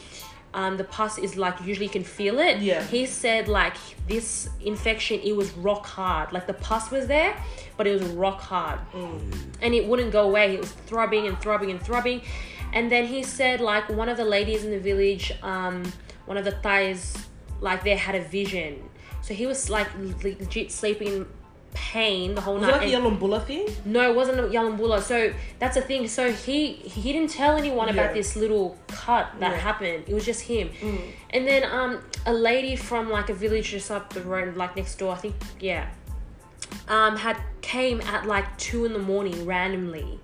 um, the pus is like usually you can feel it.
Yeah.
He said like this infection, it was rock hard. Like the pus was there, but it was rock hard, and it wouldn't go away. It was throbbing and throbbing and throbbing, and then he said like one of the ladies in the village, um, one of the thighs, like they had a vision, so he was like legit sleeping. in Pain the whole
Was
night.
that like the
and-
yellow and bulla thing?
no, it wasn't a Yalambula. So that's the thing. So he he didn't tell anyone about
Yeah.
this little cut that
Yeah. Mm.
happened. It was just him. And then um a lady from like a village just up the road, like next door, I think yeah, um had came at like two in the morning randomly,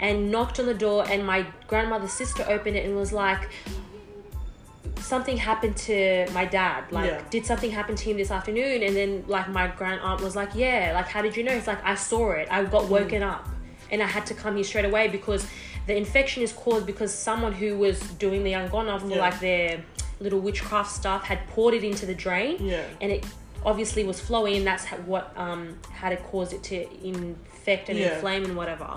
and knocked on the door. And my grandmother's sister opened it and was like, something happened to my dad. Like,
Yeah.
did something happen to him this afternoon? And then like my grand aunt was like, yeah. Like, how did you know? It's like I saw it. I got
Mm.
woken up, and I had to come here straight away because the infection is caused because someone who was doing the yangon for
Yeah.
like their little witchcraft stuff had poured it into the drain.
Yeah.
And it obviously was flowing, and that's ha- what um had it caused it to infect and
Yeah.
inflame and whatever.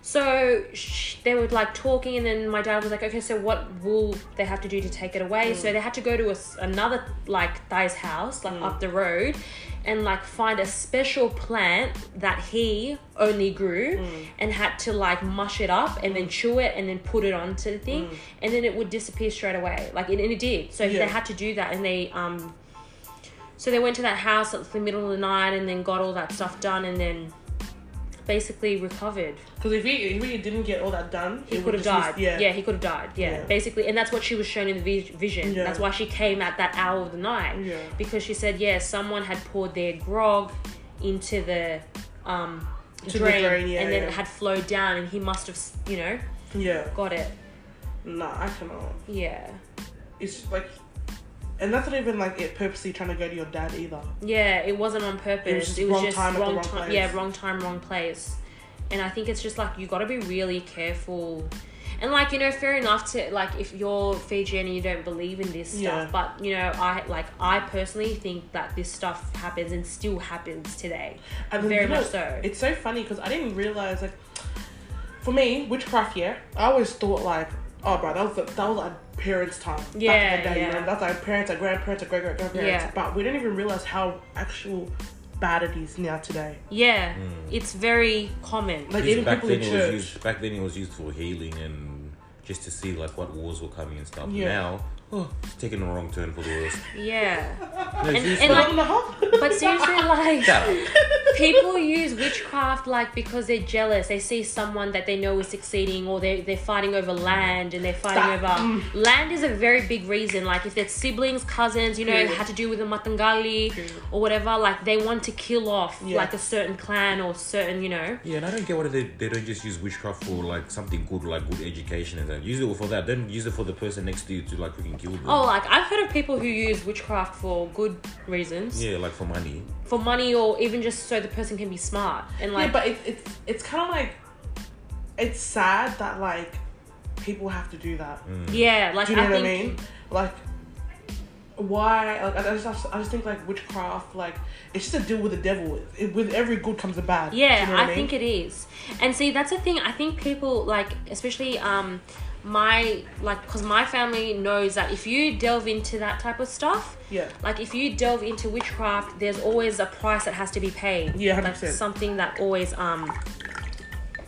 So sh- they were like talking, and then my dad was like, "Okay, so what will they have to do to take it away?" So they had to go to a s another like guy's house, like up the road, and like find a special plant that he only grew, and had to like mush it up and then chew it and then put it onto the thing, and then it would disappear straight away. Like and, and it did. So
Yeah.
they had to do that, and they um. So they went to that house at the middle of the night, and then got all that stuff done, and then basically recovered
Because if he if he didn't get all that done,
he
it
could
would
have
just-
died.
Yeah.
yeah. he could have died. Yeah,
Yeah.
basically, and that's what she was shown in the vis- vision.
Yeah.
That's why she came at that hour of the night.
Yeah.
because she said, yeah, someone had poured their grog into the um
To the
drain,
drain, yeah,
and then
yeah.
it had flowed down, and he must have, s- you know,
Yeah.
got it.
Nah, I cannot.
Yeah,
It's just like, and that's not even like it purposely trying to go to your dad either.
yeah, it wasn't on purpose. It was
just
just,
wrong time at the
wrong
wrong
time.
place.
Yeah, wrong time, wrong place. And I think it's just like you got to be really careful. And like you know, fair enough to like if you're Fijian and you don't believe in this
Yeah.
stuff, but you know, I like I personally think that this stuff happens and still happens today.
And then,
Very
you know,
much so.
It's so funny because I didn't realize like, for me, witchcraft. Yeah, I always thought like, oh, bro, that was that was our parents' time.
Yeah,
back in the day, you
yeah.
know? That's our parents, our grandparents, our great great grandparents.
Yeah.
But we didn't even realize how actual bad it is now today.
yeah, it's very common.
Like
Used-
even
back
people
then
in
it was
church.
used back then it was used for healing and just to see like what wars were coming and stuff.
Yeah.
Now, oh, it's taking a wrong turn for the worst.
yeah,
No, seriously.
and,
[LAUGHS]
like-
Not enough.
but seriously, like
Shut up.
people use witchcraft like because they're jealous. They see someone that they know is succeeding, or they they're fighting over land, and they're fighting
That-
over
Mm.
land is a very big reason. Like if they're siblings, cousins, you know,
Period.
had to do with the matangali or whatever. Like they want to kill off
Yeah.
like a certain clan or certain, you know.
Yeah, and I don't get why they, they don't just use witchcraft for like something good, like good education and that. Use it for that. Don't use it for the person next to you to like freaking kill them.
Oh, like I've heard of people who use witchcraft for good reasons,
Yeah, like for money.
for money, or even just so the person can be smart and like.
yeah, but it, it's it's kind of like it's sad that like people have to do that.
Mm.
Yeah, like
Do you know
I
what
think
I mean? Like, why? Like, I I just, I just think like witchcraft, like it's just a deal with the devil. It, with every good comes a bad. Do
Yeah,
you know
I,
what mean?
think it is. And see, that's the thing. I think people like, especially um, my like, because my family knows that if you delve into that type of stuff,
Yeah.
like if you delve into witchcraft, there's always a price that has to be paid.
Yeah,
like
100%.
something that always um,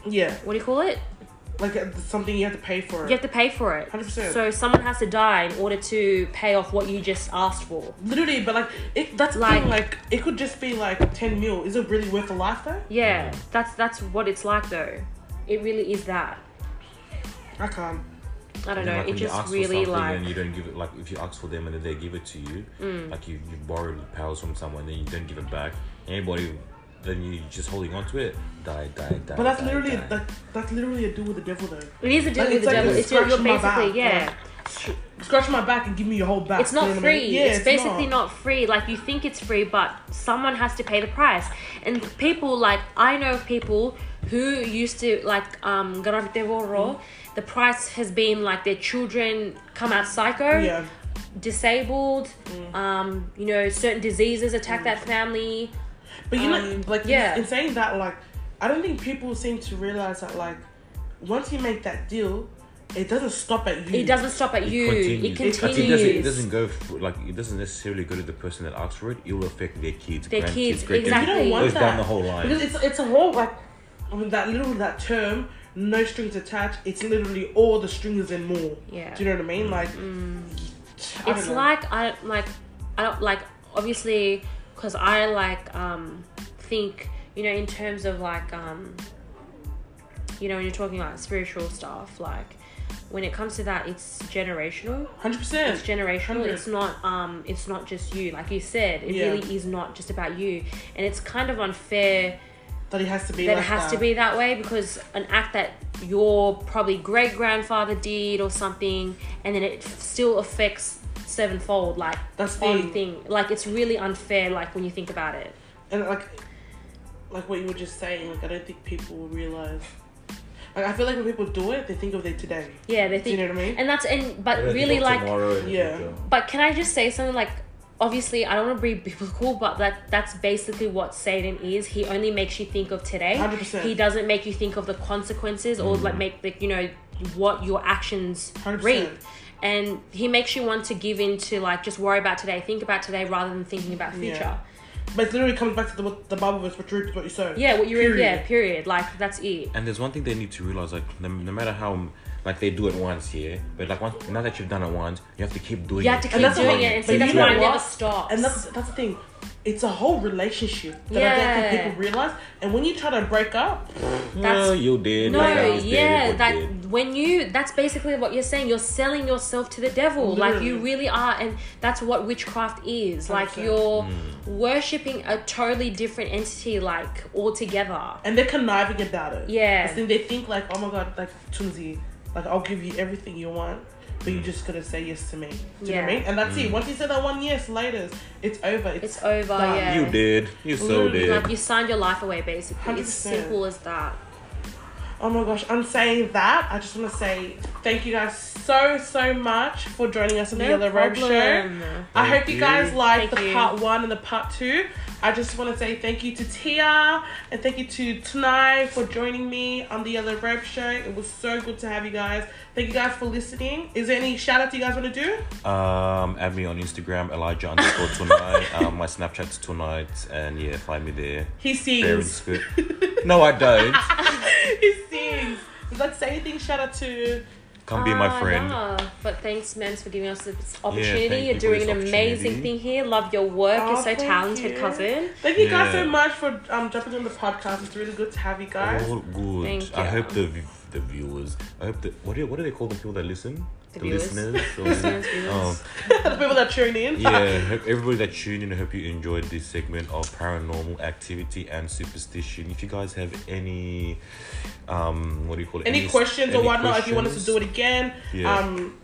Yeah,
what do you call it?
like uh, something you have to pay for.
You have to pay for it.
100%.
So someone has to die in order to pay off what you just asked for.
Literally, but like it, that's like
Like-
like it could just be like ten mil. Is it really worth a life though?
Yeah, that's that's what it's like though. It really is that.
I can't.
I don't
And,
know.
like,
it
when you ask
just
for
really
something
like Mm.
and you don't give it like if you ask for them and then they give it to you, like you you borrowed the powers from someone, then you don't give it back. Anybody, then you just holding on to it, die, die, die.
But that's
die,
literally
die.
like that's literally a deal with the devil though.
It is a deal
Like,
with
it's
the
like
devil.
a
It's you're, you're
scratch on my
basically
back,
yeah.
yeah. Scratch my back and give me your whole back.
It's not
you know what I
free.
mean? Yeah,
it's, basically
not.
not. free. Like you think it's free, but someone has to pay the price. And people like I know of people who used to like um Garang Devoro,
Mm.
the price has been like their children come out psycho,
Yeah, Mm.
disabled, um, you know, certain diseases attack that family.
but you
Um,
know, like yeah.
yeah.
In saying that, like I don't think people seem to realize that like once you make that deal, it doesn't stop at you.
It doesn't stop at you. It
It, I
continues.
think it doesn't, it doesn't go for, like it doesn't necessarily go to the person that asks for it. It will affect their kids,
Their
grandkids,
kids,
great
You
exactly.
don't
grandkids.
want
Goes
that.
down the whole line.
Because it's it's a whole like with that little that term, no strings attached. It's literally all the strings and more.
Yeah.
Do you know what I
Mm.
mean? Like, I don't
it's
know.
like I don't like I don't like obviously because I like um think you know in terms of like um you know when you're talking like spiritual stuff like when it comes to that it's generational
hundred
it's
percent.
generational
Hundred.
it's not um it's not just you like you said it
Yeah.
really is not just about you and it's kind of unfair
That it has to be.
that
like
it has to be that way because an act that your probably great grandfather did or something, and then it still affects sevenfold, like
That's the
on
thing.
thing. Like it's really unfair, like when you think about it.
and like like what you were just saying like i don't think people will realize like i feel like when people do it they think of their today
Yeah, they
do you
think,
know what i mean
and that's and but really like,
Yeah.
but can I just say something like? Obviously, I don't want to be [LAUGHS] biblical, but that that's basically what Satan is. He only makes you think of today.
100%.
He doesn't make you think of the consequences or like make like you know what your actions
100%.
reap. and he makes you want to give in to like just worry about today think about today rather than thinking about
Yeah.
future
but it literally comes back to the, what the bible verse what you reap is what you sow
yeah, what you're
Period.
yeah period like that's it
And there's one thing they need to realize, like no, no matter how, like they do it once, yeah, but like once now that you've done it once, you have to keep doing it.
you have to
And
keep
that's
doing
what-
it and
but
see that's
you
why
know
it never
what?
stops
and that's that's the thing it's a whole relationship that I don't
Yeah.
think people realize. And when you try to break up,
that's-
no, you did.
no
like, I was
yeah
dead,
that
you're dead.
when you that's basically what you're saying you're selling yourself to the devil like you
Literally.
really are and that's what witchcraft is like
100%.
you're worshipping a totally different entity like altogether
and they're conniving about it.
Yeah.
I think they think like, oh my god, like Tunzi, like I'll give you everything you want, but you just gotta say yes to me. Do you know what I
Yeah.
mean? And that's it. Once you say that one yes, later, it's over. It's,
it's over
Nah,
yeah
You did. You so
Literally,
did.
like you signed your life away basically it's
100%.
simple as that
Oh my gosh, I'm saying that. I just want to say thank you guys so, so much for joining us on the
No
Yellow Robe Show.
problem.
I
Thank
hope you
you.
guys liked
Thank
the
you.
part one and the part two. I just want to say thank you to Tia and thank you to Tanai for joining me on the Yellow Robe Show. It was so good to have you guys. Thank you guys for listening. Is there any shout outs you guys want to do?
Um, add me on Instagram, Elijah underscore
[LAUGHS]
tonight. um, my Snapchat's tonight, and yeah, find me there.
He
Bearing
sings.
squid. No, I don't.
[LAUGHS] he sings. Like say anything shout out to
Come be my
Ah,
friend.
nah. But thanks, Mems, for giving us this opportunity.
thank you
You're
for
doing
this
an amazing
opportunity.
thing here. Love your work.
Oh,
You're so
thank
talented,
you.
cousin.
[LAUGHS]
Thank you guys
Yeah.
so much for um, jumping on the podcast. It's really good to have you guys.
All good.
Thank
I
you.
hope the v- the viewers. I hope the what do you, what do they call the people that listen?
The viewers.
listeners. or-
[LAUGHS] Listeners, viewers.
Oh,
[LAUGHS] the people that tuned in.
yeah. Hope everybody that tuned in. I hope you enjoyed this segment of paranormal activity and superstition. If you guys have any, um, what do you call it?
Any
s-
questions or
any
whatnot, if you want us to do it
questions,
again,
Yeah.
um,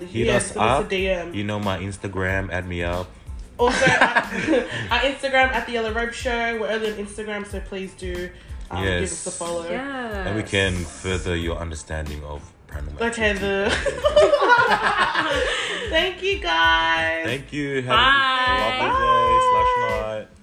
hit
yeah,
us
send us a
up.
DM.
You know my Instagram. Add me up. [LAUGHS]
Also, uh, [LAUGHS] our Instagram at the Yellow Rope Show. We're only on Instagram, so please do um, give
Yes.
us a follow.
Yeah.
and we can further your understanding of paranormal.
Okay,
activity. [LAUGHS]
[LAUGHS] the. Thank you guys.
Thank you. Have
Bye.
a lovely day slash night.